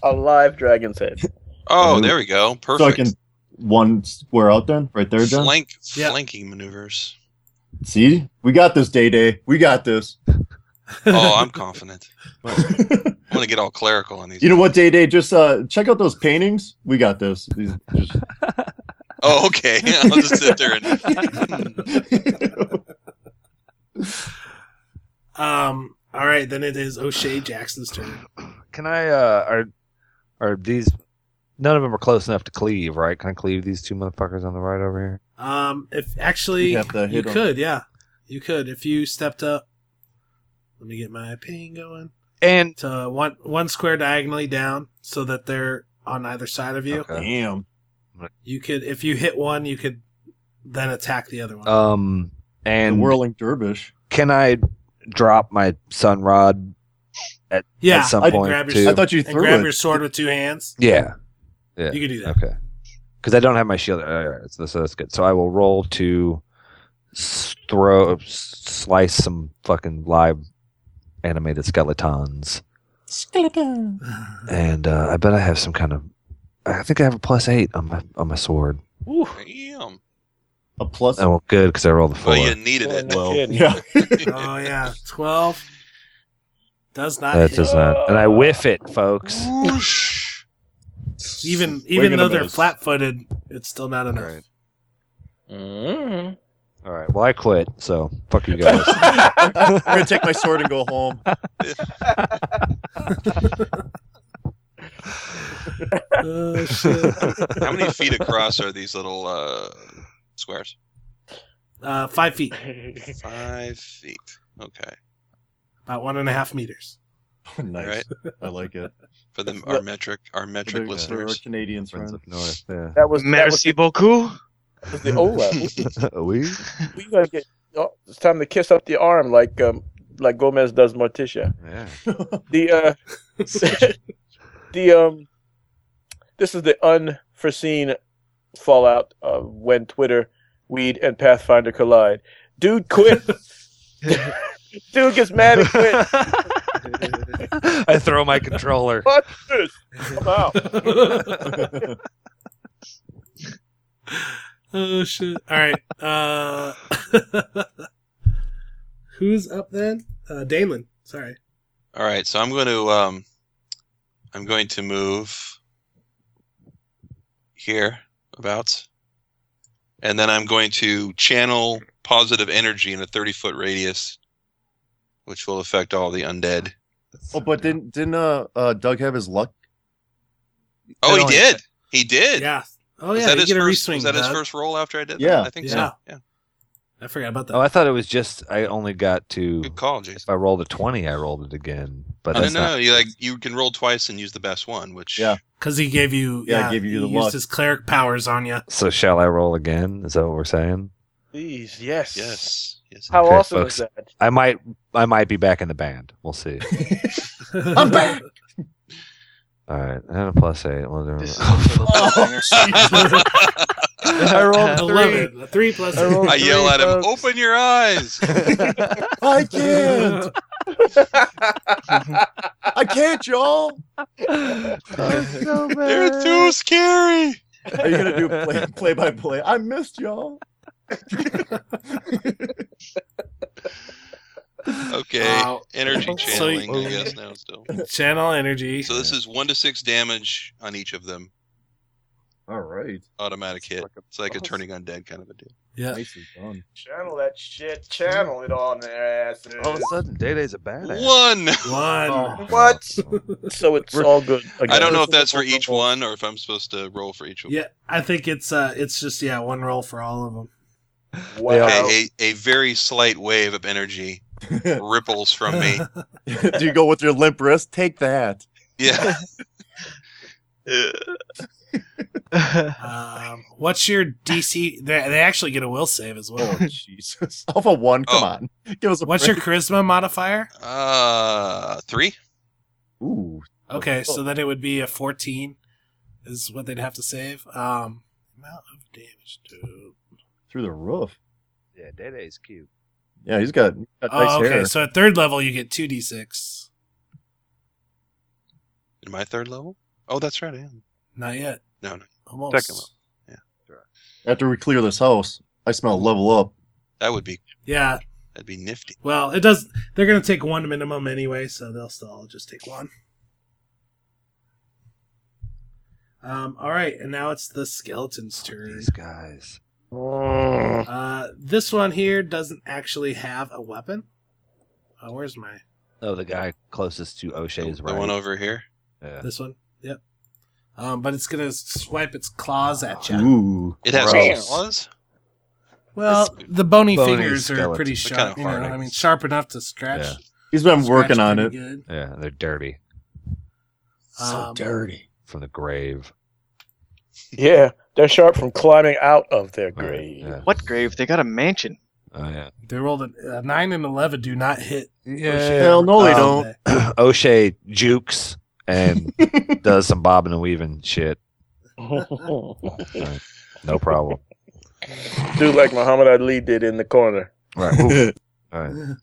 Speaker 6: A live dragon's head.
Speaker 7: Oh,
Speaker 2: Mm-hmm.
Speaker 7: there we go. Perfect.
Speaker 1: So I can one square out then, right there, John.
Speaker 7: Flank,
Speaker 5: Yeah.
Speaker 7: flanking maneuvers.
Speaker 1: See, we got this, Day Day. We got this.
Speaker 7: Oh, I'm confident. I'm gonna get all clerical on these.
Speaker 1: you know what, Day Day? Just uh, check out those paintings. We got this. These- just-
Speaker 7: Oh, okay. I'll just sit there and
Speaker 5: Um. All right, then it is O'Shea Jackson's turn.
Speaker 2: Can I? Uh, are are these? None of them are close enough to cleave, right? Can I cleave these two motherfuckers on the right over here?
Speaker 5: Um, if actually
Speaker 1: You
Speaker 5: you,
Speaker 1: have to hit 'em.
Speaker 5: could, yeah, you could if you stepped up. Let me get my ping going
Speaker 2: And
Speaker 5: to one one square diagonally down, so that they're on either side of you.
Speaker 2: Okay.
Speaker 1: Damn.
Speaker 5: You could, if you hit one, you could then attack the other one.
Speaker 2: um
Speaker 1: And
Speaker 2: and
Speaker 1: whirling dervish.
Speaker 2: can I drop my sun rod
Speaker 5: yeah,
Speaker 2: at some
Speaker 1: I
Speaker 2: point?
Speaker 5: grab your
Speaker 2: too?
Speaker 1: I thought you
Speaker 5: and
Speaker 1: threw
Speaker 5: grab
Speaker 1: it.
Speaker 5: your sword with two hands.
Speaker 2: yeah. Yeah.
Speaker 5: You could do that.
Speaker 2: Okay. Because I don't have my shield. All right, so, so that's good. So I will roll to s- throw, s- slice some fucking live animated skeletons, and uh, I bet I have some kind of. I think I have a plus eight on my on my sword.
Speaker 7: damn.
Speaker 1: A plus.
Speaker 2: Oh, well, good because I rolled a four.
Speaker 7: Well, you needed
Speaker 6: Well,
Speaker 7: it.
Speaker 6: no kidding.
Speaker 1: Yeah.
Speaker 5: oh yeah, twelve does not
Speaker 2: That
Speaker 5: hit.
Speaker 2: does not, and I whiff it, folks.
Speaker 7: Whoosh.
Speaker 5: even
Speaker 1: We're
Speaker 5: even
Speaker 1: gonna
Speaker 5: though they're
Speaker 1: miss.
Speaker 5: flat footed, it's still not enough.
Speaker 2: Right.
Speaker 6: Mm.
Speaker 2: All right. Well, I quit. So fuck you guys.
Speaker 1: I'm gonna take my sword and go home.
Speaker 5: Oh shit.
Speaker 7: How many feet across are these little uh, squares?
Speaker 5: Uh, five feet,
Speaker 7: Five feet. Okay.
Speaker 5: about one and a half meters.
Speaker 1: nice.
Speaker 7: Right.
Speaker 1: I like it.
Speaker 7: For them, our metric, our metric
Speaker 1: For our
Speaker 7: listeners.
Speaker 1: Canadians,
Speaker 2: Friends
Speaker 1: friend.
Speaker 2: up north. Yeah.
Speaker 6: That was that was
Speaker 3: Merci beaucoup.
Speaker 6: that was the Ola.
Speaker 2: we.
Speaker 6: we gotta get. Oh, it's time to kiss up the arm like um like Gomez does Morticia.
Speaker 2: Yeah.
Speaker 6: The uh the um this is the unforeseen fallout of when Twitter, Weed, and Pathfinder collide. Dude quit. Dude gets mad and quit.
Speaker 2: I throw my controller.
Speaker 6: Fuck this. I'm out.
Speaker 5: Oh shit! All right. Uh, who's up then? Uh, Damon. Sorry.
Speaker 7: All right. So I'm going to um, I'm going to move here about, and then I'm going to channel positive energy in a 30 foot radius, which will affect all the undead.
Speaker 1: oh, but didn't didn't uh, uh Doug have his luck?
Speaker 7: Oh, he
Speaker 5: only-
Speaker 7: did. He did.
Speaker 5: Yeah. Oh
Speaker 7: Was
Speaker 5: yeah.
Speaker 7: that
Speaker 5: You
Speaker 7: his
Speaker 5: get a
Speaker 7: first?
Speaker 5: reswing.
Speaker 7: was that his
Speaker 5: Doug.
Speaker 7: first roll after I did? that?
Speaker 1: Yeah.
Speaker 7: I think
Speaker 5: Yeah.
Speaker 7: so. Yeah.
Speaker 5: I forgot about that.
Speaker 2: Oh, I thought it was just I only got to.
Speaker 7: Good call,
Speaker 2: If
Speaker 7: Jason.
Speaker 2: I rolled a twenty, I rolled it again. But
Speaker 7: no, no,
Speaker 2: that's
Speaker 7: no.
Speaker 2: not.
Speaker 7: You like you can roll twice and use the best one, which
Speaker 1: Yeah.
Speaker 5: Because he gave you.
Speaker 1: Yeah,
Speaker 5: Yeah,
Speaker 1: I gave you
Speaker 5: he
Speaker 1: the
Speaker 5: used
Speaker 1: luck.
Speaker 5: his cleric powers on you.
Speaker 2: So shall I roll again? Is that what we're saying?
Speaker 6: Jeez, yes.
Speaker 7: yes, yes.
Speaker 6: How
Speaker 2: Okay,
Speaker 6: awesome
Speaker 2: folks.
Speaker 6: is that?
Speaker 2: I might. I might be back in the band. We'll see.
Speaker 5: I'm
Speaker 1: back!
Speaker 2: All right, and a plus eight. We'll do-
Speaker 3: This is
Speaker 1: Oh.
Speaker 3: a
Speaker 2: I rolled
Speaker 5: I love it. A Three plus.
Speaker 2: I rolled-
Speaker 7: I yell at him,
Speaker 2: folks.
Speaker 7: "Open your eyes!"
Speaker 1: I can't. I can't, y'all. Oh,
Speaker 7: They're too scary.
Speaker 1: Are you gonna do play play by play? I missed y'all.
Speaker 7: Okay,
Speaker 5: Wow.
Speaker 7: energy
Speaker 5: So-
Speaker 7: channeling. I guess now still.
Speaker 5: Channel energy.
Speaker 7: So this is one to six damage on each of them.
Speaker 1: All right.
Speaker 7: Automatic hit. It's like a turning undead kind of a deal.
Speaker 5: yeah.
Speaker 1: Nicely done.
Speaker 9: Channel that shit. Channel it on their asses.
Speaker 6: Oh,
Speaker 2: All of a sudden, Day Day's a badass.
Speaker 7: One.
Speaker 5: One.
Speaker 1: Oh.
Speaker 9: What?
Speaker 6: so it's all good.
Speaker 7: I don't know if
Speaker 6: again.
Speaker 7: that's for each one or if I'm supposed to roll for each of them.
Speaker 5: Yeah, I think it's uh, it's just yeah, one roll for all of them.
Speaker 9: Wow.
Speaker 7: Okay, a, a very slight wave of energy ripples from me.
Speaker 1: do you go with your limp wrist? Take that.
Speaker 7: Yeah.
Speaker 5: Um, what's your DC? They, they actually get a will save as well.
Speaker 1: Oh, Jesus. Alpha one. Come
Speaker 7: Oh.
Speaker 1: on. Give us a.
Speaker 5: What's your charisma modifier?
Speaker 7: Uh, three.
Speaker 1: your? Ooh.
Speaker 7: Oh,
Speaker 5: Okay, so then it would be a fourteen, is what they'd have to save. Um, amount of damage to.
Speaker 1: Through the roof.
Speaker 2: Yeah, Day Day's cute.
Speaker 1: Yeah, he's got, he's got nice
Speaker 5: Oh, okay,
Speaker 1: hair.
Speaker 5: so at third level you get two d six.
Speaker 7: In my third level? Oh, that's right. I am.
Speaker 5: Not yet.
Speaker 7: No, no.
Speaker 5: Almost.
Speaker 7: Second one.
Speaker 1: After we clear this house, I smell level up.
Speaker 7: That would be
Speaker 5: Yeah.
Speaker 7: that'd be nifty.
Speaker 5: Well, it does. They're gonna take one minimum anyway, so they'll still all just take one. Um, all right, and now it's the skeleton's turn.
Speaker 2: These guys.
Speaker 7: Oh.
Speaker 5: Uh, this one here doesn't actually have a weapon. Oh, where's my
Speaker 2: Oh, the guy closest to O'Shea's
Speaker 7: The
Speaker 2: right.
Speaker 7: one over here.
Speaker 2: Yeah.
Speaker 5: this one? Yep. Um, but it's gonna swipe its claws at you.
Speaker 1: Ooh.
Speaker 7: It has
Speaker 6: Gross.
Speaker 7: claws.
Speaker 5: Well, the bony,
Speaker 2: Bony
Speaker 5: fingers are
Speaker 2: skeleton.
Speaker 5: pretty
Speaker 7: They're
Speaker 5: sharp.
Speaker 7: kinda
Speaker 5: you know,
Speaker 7: hard.
Speaker 5: I mean, sharp enough to scratch.
Speaker 2: Yeah.
Speaker 1: He's been working
Speaker 5: scratch
Speaker 1: on it.
Speaker 5: pretty good.
Speaker 2: yeah, they're dirty
Speaker 5: Um,
Speaker 2: from the grave.
Speaker 6: Yeah, they're sharp from climbing out of their
Speaker 2: Right,
Speaker 6: grave.
Speaker 2: Yeah.
Speaker 3: What grave? They got a mansion.
Speaker 2: Oh yeah.
Speaker 5: They rolled a, a nine and eleven. Do not hit.
Speaker 1: Hell no, they
Speaker 5: Um,
Speaker 1: don't.
Speaker 2: O'Shea jukes and does some bobbing and weaving shit. Right. No problem.
Speaker 6: Do like Muhammad Ali did in the corner.
Speaker 2: Right. Ooh. All right.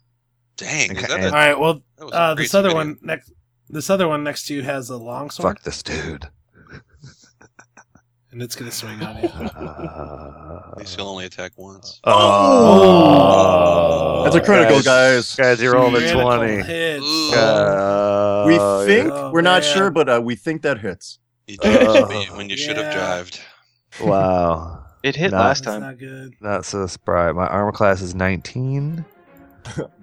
Speaker 7: Dang, is
Speaker 2: Okay,
Speaker 7: that
Speaker 2: and-
Speaker 7: a,
Speaker 5: All right. Well,
Speaker 7: that was a
Speaker 5: uh, this
Speaker 7: crazy
Speaker 5: other
Speaker 7: video.
Speaker 5: one next. This other one next to you has a long sword,
Speaker 2: Fuck this dude.
Speaker 5: and it's gonna swing on you.
Speaker 2: Uh,
Speaker 7: They still only attack once.
Speaker 2: Oh.
Speaker 1: That's a critical, guys.
Speaker 2: Guys, you're rolling
Speaker 5: Critical
Speaker 2: twenty.
Speaker 5: hits.
Speaker 7: Ooh.
Speaker 2: Uh,
Speaker 1: we think
Speaker 5: Oh,
Speaker 1: we're not
Speaker 5: man.
Speaker 1: sure, but uh, we think that hits.
Speaker 7: You
Speaker 2: Uh,
Speaker 7: judged me when you should have
Speaker 5: Yeah.
Speaker 7: jived.
Speaker 2: Wow.
Speaker 3: It hit
Speaker 2: Nah.
Speaker 3: last
Speaker 5: That's
Speaker 3: time.
Speaker 5: not good.
Speaker 2: Not so spry. My armor class is 19.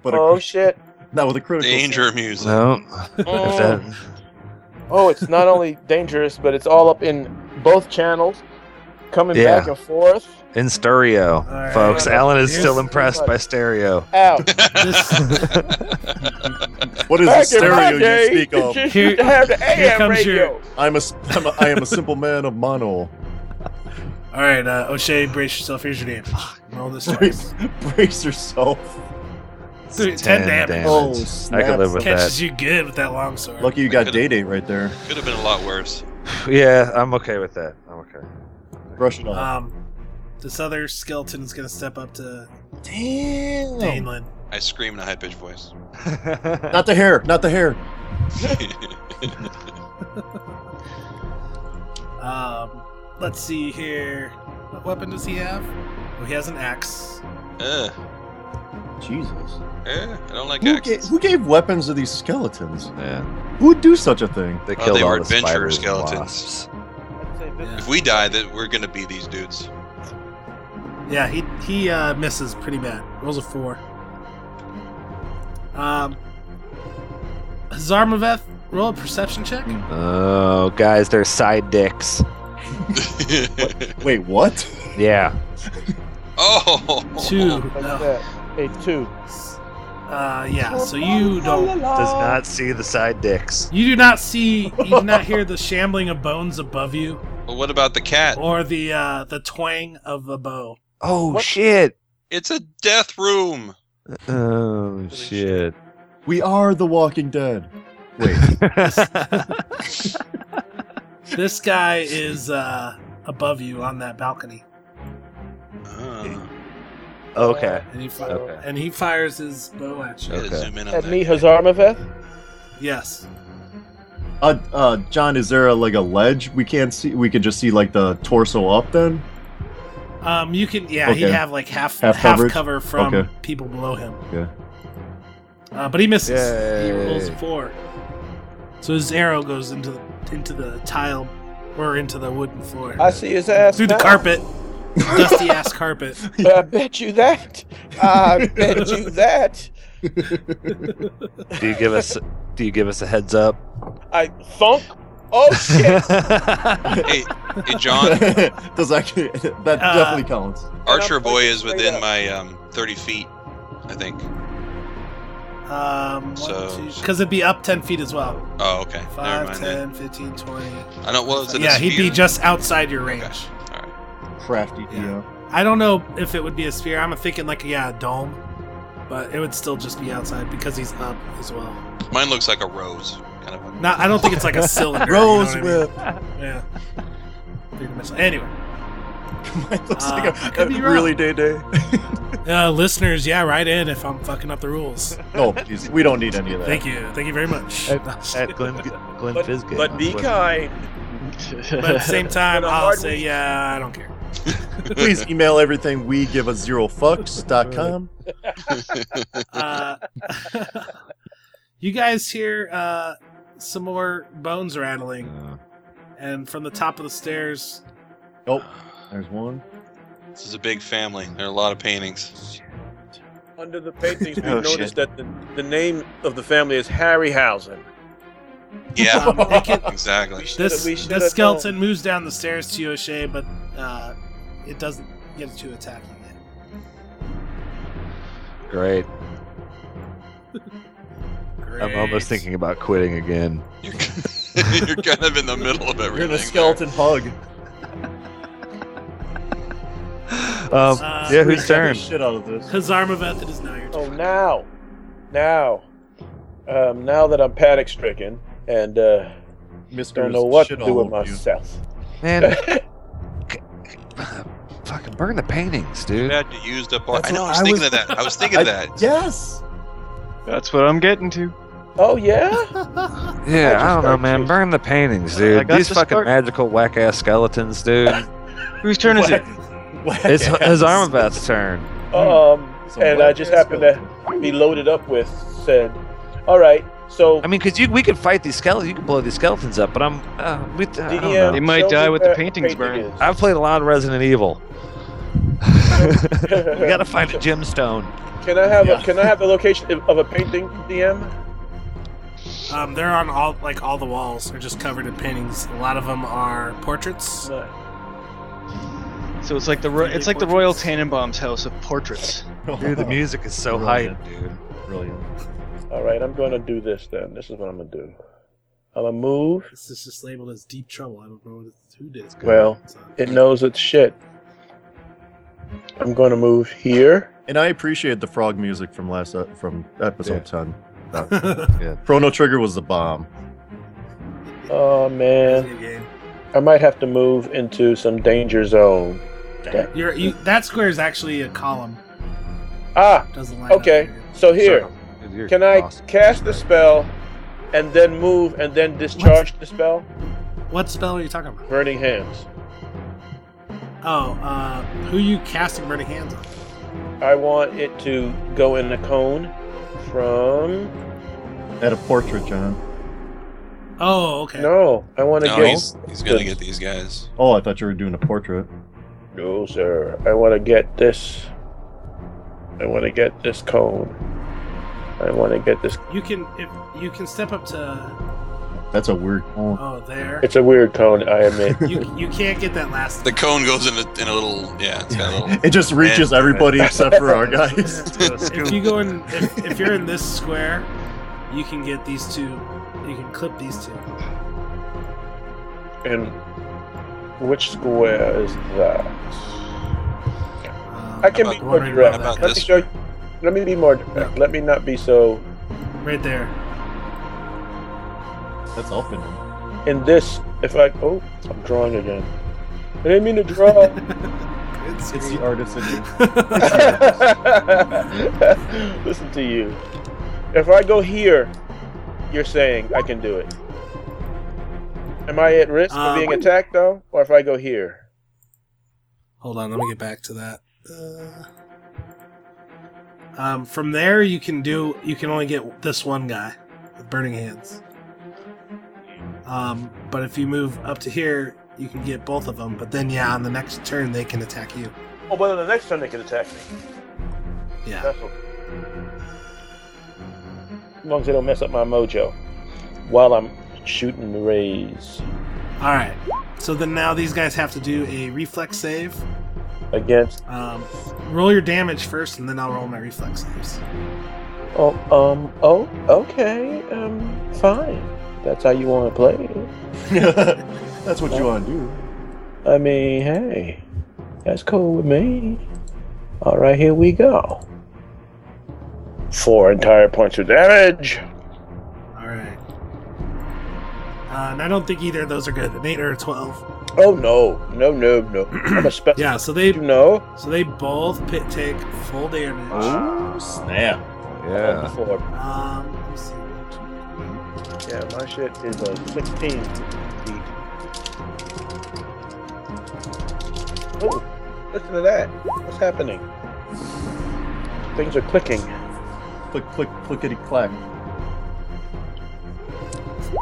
Speaker 1: But a,
Speaker 6: Oh shit!
Speaker 1: not with a critical.
Speaker 7: Danger music.
Speaker 2: No. If
Speaker 6: Oh,
Speaker 2: that-
Speaker 6: Oh, it's not only dangerous, but it's all up in both channels, coming
Speaker 2: Yeah.
Speaker 6: back and forth.
Speaker 2: in stereo,
Speaker 5: right.
Speaker 2: folks. Alan is
Speaker 5: Here's-
Speaker 2: still impressed by stereo.
Speaker 6: Out.
Speaker 1: What is the
Speaker 6: Back in my
Speaker 1: stereo
Speaker 6: day,
Speaker 1: you speak
Speaker 6: you
Speaker 1: of?
Speaker 6: just
Speaker 5: Here-
Speaker 6: used to have the
Speaker 5: here
Speaker 6: AM
Speaker 5: comes your-
Speaker 6: radio.
Speaker 1: I'm a, s- I'm a, I am a simple man of mono.
Speaker 5: All right, uh, O'Shea, brace yourself. Here's your damage. Roll this dice.
Speaker 1: Brace yourself.
Speaker 5: Three- Ten
Speaker 2: 10
Speaker 5: damage.
Speaker 2: damage.
Speaker 1: Oh,
Speaker 2: I could live
Speaker 1: snap.
Speaker 2: with
Speaker 5: Catches you good with that long sword.
Speaker 1: Lucky you got day date right there.
Speaker 7: Could have been a lot worse.
Speaker 2: that. Yeah, I'm okay with that. I'm okay.
Speaker 1: Brush it off.
Speaker 5: Um, this other skeleton is gonna step up to
Speaker 1: Damn.
Speaker 5: Daneland.
Speaker 7: I scream in a high pitched voice.
Speaker 1: Not the hair. Not the hair.
Speaker 5: Um, let's see here. What weapon does he have? Oh, he has an axe.
Speaker 7: uh,
Speaker 1: Jesus.
Speaker 7: uh, I don't like
Speaker 1: Who, ga-
Speaker 7: axes.
Speaker 1: who gave weapons to these skeletons?
Speaker 2: yeah.
Speaker 1: Who would do such a thing?
Speaker 2: They
Speaker 7: Oh,
Speaker 2: killed
Speaker 7: they
Speaker 2: all
Speaker 7: were
Speaker 2: the
Speaker 7: adventurer
Speaker 2: spiders and
Speaker 7: skeletons.
Speaker 2: wasps.
Speaker 5: Yeah,
Speaker 7: If we die, that we're gonna be these dudes.
Speaker 5: yeah he he uh, misses pretty bad. Rolls a four. Um, Zarmaveth, roll a perception check.
Speaker 2: Oh, guys, they're side dicks.
Speaker 1: Wait, what?
Speaker 2: Yeah.
Speaker 7: oh,
Speaker 5: Two.
Speaker 6: Like
Speaker 5: No.
Speaker 6: that. A two.
Speaker 5: Uh, yeah. So you don't.
Speaker 2: Does not see the side dicks.
Speaker 5: You do not see. You do not hear the shambling of bones above you,
Speaker 7: Well, what about the cat?
Speaker 5: or the uh, the twang of a bow.
Speaker 2: Oh,
Speaker 6: What?
Speaker 2: shit.
Speaker 7: It's a death room.
Speaker 2: Oh, shit.
Speaker 1: We are the Walking Dead. Wait,
Speaker 5: This guy is uh, above you on that balcony,
Speaker 7: Uh,
Speaker 2: okay.
Speaker 5: and he fi-
Speaker 2: Okay.
Speaker 5: and he fires his bow at you.
Speaker 7: gotta
Speaker 2: Okay.
Speaker 7: zoom in on
Speaker 6: At
Speaker 7: that.
Speaker 6: me, Hazarmaveth.
Speaker 5: Yes.
Speaker 1: uh, uh, John, is there a, like a ledge we can't see? We could just see like the torso up then.
Speaker 5: Um, you can. Yeah, he'd
Speaker 1: Okay.
Speaker 5: have like half half,
Speaker 1: Half coverage?
Speaker 5: cover from
Speaker 1: Okay.
Speaker 5: people below him.
Speaker 1: Okay.
Speaker 5: Uh, but he misses. He
Speaker 2: Yay.
Speaker 5: rolls a four. So his arrow goes into the into the tile or into the wooden floor
Speaker 6: I see his ass.
Speaker 5: through the
Speaker 6: now.
Speaker 5: carpet, dusty ass carpet.
Speaker 6: I bet you that. I bet you that.
Speaker 2: Do you give us? Do you give us a heads up?
Speaker 6: I thunk. Oh shit!
Speaker 7: Hey, hey, John,
Speaker 1: Does that that
Speaker 5: Uh,
Speaker 1: definitely counts?
Speaker 7: Archer Boy is
Speaker 6: Straight
Speaker 7: within
Speaker 6: up.
Speaker 7: my um, 30 feet, I think.
Speaker 5: Um,
Speaker 7: So-
Speaker 5: because it'd be up ten feet as well.
Speaker 7: Oh, okay. Never
Speaker 5: Five,
Speaker 7: mind then.
Speaker 5: ten, fifteen, twenty.
Speaker 7: I don't. Well, it's in a
Speaker 5: yeah, he'd be
Speaker 7: sphere.
Speaker 5: just outside your range.
Speaker 7: Okay. All right.
Speaker 1: Crafty.
Speaker 5: Yeah.
Speaker 1: Yeah.
Speaker 5: I don't know if it would be a sphere. I'm thinking like yeah, a dome, but it would still just be outside because he's up as well.
Speaker 7: Mine looks like a rose. Kind of.
Speaker 5: Not, I don't think it's like a cylinder. you know what
Speaker 1: Rose
Speaker 5: I mean?
Speaker 1: whip.
Speaker 5: Yeah. Three dimensional. Anyway,
Speaker 1: Mine looks
Speaker 5: Uh, I
Speaker 1: like a,
Speaker 5: could
Speaker 1: a
Speaker 5: be wrong.
Speaker 1: really day day.
Speaker 5: uh, listeners, yeah, write in if I'm fucking up the rules.
Speaker 1: No, please, we don't need any of that.
Speaker 5: Thank you. Thank you very much.
Speaker 2: At Glenn, Glenn
Speaker 6: But,
Speaker 2: Fisgate.
Speaker 6: but be
Speaker 2: Glenn-
Speaker 6: kind.
Speaker 5: But at the same time,
Speaker 10: But a
Speaker 5: I'll
Speaker 10: hard
Speaker 5: say,
Speaker 10: week.
Speaker 5: yeah, I don't care.
Speaker 1: Please email everything we give a zero fucks.com.
Speaker 5: Uh, you guys hear uh, some more bones rattling, and from the top of the stairs,
Speaker 1: Nope. Oh, There's one.
Speaker 7: This is a big family. There are a lot of paintings.
Speaker 6: Under the paintings, we've
Speaker 11: Oh,
Speaker 6: noticed that the, the name of the family is Harryhausen.
Speaker 7: Yeah,
Speaker 5: um, it can-
Speaker 7: exactly.
Speaker 6: Shoulda-
Speaker 5: this,
Speaker 6: we shoulda
Speaker 5: this
Speaker 6: known.
Speaker 5: skeleton moves down the stairs to you, O'Shea, but uh, it doesn't get to attack you yet.
Speaker 4: Great.
Speaker 5: Great.
Speaker 4: I'm almost thinking about quitting again.
Speaker 7: You're, you're kind of in the middle of everything.
Speaker 1: You're in a
Speaker 7: there.
Speaker 1: skeleton hug.
Speaker 4: Um,
Speaker 5: Uh,
Speaker 4: yeah, whose
Speaker 1: Squeeze every
Speaker 4: turn?
Speaker 1: Shit out of this.
Speaker 5: Hazarmaveth, it is now your turn.
Speaker 6: Oh, now, now, um, now that I'm panic stricken and uh,
Speaker 1: Mr.
Speaker 6: don't know what to
Speaker 1: shit
Speaker 6: do
Speaker 1: all
Speaker 6: with
Speaker 1: over you.
Speaker 6: myself.
Speaker 4: Man, fucking burn the paintings, dude.
Speaker 7: Glad you used up all.
Speaker 1: That's
Speaker 7: I know.
Speaker 1: what
Speaker 7: I was
Speaker 1: I
Speaker 7: thinking
Speaker 1: was-
Speaker 7: of that. I was thinking of that.
Speaker 1: Yes.
Speaker 3: That's what I'm getting to.
Speaker 6: oh yeah,
Speaker 4: Yeah, I,
Speaker 6: just
Speaker 4: don't know,
Speaker 6: got
Speaker 4: man.
Speaker 6: you.
Speaker 4: Burn the paintings,
Speaker 3: I
Speaker 4: dude.
Speaker 3: got
Speaker 4: These
Speaker 3: the
Speaker 4: fucking
Speaker 3: spark-
Speaker 4: magical whack ass skeletons, dude.
Speaker 3: Whose turn is it?
Speaker 1: Whack
Speaker 4: it's
Speaker 1: ass.
Speaker 4: his Armaveth's turn.
Speaker 6: um,
Speaker 1: Hmm. Some
Speaker 6: and I
Speaker 1: whack
Speaker 6: just
Speaker 1: ass
Speaker 6: happened to be loaded up with said. All right, so
Speaker 4: I mean, cause you we could fight these skeletons, you could blow these skeletons up, but I'm uh, we, I don't
Speaker 6: DM,
Speaker 4: know.
Speaker 3: They might
Speaker 6: show
Speaker 3: die
Speaker 6: me
Speaker 3: with the
Speaker 6: where
Speaker 3: paintings
Speaker 6: painting
Speaker 4: I've played a lot of Resident Evil.
Speaker 6: is.
Speaker 4: we gotta find a gemstone.
Speaker 6: Can I have
Speaker 1: Yeah.
Speaker 6: a, Can I have the location of- of a painting, DM? Oh.
Speaker 5: Um, they're on all like all the walls are just covered in paintings. A lot of them are portraits.
Speaker 3: So it's like the ro- it's like the Royal Tannenbaum's house of portraits.
Speaker 4: Dude, the music is so hype,
Speaker 1: Brilliant.
Speaker 4: dude.
Speaker 1: Brilliant.
Speaker 6: All right, I'm going to do this then. This is what I'm going to do. I'm going to move.
Speaker 5: This is just labeled as deep trouble. I don't know what it's- who did it.
Speaker 6: Well, It knows it's shit. I'm going to move here.
Speaker 1: And I appreciate the frog music from last uh, from episode
Speaker 4: Yeah.
Speaker 1: ten.
Speaker 5: It's
Speaker 1: Chrono Trigger was the bomb.
Speaker 6: Oh
Speaker 5: a
Speaker 6: man,
Speaker 5: good game.
Speaker 6: I might have to move into some danger zone.
Speaker 5: You're, you, that square is actually a column.
Speaker 6: Ah,
Speaker 5: Doesn't line up
Speaker 6: okay.
Speaker 5: very good.
Speaker 6: So here,
Speaker 4: Dude, you're
Speaker 6: can I
Speaker 4: awesome.
Speaker 6: cast the spell and then move and then discharge the spell?
Speaker 5: What spell are you talking about?
Speaker 6: Burning hands.
Speaker 5: Oh, uh, who you casting burning hands on?
Speaker 6: I want it to go in a cone from.
Speaker 1: At a portrait, John.
Speaker 5: Oh, okay.
Speaker 6: No, I want to
Speaker 7: No,
Speaker 6: get.
Speaker 7: he's he's gonna get these guys.
Speaker 1: Oh, I thought you were doing a portrait.
Speaker 6: No, sir. I want to get this. I want to get this cone. I want to get this.
Speaker 5: You can if you can step up to
Speaker 1: That's a weird. Oh,
Speaker 5: oh there.
Speaker 6: It's a weird cone, I admit.
Speaker 5: You you can't get that last.
Speaker 7: The cone goes in a, in a little. Yeah, it's got a little.
Speaker 1: it just reaches everybody except for our guys.
Speaker 5: if you go in if, if you're in this square, you can get these two. You can clip these two.
Speaker 6: and which square is that?
Speaker 5: Um,
Speaker 6: I can
Speaker 7: How
Speaker 6: be
Speaker 7: about-
Speaker 6: more
Speaker 5: how
Speaker 6: direct.
Speaker 7: about
Speaker 6: Let me
Speaker 7: this
Speaker 6: show you. Let me be more direct. Let me not be so.
Speaker 5: right there.
Speaker 1: That's open.
Speaker 6: In this, if I oh, I'm drawing again. I didn't mean to draw.
Speaker 1: It's the artist in you.
Speaker 6: Listen to you. If I go here, you're saying I can do it. Am I at risk
Speaker 7: Uh,
Speaker 5: Um,
Speaker 6: of being attacked though, or if I go here?
Speaker 5: Hold on, let me get back to that. Uh, um, from there, you can do. You can only get this one guy with burning hands. Um, but if you move up to here, you can get both of them. But then, yeah, on the next turn, they can attack you.
Speaker 6: Oh, but on the next turn they can attack me.
Speaker 5: Yeah.
Speaker 6: That's okay. As long as they don't mess up my mojo while I'm shooting the rays
Speaker 5: All right. So then now these guys have to do a reflex save.
Speaker 6: against.
Speaker 5: Um, roll your damage first, and then I'll roll my reflex saves.
Speaker 6: Oh, um, oh, okay, um, fine. That's how you want to play. it.
Speaker 1: That's what you want to do.
Speaker 6: I mean, hey, that's cool with me. All right, here we go. Four entire points of damage.
Speaker 5: All right. Uh, and I don't think either of those are good. An eight or a twelve.
Speaker 6: Oh no, no, no, no! I'm a special.
Speaker 5: Yeah. So they
Speaker 6: You know,
Speaker 5: So they both pit take full damage.
Speaker 1: Oh snap!
Speaker 4: Yeah.
Speaker 6: Four.
Speaker 5: Um, let me see.
Speaker 6: Yeah, my shit is a 16 feet. Oh, listen to that. What's happening? Things are clicking.
Speaker 1: Click, click, clickety clack.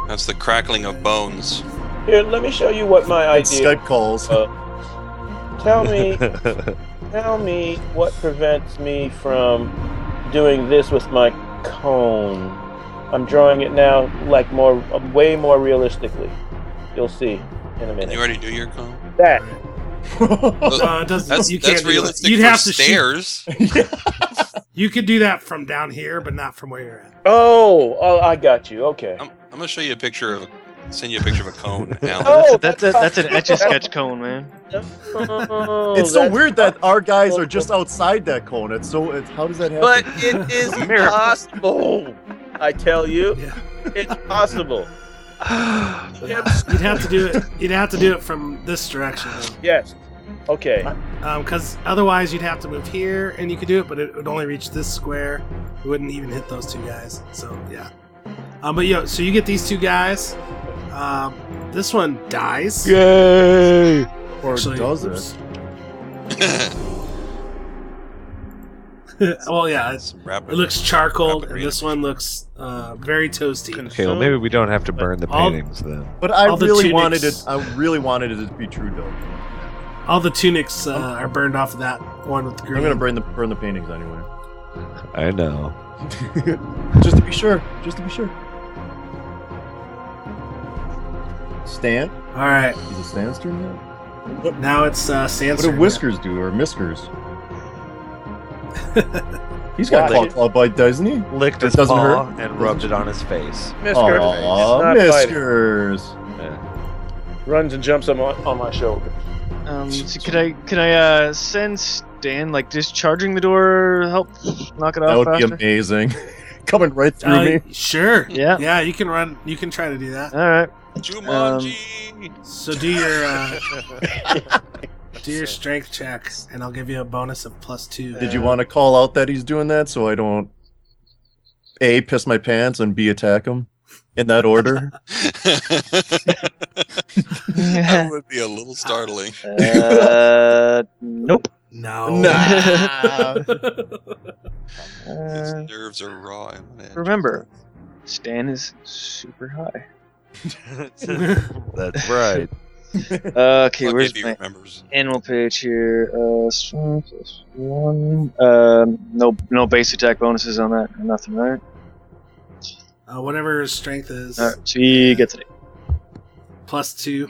Speaker 7: That's the crackling of bones.
Speaker 6: Here, let me show you what my idea.
Speaker 1: Skype calls.
Speaker 6: Uh, tell me, tell me what prevents me from doing this with my cone. I'm drawing it now, like more, uh, way more realistically. You'll see in a
Speaker 7: You
Speaker 6: minute.
Speaker 7: already do your cone.
Speaker 6: That
Speaker 5: Uh, it doesn't,
Speaker 7: That's
Speaker 5: you can't
Speaker 7: that's
Speaker 5: do that.
Speaker 7: realistic
Speaker 5: You'd
Speaker 7: for
Speaker 5: have to shoot.
Speaker 7: stairs.
Speaker 5: You could do that from down here, but not from where you're at.
Speaker 6: Oh, oh, I got you. Okay.
Speaker 7: I'm, I'm gonna show you a picture of send you a picture of a cone, Alan.
Speaker 6: Oh,
Speaker 3: That's a, that's an etch a sketch cone, man.
Speaker 6: Oh,
Speaker 1: it's so
Speaker 6: that's-
Speaker 1: weird that our guys are just outside that cone. It's so. It's, how does that happen?
Speaker 6: But it is possible. I tell you,
Speaker 5: Yeah.
Speaker 6: it's possible.
Speaker 5: You'd have to do it. You'd have to do it from this direction,
Speaker 6: Yes. Okay.
Speaker 5: though, because otherwise you'd have to move here, and you could do it, but it would only reach this square. It wouldn't even hit those two guys. So yeah. Um, but yo, so you get these two guys. Um, this one dies.
Speaker 4: Yay!
Speaker 1: or
Speaker 5: Actually,
Speaker 1: does it?
Speaker 5: oops. Oh! well, yeah, it's,
Speaker 7: Some rapid-
Speaker 5: it looks charcoal,
Speaker 7: Rapid
Speaker 5: and this one looks uh, very toasty.
Speaker 4: Okay, well maybe we don't have to burn the
Speaker 5: I'll-
Speaker 4: paintings then.
Speaker 1: But I
Speaker 5: All the
Speaker 1: really
Speaker 5: tunics.
Speaker 1: wanted it. I really wanted it to be true, though.
Speaker 5: All the tunics uh, are burned off of that one with the green.
Speaker 1: I'm gonna burn the burn the paintings anyway,
Speaker 4: I know.
Speaker 1: just to be sure. Just to be sure. Stan,
Speaker 5: All right,
Speaker 1: is it Stan's turn now?
Speaker 5: now it's uh,
Speaker 1: What
Speaker 5: Sansa.
Speaker 1: do whiskers do, or miskers? He's got
Speaker 6: Why?
Speaker 1: claw claw bite, doesn't he?
Speaker 4: Licked
Speaker 1: It
Speaker 4: his
Speaker 1: doesn't
Speaker 4: paw
Speaker 1: hurt.
Speaker 4: and rubbed it on his face.
Speaker 6: Mister
Speaker 1: Aw, miskers.
Speaker 6: runs and jumps on my, on my shoulder.
Speaker 3: Um, so could I could I uh, send Stan like discharging the door? Help knock it
Speaker 1: That
Speaker 3: off
Speaker 1: would be
Speaker 3: faster.
Speaker 1: amazing. Coming right through
Speaker 5: Uh,
Speaker 1: me.
Speaker 5: sure.
Speaker 3: Yeah.
Speaker 5: Yeah, you can run. You can try to do that.
Speaker 3: All right.
Speaker 7: Jumanji.
Speaker 5: So do your uh, do your strength check, and I'll give you a bonus of plus two.
Speaker 1: Did you want to call out that he's doing that so I don't a piss my pants and b attack him in that order?
Speaker 3: Um,
Speaker 7: that would be a little startling.
Speaker 3: Uh, nope.
Speaker 5: No.
Speaker 6: Uh,
Speaker 1: Uh,
Speaker 7: His
Speaker 3: Uh,
Speaker 7: nerves are raw. and whatever.
Speaker 3: remember, Stan is super high.
Speaker 4: That's right.
Speaker 3: Uh, Okay,
Speaker 7: Fuck
Speaker 3: where's
Speaker 7: if he
Speaker 3: my
Speaker 7: remembers.
Speaker 3: animal page here? Uh, strength plus one. Um, no, no base attack bonuses on that. Nothing, right?
Speaker 5: uh, whatever his strength is,
Speaker 3: All right, so he gets an eight.
Speaker 5: plus two.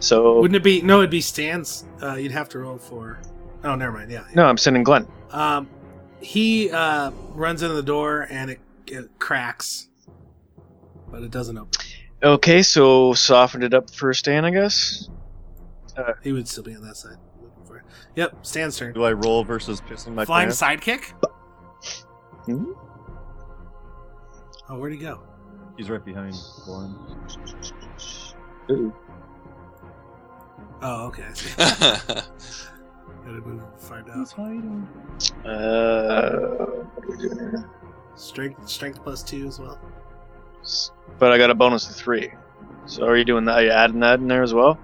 Speaker 3: So
Speaker 5: Wouldn't it be? No, it'd be Stan's. Uh, you'd have to roll for. Oh, never mind. Yeah.
Speaker 3: no, I'm sending Glenn.
Speaker 5: Um, he uh, runs into the door and it, it cracks, but it doesn't open.
Speaker 3: Okay, so softened it up for Stan, I guess.
Speaker 5: He would still be on that side. Looking for it. Yep, Stan's turn.
Speaker 1: Do I roll versus pissing my
Speaker 5: Flying
Speaker 1: pants?
Speaker 5: sidekick.
Speaker 3: Hmm?
Speaker 5: Oh, where'd he go?
Speaker 1: He's right behind Glenn.
Speaker 5: Oh, okay. I see. Gotta move find out.
Speaker 1: hiding.
Speaker 3: Uh, what are we doing here?
Speaker 5: Strength, strength plus two as well.
Speaker 3: But I got a bonus of three. So are you doing that? Are you adding that in there as well?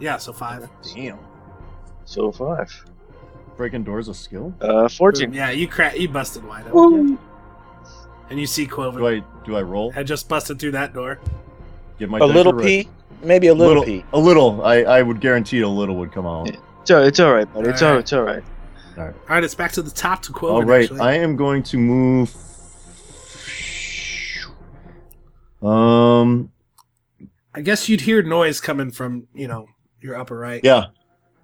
Speaker 5: Yeah, so five.
Speaker 1: Damn.
Speaker 3: So five.
Speaker 1: Breaking doors a skill?
Speaker 3: Uh,
Speaker 5: Boom.
Speaker 3: fourteen.
Speaker 5: Yeah, you cra- you busted wide open,
Speaker 3: Woo!
Speaker 5: and you see
Speaker 1: Do
Speaker 5: Cloven
Speaker 1: I do I roll?
Speaker 5: had just busted through that door.
Speaker 1: Give my
Speaker 6: A little
Speaker 1: decorat-
Speaker 6: P, maybe a little, P.
Speaker 1: A little. I, I would guarantee a little would come out.
Speaker 3: It's all, it's all right, buddy. It's all,
Speaker 5: Alright.
Speaker 3: it's all right.
Speaker 5: All right, it's back to the top to Cloven.
Speaker 1: All Oh, right,
Speaker 5: actually.
Speaker 1: I am going to move. Um.
Speaker 5: I guess you'd hear noise coming from you know your upper right.
Speaker 1: Yeah,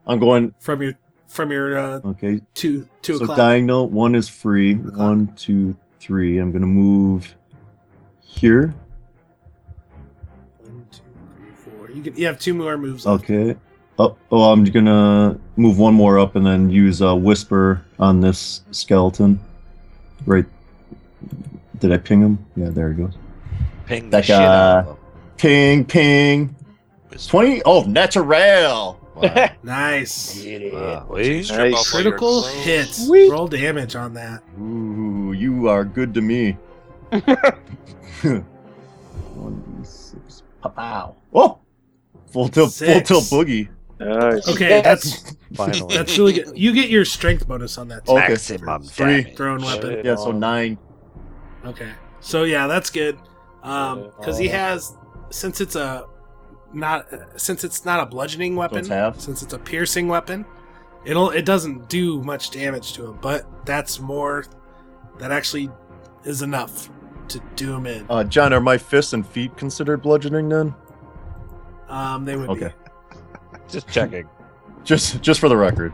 Speaker 1: I'm going.
Speaker 5: From your from your uh,
Speaker 1: Okay,
Speaker 5: two two
Speaker 1: so
Speaker 5: o'clock.
Speaker 1: diagonal one is free. One, two, three. I'm gonna move here.
Speaker 5: One, two, three, four. You can, you have two more moves. left.
Speaker 1: Okay. Oh, oh, I'm gonna move one more up and then use a whisper on this skeleton. Right. Did I ping him? Yeah, there he goes.
Speaker 4: Ping the
Speaker 1: That
Speaker 4: shit out of
Speaker 1: Ping, ping. Twenty. Oh, natural.
Speaker 4: him.
Speaker 5: Nice.
Speaker 4: Wow.
Speaker 6: Yeah.
Speaker 2: Uh.
Speaker 4: Wow. We-
Speaker 7: Strip
Speaker 3: Nice.
Speaker 7: off all your
Speaker 5: Critical
Speaker 7: clothes.
Speaker 5: hit. Roll damage on that.
Speaker 1: Ooh, you are good to me. One d six. Pow. Oh, full tilt, full
Speaker 5: Six.
Speaker 1: tilt boogie.
Speaker 3: Nice.
Speaker 5: Okay, that's
Speaker 2: Finally.
Speaker 5: that's really good. You get your strength bonus on that. too.
Speaker 1: Okay.
Speaker 2: Maximum
Speaker 1: Three.
Speaker 2: damage.
Speaker 5: Thrown weapon.
Speaker 1: Yeah, so nine.
Speaker 5: Okay. So yeah, that's good. Um, because
Speaker 6: uh,
Speaker 5: he has since it's a not since it's not a bludgeoning weapon,
Speaker 1: it's half?
Speaker 5: since it's a piercing weapon, it'll it doesn't do much damage to him. But that's more. That actually is enough to do him in.
Speaker 6: Oh.
Speaker 1: Uh, John, are my fists and feet considered bludgeoning then?
Speaker 5: Um, they would be.
Speaker 1: okay.
Speaker 2: Just checking.
Speaker 1: Just just for the record.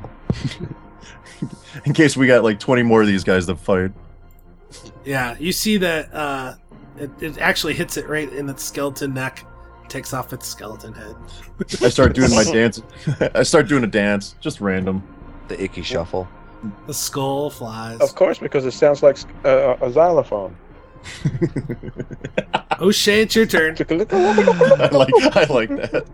Speaker 1: In case we got like 20 more of these guys to fight.
Speaker 5: Yeah, you see that uh, it, it actually hits it right in its skeleton neck, takes off its skeleton head.
Speaker 1: I start doing my dance. I start doing a dance, just random.
Speaker 2: The icky shuffle.
Speaker 5: The skull flies.
Speaker 6: Of course, because it sounds like uh, a xylophone.
Speaker 5: O'Shea, Oh, it's your turn.
Speaker 1: I like I like that.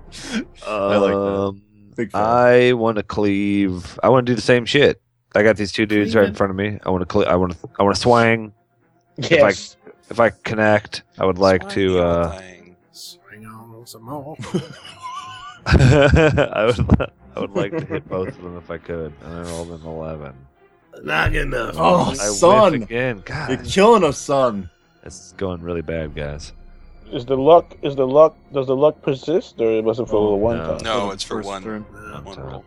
Speaker 1: I like that.
Speaker 2: Um,
Speaker 1: Big fan.
Speaker 2: I want to cleave. I want to do the same shit. I got these two dudes right in front of me. I want to. Cle- I want to. I want to swang.
Speaker 6: Yes.
Speaker 2: If I connect, I would like to. Uh,
Speaker 7: Dying.
Speaker 5: Swing on some more.
Speaker 2: I would. I would like to hit both of them if I could. And I rolled an eleven.
Speaker 5: Not good enough.
Speaker 1: Oh,
Speaker 2: I whiff
Speaker 1: son,
Speaker 2: again.
Speaker 1: you're
Speaker 2: God,
Speaker 1: killing us, son.
Speaker 2: this is going really bad, guys.
Speaker 6: Is the luck? Is the luck? Does the luck persist, or was it for
Speaker 1: No.
Speaker 6: the one
Speaker 2: No.
Speaker 6: time?
Speaker 7: No, it's for one.
Speaker 1: turn.
Speaker 5: No.
Speaker 7: One
Speaker 2: So-
Speaker 7: roll.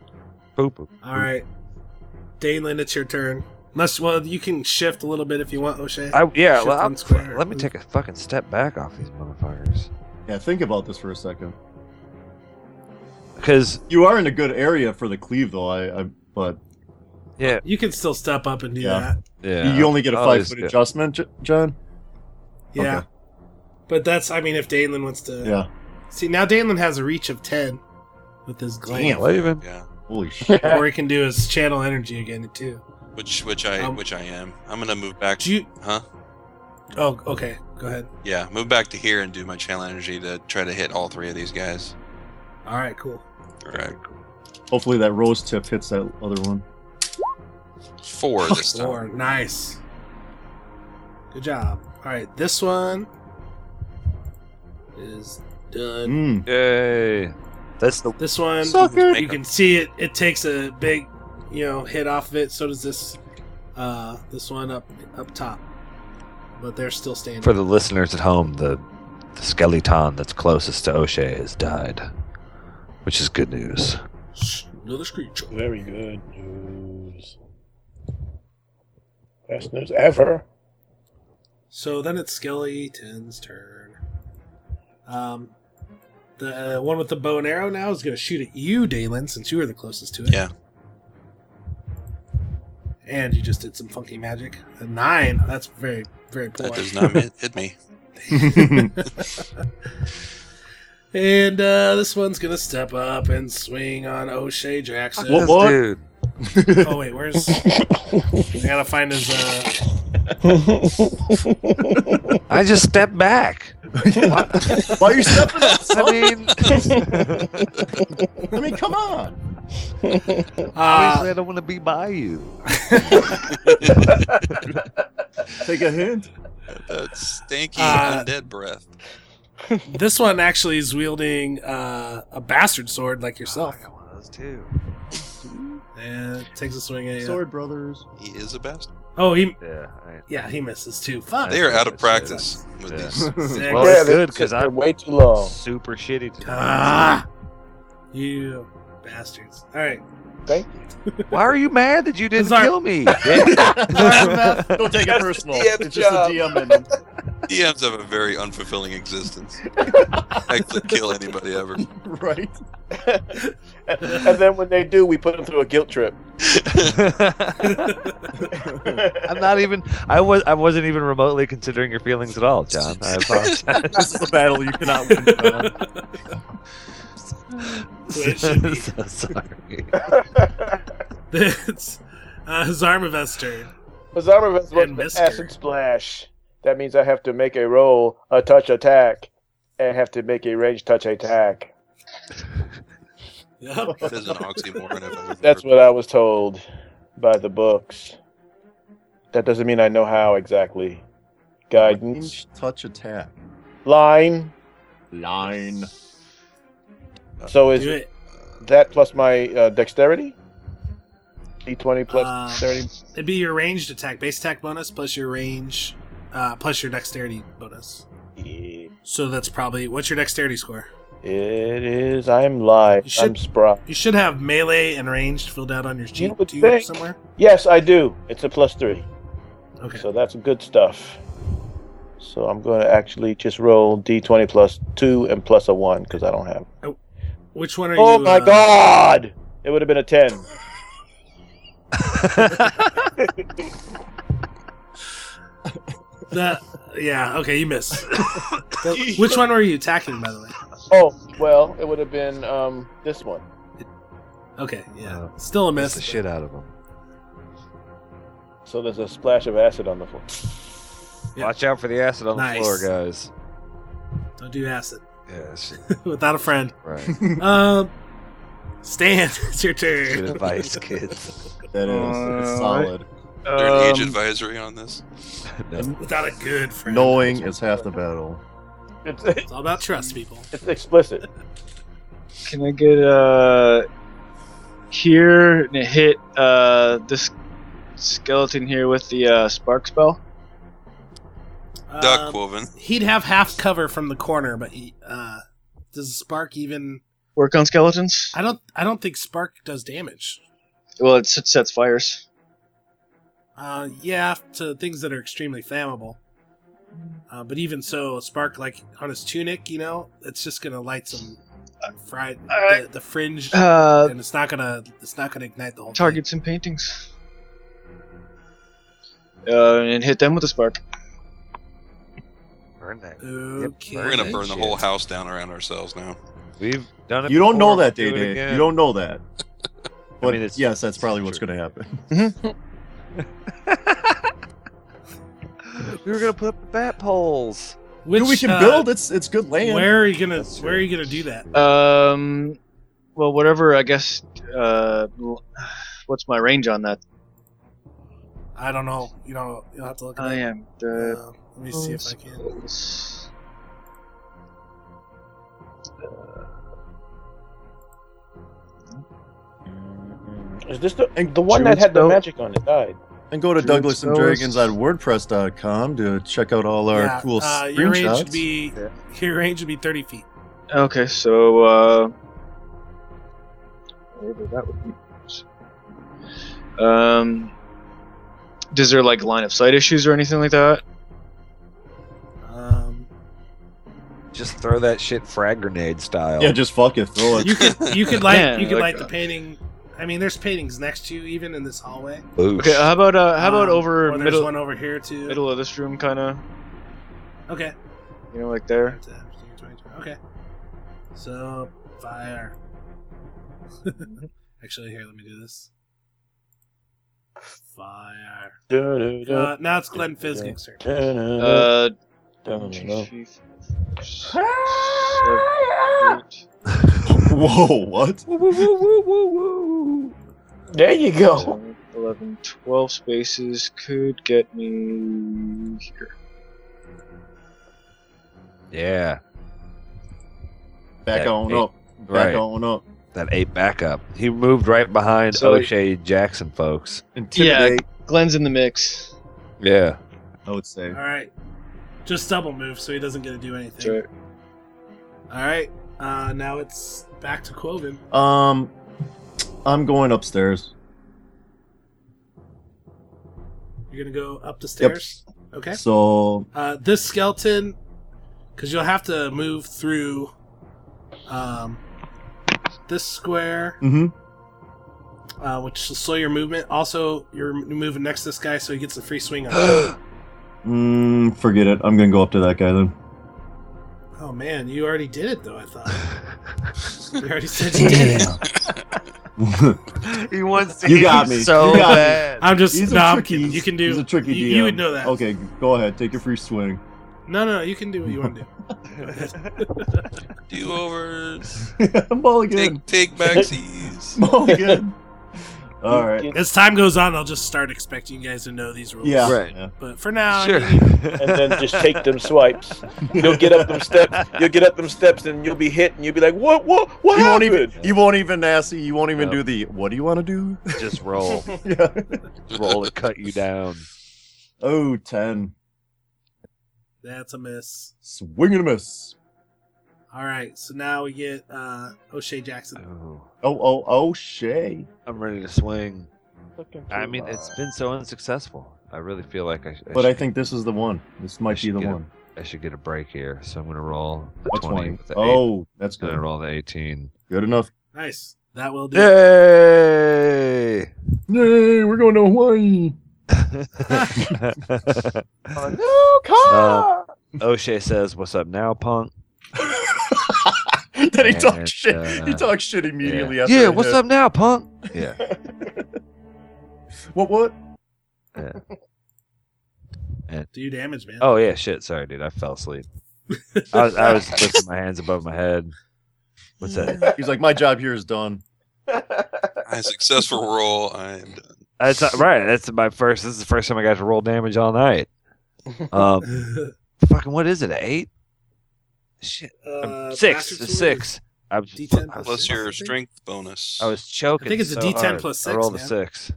Speaker 2: Boop, boop.
Speaker 5: All right, Danelin, it's your turn. Unless, well, you can shift a little bit if you want, O'Shea.
Speaker 2: I, yeah,
Speaker 5: Shift
Speaker 2: well,
Speaker 5: one square.
Speaker 2: I'm- let me take a fucking step back off these motherfuckers.
Speaker 1: Yeah, think about this for a second.
Speaker 2: Because
Speaker 1: You are in a good area for the cleave, though. I, I but
Speaker 2: yeah,
Speaker 5: You can still step up and do
Speaker 1: Yeah.
Speaker 5: that.
Speaker 2: yeah,
Speaker 1: you only get a
Speaker 2: I'll
Speaker 1: five
Speaker 2: just
Speaker 1: foot
Speaker 2: do-
Speaker 1: adjustment, J- John.
Speaker 5: Yeah.
Speaker 1: Okay.
Speaker 5: But that's, I mean, if Danelin wants to.
Speaker 1: Yeah.
Speaker 5: See, now Danelin has a reach of 10 with his glaive.
Speaker 1: Damn.
Speaker 2: Cleaving.
Speaker 7: Yeah,
Speaker 1: Holy shit.
Speaker 5: Or he can do his channel energy again, too.
Speaker 7: which which I
Speaker 5: Um,
Speaker 7: which I am. I'm gonna move back.
Speaker 5: Do you.
Speaker 7: Huh?
Speaker 5: Oh, okay. Go ahead.
Speaker 7: Yeah, move back to here and do my channel energy to try to hit all three of these guys.
Speaker 5: All right, cool.
Speaker 7: All right,
Speaker 1: Hopefully that rose tip hits that other one.
Speaker 7: four
Speaker 5: Oh,
Speaker 7: this time.
Speaker 5: Four. Nice. Good job. All right, this one is done.
Speaker 1: Mm.
Speaker 2: Yay! That's the
Speaker 5: This one,
Speaker 1: Sucker.
Speaker 5: you can see it. It takes a big, you know, hit off of it. So does this, uh, this one up up top. But they're still standing.
Speaker 2: for the listeners at home. The the skeleton that's closest to O'Shea has died, which is good news.
Speaker 5: Another screech.
Speaker 6: Very good news. Best news ever.
Speaker 5: So then it's Skeleton's turn. Um, the uh, one with the bow and arrow now is going to shoot at you, Dalen, since you were the closest to it.
Speaker 7: Yeah.
Speaker 5: And you just did some funky magic. A nine. That's very, very poor.
Speaker 7: That does not hit, hit me.
Speaker 5: and uh, this one's going to step up and swing on O'Shea Jackson.
Speaker 1: What- what?
Speaker 2: Dude,
Speaker 5: Oh, wait, where's. I got to find his. Uh...
Speaker 2: I just stepped back.
Speaker 1: Why are you stepping?
Speaker 2: I mean,
Speaker 1: I mean, come on.
Speaker 5: Uh,
Speaker 2: obviously I don't want to be by you.
Speaker 1: Take a hint.
Speaker 7: That stanky
Speaker 5: Uh,
Speaker 7: undead breath.
Speaker 5: this one actually is wielding uh, a bastard sword like yourself.
Speaker 2: I got one of those too.
Speaker 1: Ah,
Speaker 5: And takes a swing at you.
Speaker 1: Sword brothers.
Speaker 7: He is the best.
Speaker 5: Oh, he
Speaker 2: Yeah. I,
Speaker 5: yeah, he misses too. Fuck.
Speaker 7: They are out of
Speaker 2: That's-
Speaker 7: practice with
Speaker 2: yeah.
Speaker 7: these.
Speaker 5: Six.
Speaker 2: Well,
Speaker 6: Yeah,
Speaker 2: it's good
Speaker 6: they
Speaker 2: because
Speaker 6: took
Speaker 2: I'm
Speaker 6: way too long.
Speaker 2: super shitty today.
Speaker 5: Ah, you bastards! All right,
Speaker 6: Thank you.
Speaker 2: Why are you mad that you didn't
Speaker 5: Sorry.
Speaker 2: kill me?
Speaker 1: Don't take it personal.
Speaker 6: DM
Speaker 1: It's just
Speaker 6: job.
Speaker 1: the DM. in them.
Speaker 7: DMs have a very unfulfilling existence. Actually, kill anybody ever.
Speaker 1: right.
Speaker 6: and then when they do, we put them through a guilt trip.
Speaker 2: I'm not even. I was. I wasn't even remotely considering your feelings at all, John. I apologize.
Speaker 1: This is a battle you cannot win. John.
Speaker 2: so sorry.
Speaker 5: it's uh, Zarmaveth's turn.
Speaker 6: Bizarre was
Speaker 5: And
Speaker 6: with
Speaker 5: Mister.
Speaker 6: acid splash. That means I have to make a roll, a touch attack, and have to make a range touch attack.
Speaker 5: Yep.
Speaker 7: That is an oxymoron. if I've ever
Speaker 6: That's
Speaker 7: heard.
Speaker 6: what I was told by the books. That doesn't mean I know how exactly. Guidance.
Speaker 1: Range, touch attack.
Speaker 6: Line.
Speaker 1: Line.
Speaker 6: So
Speaker 5: Do
Speaker 6: is
Speaker 5: it.
Speaker 6: That plus my uh, dexterity. D20 plus
Speaker 5: Uh,
Speaker 6: dexterity.
Speaker 5: It'd be your ranged attack, base attack bonus, plus your range, uh, plus your dexterity bonus.
Speaker 6: Yeah.
Speaker 5: So that's probably what's your dexterity score?
Speaker 6: It is. I'm live.
Speaker 5: You should-
Speaker 6: I'm spry.
Speaker 5: You should have melee and ranged filled out on your sheet
Speaker 6: would
Speaker 5: too,
Speaker 6: think.
Speaker 5: somewhere.
Speaker 6: Yes, I do. It's a plus three.
Speaker 5: Okay.
Speaker 6: So that's good stuff. So I'm going to actually just roll d20 plus two and plus a one because I don't have.
Speaker 5: Which one are you?
Speaker 6: Oh my
Speaker 5: uh,
Speaker 6: god! It would have been a ten.
Speaker 5: The, yeah. Okay, you miss. The- Which one were you attacking, by the way?
Speaker 6: Oh well, it would have been um this one.
Speaker 5: Okay. Yeah.
Speaker 6: Uh,
Speaker 5: Still a
Speaker 2: Mess the
Speaker 5: miss.
Speaker 2: shit out of him.
Speaker 6: So there's a splash of acid on the floor.
Speaker 5: Yeah.
Speaker 2: Watch out for the acid on
Speaker 5: Nice.
Speaker 2: the floor, guys.
Speaker 5: Don't do acid
Speaker 2: Yes,
Speaker 5: without a friend.
Speaker 2: right.
Speaker 5: Um, Stan, it's your turn.
Speaker 2: Good advice, kids.
Speaker 1: That is it's
Speaker 3: Uh,
Speaker 1: solid.
Speaker 7: Is there an age
Speaker 3: Um,
Speaker 7: advisory on this?
Speaker 2: No.
Speaker 5: Without a good friend,
Speaker 1: Knowing is half the battle.
Speaker 6: It's
Speaker 5: it's all about trust, people.
Speaker 6: it's explicit.
Speaker 3: Can I get uh here and hit uh this skeleton here with the uh, spark spell?
Speaker 7: Duck
Speaker 5: Um,
Speaker 7: Woven.
Speaker 5: he'd have half cover from the corner, but he, uh, does spark even?
Speaker 3: Work on skeletons.
Speaker 5: I don't. I don't think spark does damage.
Speaker 3: Well, it s- sets fires.
Speaker 5: Uh, yeah, to things that are extremely flammable. Uh, but even so, a spark like on his tunic, you know, it's just gonna light some fried the, the fringe,
Speaker 3: Uh,
Speaker 5: and it's not gonna it's not gonna ignite the whole
Speaker 3: target some paintings. Uh, and hit them with a spark.
Speaker 2: Burn that.
Speaker 5: Thing. Okay.
Speaker 7: We're gonna burn the
Speaker 2: shit.
Speaker 7: whole house down around ourselves now.
Speaker 2: We've done it.
Speaker 1: You don't know
Speaker 2: before,
Speaker 1: that,
Speaker 2: do
Speaker 1: Day
Speaker 2: it
Speaker 1: Day.
Speaker 2: again.
Speaker 1: You don't know that. But
Speaker 2: mean, it's-
Speaker 1: yes, that's probably what's
Speaker 2: it's true.
Speaker 1: going to happen.
Speaker 2: we were gonna put up bat poles.
Speaker 5: Which,
Speaker 1: we can
Speaker 5: uh,
Speaker 1: build. It's it's good land.
Speaker 5: Where are you gonna
Speaker 2: That's
Speaker 5: Where are you gonna do that?
Speaker 3: Um, well, whatever. I guess. Uh, l- what's my range on that?
Speaker 5: I don't know. You know, you'll have to
Speaker 1: Oh,
Speaker 5: look. At
Speaker 3: I am.
Speaker 5: that.
Speaker 3: The
Speaker 5: Uh, let me see if I can.
Speaker 6: Is this the
Speaker 1: And
Speaker 6: the one
Speaker 3: Druid
Speaker 6: that had the
Speaker 3: spell?
Speaker 6: magic on it died?
Speaker 1: And go to
Speaker 3: Druid
Speaker 1: Douglas and
Speaker 3: spells.
Speaker 1: Dragons on WordPress.com to check out all our
Speaker 5: yeah,
Speaker 1: cool
Speaker 5: uh,
Speaker 1: screenshots.
Speaker 5: your range would be your range would be thirty feet.
Speaker 3: Okay, so uh, whatever that would be. Um, does there like line of sight issues or anything like that?
Speaker 5: Um,
Speaker 2: Just throw that shit frag grenade style.
Speaker 1: yeah, just fuck it, throw it.
Speaker 5: you could you could light
Speaker 3: Yeah,
Speaker 5: you could
Speaker 3: like
Speaker 5: light the
Speaker 3: that.
Speaker 5: painting. I mean, there's paintings next to you, even in this hallway.
Speaker 2: Boosh.
Speaker 3: Okay, how about uh, how about
Speaker 5: Um,
Speaker 3: over
Speaker 5: or there's
Speaker 3: middle
Speaker 5: one over here too.
Speaker 3: middle of this room, kind of
Speaker 5: Okay. uh,
Speaker 3: you know, like there.
Speaker 5: Okay. So fire. Actually, here, let me do this. Fire. Uh, now it's Glenn Fizgick's turn. Mm-hmm.
Speaker 3: Uh,
Speaker 6: Don't know.
Speaker 3: three, four, seven, eight.
Speaker 1: Whoa, what?
Speaker 6: There you go.
Speaker 3: 10, 11, 12 spaces could get me here.
Speaker 2: Yeah,
Speaker 1: Back
Speaker 2: That
Speaker 1: on
Speaker 2: eight.
Speaker 1: up. Back
Speaker 2: Right.
Speaker 1: on up.
Speaker 2: that eight backup. He moved right behind
Speaker 3: So-
Speaker 2: O'Shea Jackson, folks.
Speaker 1: Intimidate,
Speaker 3: Glenn's in the mix.
Speaker 2: Yeah.
Speaker 1: I would say.
Speaker 5: All right. Just double move, so he doesn't get to do anything.
Speaker 3: That's right.
Speaker 5: All right. Uh, now it's back to Quoven.
Speaker 1: Um I'm going upstairs.
Speaker 5: You're gonna go up the stairs. Okay.
Speaker 1: So
Speaker 5: Uh, this skeleton, because you'll have to move through um, this square,
Speaker 1: hmm
Speaker 5: uh, which will slow your movement. Also, you're m- moving next to this guy, so he gets a free swing on you.
Speaker 1: mm, forget it. I'm gonna go up to that guy then.
Speaker 5: Oh man, you already did it though. I thought you already said you did it.
Speaker 2: he wants to.
Speaker 1: You got me.
Speaker 2: So
Speaker 1: You got me.
Speaker 2: bad.
Speaker 5: I'm just
Speaker 1: He's a
Speaker 5: no. I'm
Speaker 1: tricky-
Speaker 5: kidding. You can do.
Speaker 1: He's a tricky
Speaker 5: you,
Speaker 1: DM.
Speaker 5: you would know that.
Speaker 1: Okay, go ahead. Take your free swing.
Speaker 5: No, no, you can do what you want to do.
Speaker 7: Do overs.
Speaker 1: Mulligan.
Speaker 7: Take take back seas.
Speaker 1: Mulligan. All right.
Speaker 5: As time goes on, I'll just start expecting you guys to know these rules.
Speaker 1: Yeah.
Speaker 2: Right.
Speaker 1: Yeah.
Speaker 5: But for now,
Speaker 2: Sure.
Speaker 5: I mean,
Speaker 6: and then just take them swipes. You'll get up them steps. You'll get up them steps, and you'll be hit, and you'll be like, "What? What? What
Speaker 1: You won't
Speaker 6: happened?"
Speaker 1: even. You won't even ask. You won't even
Speaker 2: Yep.
Speaker 1: do the. What do you want to do?
Speaker 2: Just roll.
Speaker 1: yeah.
Speaker 2: roll to cut you down.
Speaker 1: Oh, 10.
Speaker 5: that's a miss.
Speaker 1: Swing and a miss.
Speaker 5: All right, so now we get uh, O'Shea Jackson.
Speaker 2: Oh,
Speaker 1: Oh, oh, oh, Shay.
Speaker 2: I'm ready to swing. I mean, it's been so unsuccessful. I really feel like I. I
Speaker 1: But I
Speaker 2: should-
Speaker 1: think this is the one. This might be
Speaker 2: should
Speaker 1: the
Speaker 2: get a
Speaker 1: one.
Speaker 2: I should get a break here, so I'm gonna roll the
Speaker 1: That's
Speaker 2: 20
Speaker 1: one.
Speaker 2: with the eight.
Speaker 1: Oh, that's
Speaker 2: Gonna
Speaker 1: good.
Speaker 2: roll the 18.
Speaker 1: Good enough.
Speaker 5: Nice. That will do. it.
Speaker 2: Yay!
Speaker 1: Yay, we're going to Hawaii.
Speaker 12: No,
Speaker 2: car! O'Shea says, "What's up now, punk?"
Speaker 1: then he
Speaker 2: And,
Speaker 1: talks shit. he
Speaker 2: uh,
Speaker 1: talks shit immediately
Speaker 2: yeah.
Speaker 1: after.
Speaker 2: Yeah,
Speaker 1: it
Speaker 2: what's
Speaker 1: hit.
Speaker 2: up now, punk? Yeah.
Speaker 1: What, what?
Speaker 5: Do you damage, man?
Speaker 2: Oh yeah, shit. Sorry, dude. I fell asleep. I was, I was lifting my hands above my head. What's that?
Speaker 1: He's like, my job here is done.
Speaker 7: A successful roll. I am done.
Speaker 2: That's not, right. That's my first. This is the first time I got to roll damage all night. Um,
Speaker 5: Uh,
Speaker 2: fucking what is it? A eight? Shit. I'm-
Speaker 5: Uh,
Speaker 2: six.
Speaker 5: bastard
Speaker 2: It's
Speaker 5: sword.
Speaker 2: six. I'm,
Speaker 5: D10
Speaker 2: I was,
Speaker 7: Plus your
Speaker 5: Plus something?
Speaker 7: strength bonus.
Speaker 2: I was choking.
Speaker 5: I think it's a
Speaker 2: so
Speaker 5: D10
Speaker 2: hard.
Speaker 5: plus
Speaker 2: I
Speaker 5: six,
Speaker 2: rolled a
Speaker 5: man.
Speaker 2: six.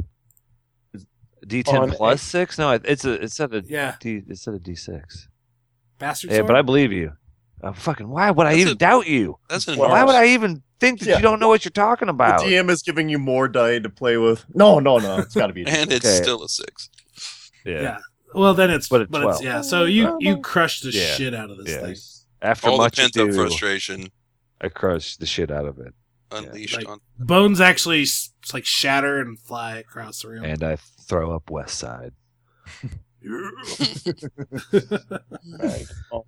Speaker 1: Is-
Speaker 2: D10
Speaker 6: On
Speaker 2: plus six? No, it- it's a. It's not a D.
Speaker 5: Yeah,
Speaker 2: It's not a D6.
Speaker 5: bastard
Speaker 2: Yeah,
Speaker 5: sword.
Speaker 2: but I believe you. Uh, fucking. Why would I
Speaker 7: That's
Speaker 2: even
Speaker 7: a-
Speaker 2: doubt you?
Speaker 7: That's an
Speaker 2: Why would
Speaker 7: enormous-
Speaker 2: I even think that
Speaker 1: Yeah.
Speaker 2: you don't know what you're talking about?
Speaker 1: The DM is giving you more die to play with. No, no, no. It's got to be.
Speaker 7: And it's
Speaker 2: Okay.
Speaker 7: still a six.
Speaker 5: Yeah. well, then it's
Speaker 2: But
Speaker 5: but,
Speaker 2: it's
Speaker 5: it's
Speaker 2: 12.
Speaker 5: yeah. So you you crushed the
Speaker 2: Yeah.
Speaker 5: shit out of this
Speaker 2: Yeah.
Speaker 5: thing.
Speaker 2: After
Speaker 7: All the
Speaker 2: much
Speaker 7: pent up
Speaker 2: ado,
Speaker 7: frustration
Speaker 2: I crushed the shit out of it,
Speaker 7: unleashed
Speaker 5: Like-
Speaker 7: on.
Speaker 5: Bones actually s- like shatter and fly across the room.
Speaker 2: and I throw up West Side.
Speaker 6: Oh,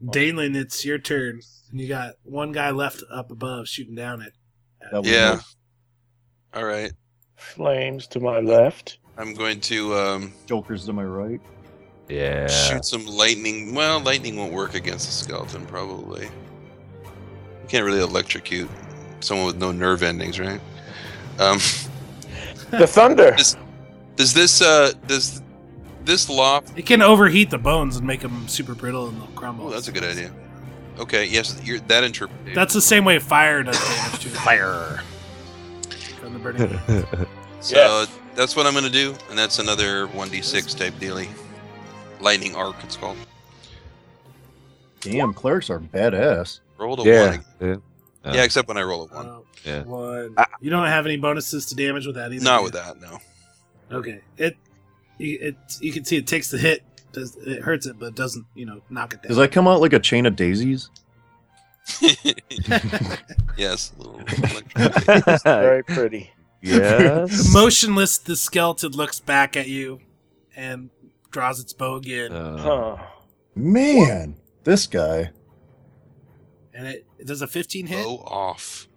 Speaker 5: Danelin, it's your turn. And you got one guy left up above shooting down at.
Speaker 1: That was
Speaker 7: Yeah.
Speaker 1: nice.
Speaker 7: All right.
Speaker 6: Flames to my left.
Speaker 7: I'm going to um,
Speaker 1: Joker's to my right.
Speaker 2: Yeah.
Speaker 7: shoot some lightning. Well, lightning won't work against a skeleton, probably. You can't really electrocute someone with no nerve endings, right? Um,
Speaker 6: The thunder.
Speaker 7: does this uh, does this loft?
Speaker 5: It can overheat the bones and make them super brittle and they'll crumble.
Speaker 7: Oh, that's a good idea. Okay, yes, you're, that interpretation.
Speaker 5: That's the same way fire does damage to fire. From the burning. hand.
Speaker 7: so
Speaker 6: Yes.
Speaker 7: that's what I'm gonna do, and that's another 1d6 type dealy. Lightning arc, it's called.
Speaker 1: Damn, clerics are badass.
Speaker 7: Roll a
Speaker 2: yeah.
Speaker 7: one.
Speaker 2: dude. Uh,
Speaker 7: Yeah, except when I roll a one.
Speaker 5: Uh,
Speaker 2: Yeah.
Speaker 5: One.
Speaker 2: I-
Speaker 5: You don't have any bonuses to damage with that either. do
Speaker 7: Not
Speaker 5: you?
Speaker 7: with that, no.
Speaker 5: Okay. It, you- it, you can see it takes the hit. Does it hurts it, but it doesn't you know knock it down.
Speaker 1: Does that come out like a chain of daisies?
Speaker 7: yes, a little electric.
Speaker 6: Very pretty.
Speaker 2: yes.
Speaker 5: Motionless, the skeleton looks back at you and draws its bow again,
Speaker 2: Uh,
Speaker 6: Huh.
Speaker 1: Man, this guy.
Speaker 5: and it, it does a 15 hit.
Speaker 7: Blow off.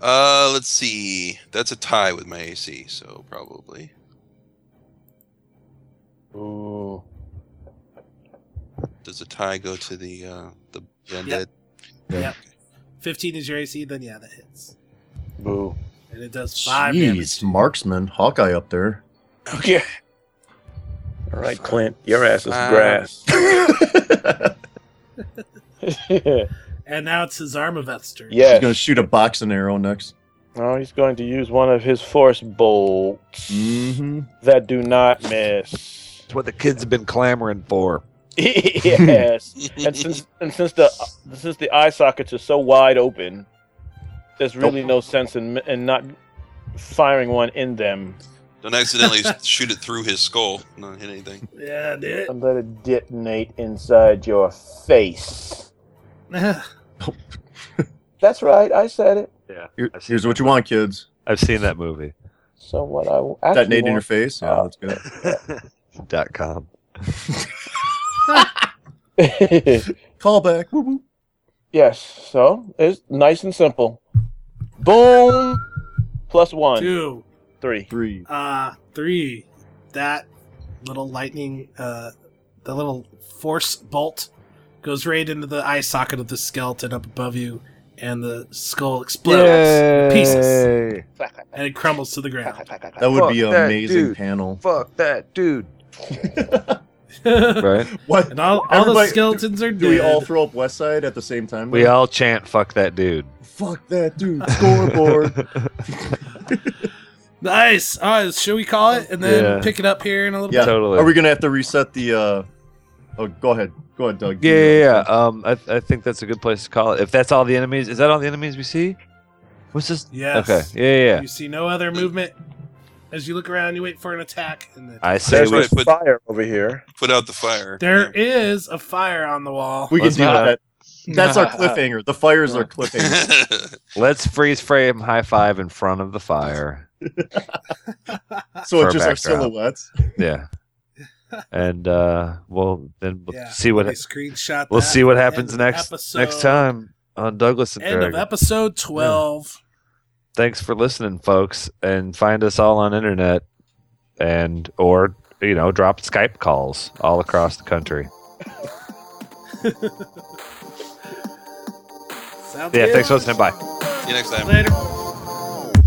Speaker 7: Uh, let's see. That's a tie with my AC, so probably.
Speaker 6: Ooh.
Speaker 7: Does a tie go to the uh the the undead?
Speaker 5: Yep. Yep. 15 is your AC, then yeah, that hits,
Speaker 6: Boo.
Speaker 5: and it does five
Speaker 1: Jeez, marksman, Hawkeye up there.
Speaker 6: Yeah. All right, Clint. Your ass is
Speaker 7: Uh,
Speaker 6: grass.
Speaker 5: damage. And now it's his Armaveth's turn.
Speaker 1: He's gonna
Speaker 6: yes.
Speaker 1: shoot a boxing arrow next.
Speaker 6: Oh, he's going to use one of his force bolts
Speaker 1: Mm-hmm.
Speaker 6: that do not miss.
Speaker 2: it's what the kids have been clamoring for.
Speaker 6: yes. and since and since the since the eye sockets are so wide open, there's really no sense in in not firing one in them
Speaker 7: Don't accidentally shoot it through his skull. Not hit anything.
Speaker 5: Yeah, dude.
Speaker 6: and let it detonate inside your face. That's right, I said it.
Speaker 1: Here-
Speaker 2: I've seen
Speaker 1: here's what you want, kids.
Speaker 2: I've seen that movie.
Speaker 6: So what I w- actually
Speaker 1: Detonate in your
Speaker 6: want-
Speaker 1: face. Yeah, that's good.
Speaker 2: Dot com.
Speaker 1: Call back. Woo woo.
Speaker 6: yes. So it's nice and simple. Boom. Plus one,
Speaker 5: Two,
Speaker 6: three.
Speaker 1: Three.
Speaker 5: uh, three. That little lightning, uh, the little force bolt goes right into the eye socket of the skeleton up above you and the skull explodes in pieces and it crumbles to the ground.
Speaker 1: That would be
Speaker 4: Fuck
Speaker 1: an
Speaker 4: that
Speaker 1: amazing
Speaker 4: dude.
Speaker 1: panel.
Speaker 4: Fuck that dude.
Speaker 5: and
Speaker 4: Right?
Speaker 1: What?
Speaker 5: all, all the
Speaker 1: Everybody-
Speaker 5: skeletons are
Speaker 1: Do we
Speaker 5: dead.
Speaker 1: all throw up West Side at the same time?
Speaker 2: We all chant "fuck that dude."
Speaker 1: Fuck that dude. Scoreboard.
Speaker 5: nice. All right, should we call it and then
Speaker 2: Yeah.
Speaker 5: pick it up here in a little
Speaker 1: Yeah.
Speaker 5: bit?
Speaker 2: Totally.
Speaker 1: Are we gonna have to reset the? uh Oh, go ahead. Go ahead, Doug.
Speaker 2: yeah, yeah, yeah. Um, I, I think that's a good place to call it. If that's all the enemies, is that all the enemies we see? What's this?
Speaker 5: Yes.
Speaker 2: Okay. Yeah, yeah, yeah.
Speaker 5: You see no other movement. As you look around, you wait for an attack. And then...
Speaker 2: I say
Speaker 6: There's
Speaker 7: what
Speaker 2: we.
Speaker 6: no
Speaker 7: I put-
Speaker 6: fire over here.
Speaker 7: Put out the fire.
Speaker 5: There is a fire on the wall.
Speaker 1: We can
Speaker 2: Let's
Speaker 1: do
Speaker 2: not-
Speaker 1: that. That's our cliffhanger. The fire's our cliffhanger.
Speaker 2: Let's freeze frame high five in front of the fire.
Speaker 1: So
Speaker 2: For
Speaker 1: it's just our
Speaker 2: background.
Speaker 1: silhouettes.
Speaker 2: Yeah. And uh, we'll then we'll
Speaker 5: Yeah,
Speaker 2: see what
Speaker 5: I screenshot.
Speaker 2: we'll
Speaker 5: that
Speaker 2: see what
Speaker 5: at the
Speaker 2: happens
Speaker 5: end of
Speaker 2: next
Speaker 5: episode-
Speaker 2: next time on Douglas and
Speaker 5: End of
Speaker 2: Dragon.
Speaker 5: episode twelve.
Speaker 2: Thanks for listening, folks, and find us all on internet and or you know drop Skype calls all across the country.
Speaker 5: Sounds
Speaker 2: Yeah,
Speaker 5: good.
Speaker 2: thanks for listening. Bye.
Speaker 7: See you next time.
Speaker 5: Later.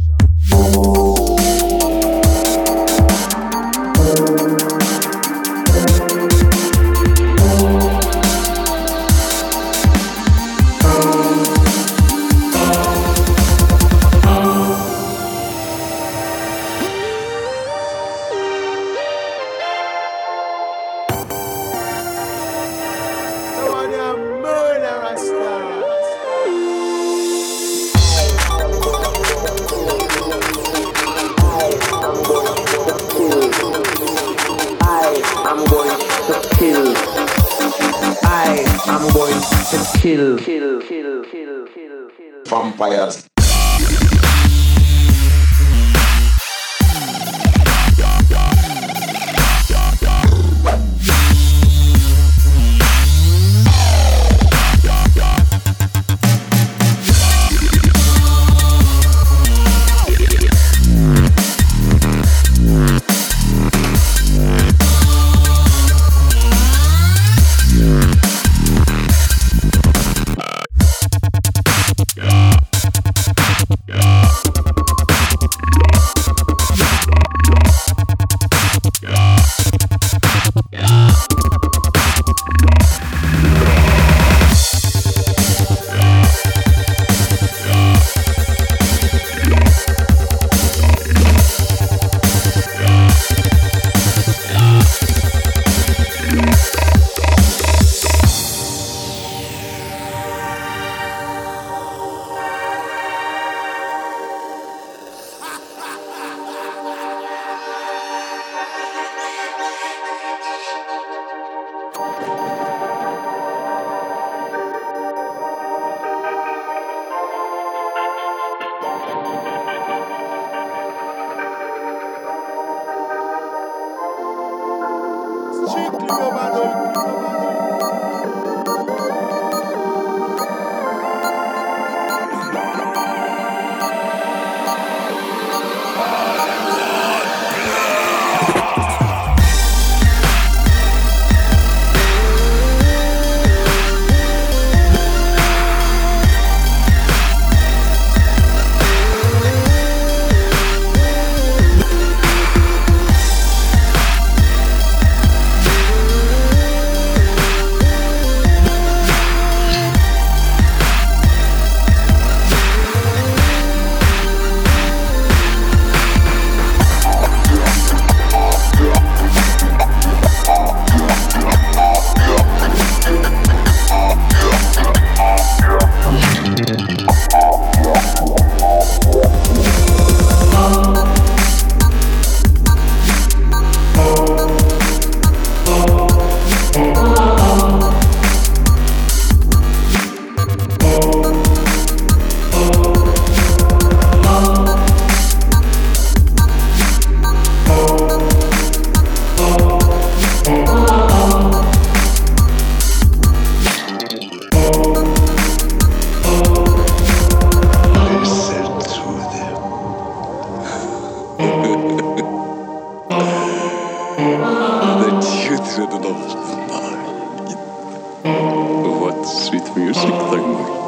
Speaker 13: I'm going to kill. I am going to kill. Kill, kill, kill, kill, kill.
Speaker 10: Vampires.
Speaker 14: What sweet music, Dagmar.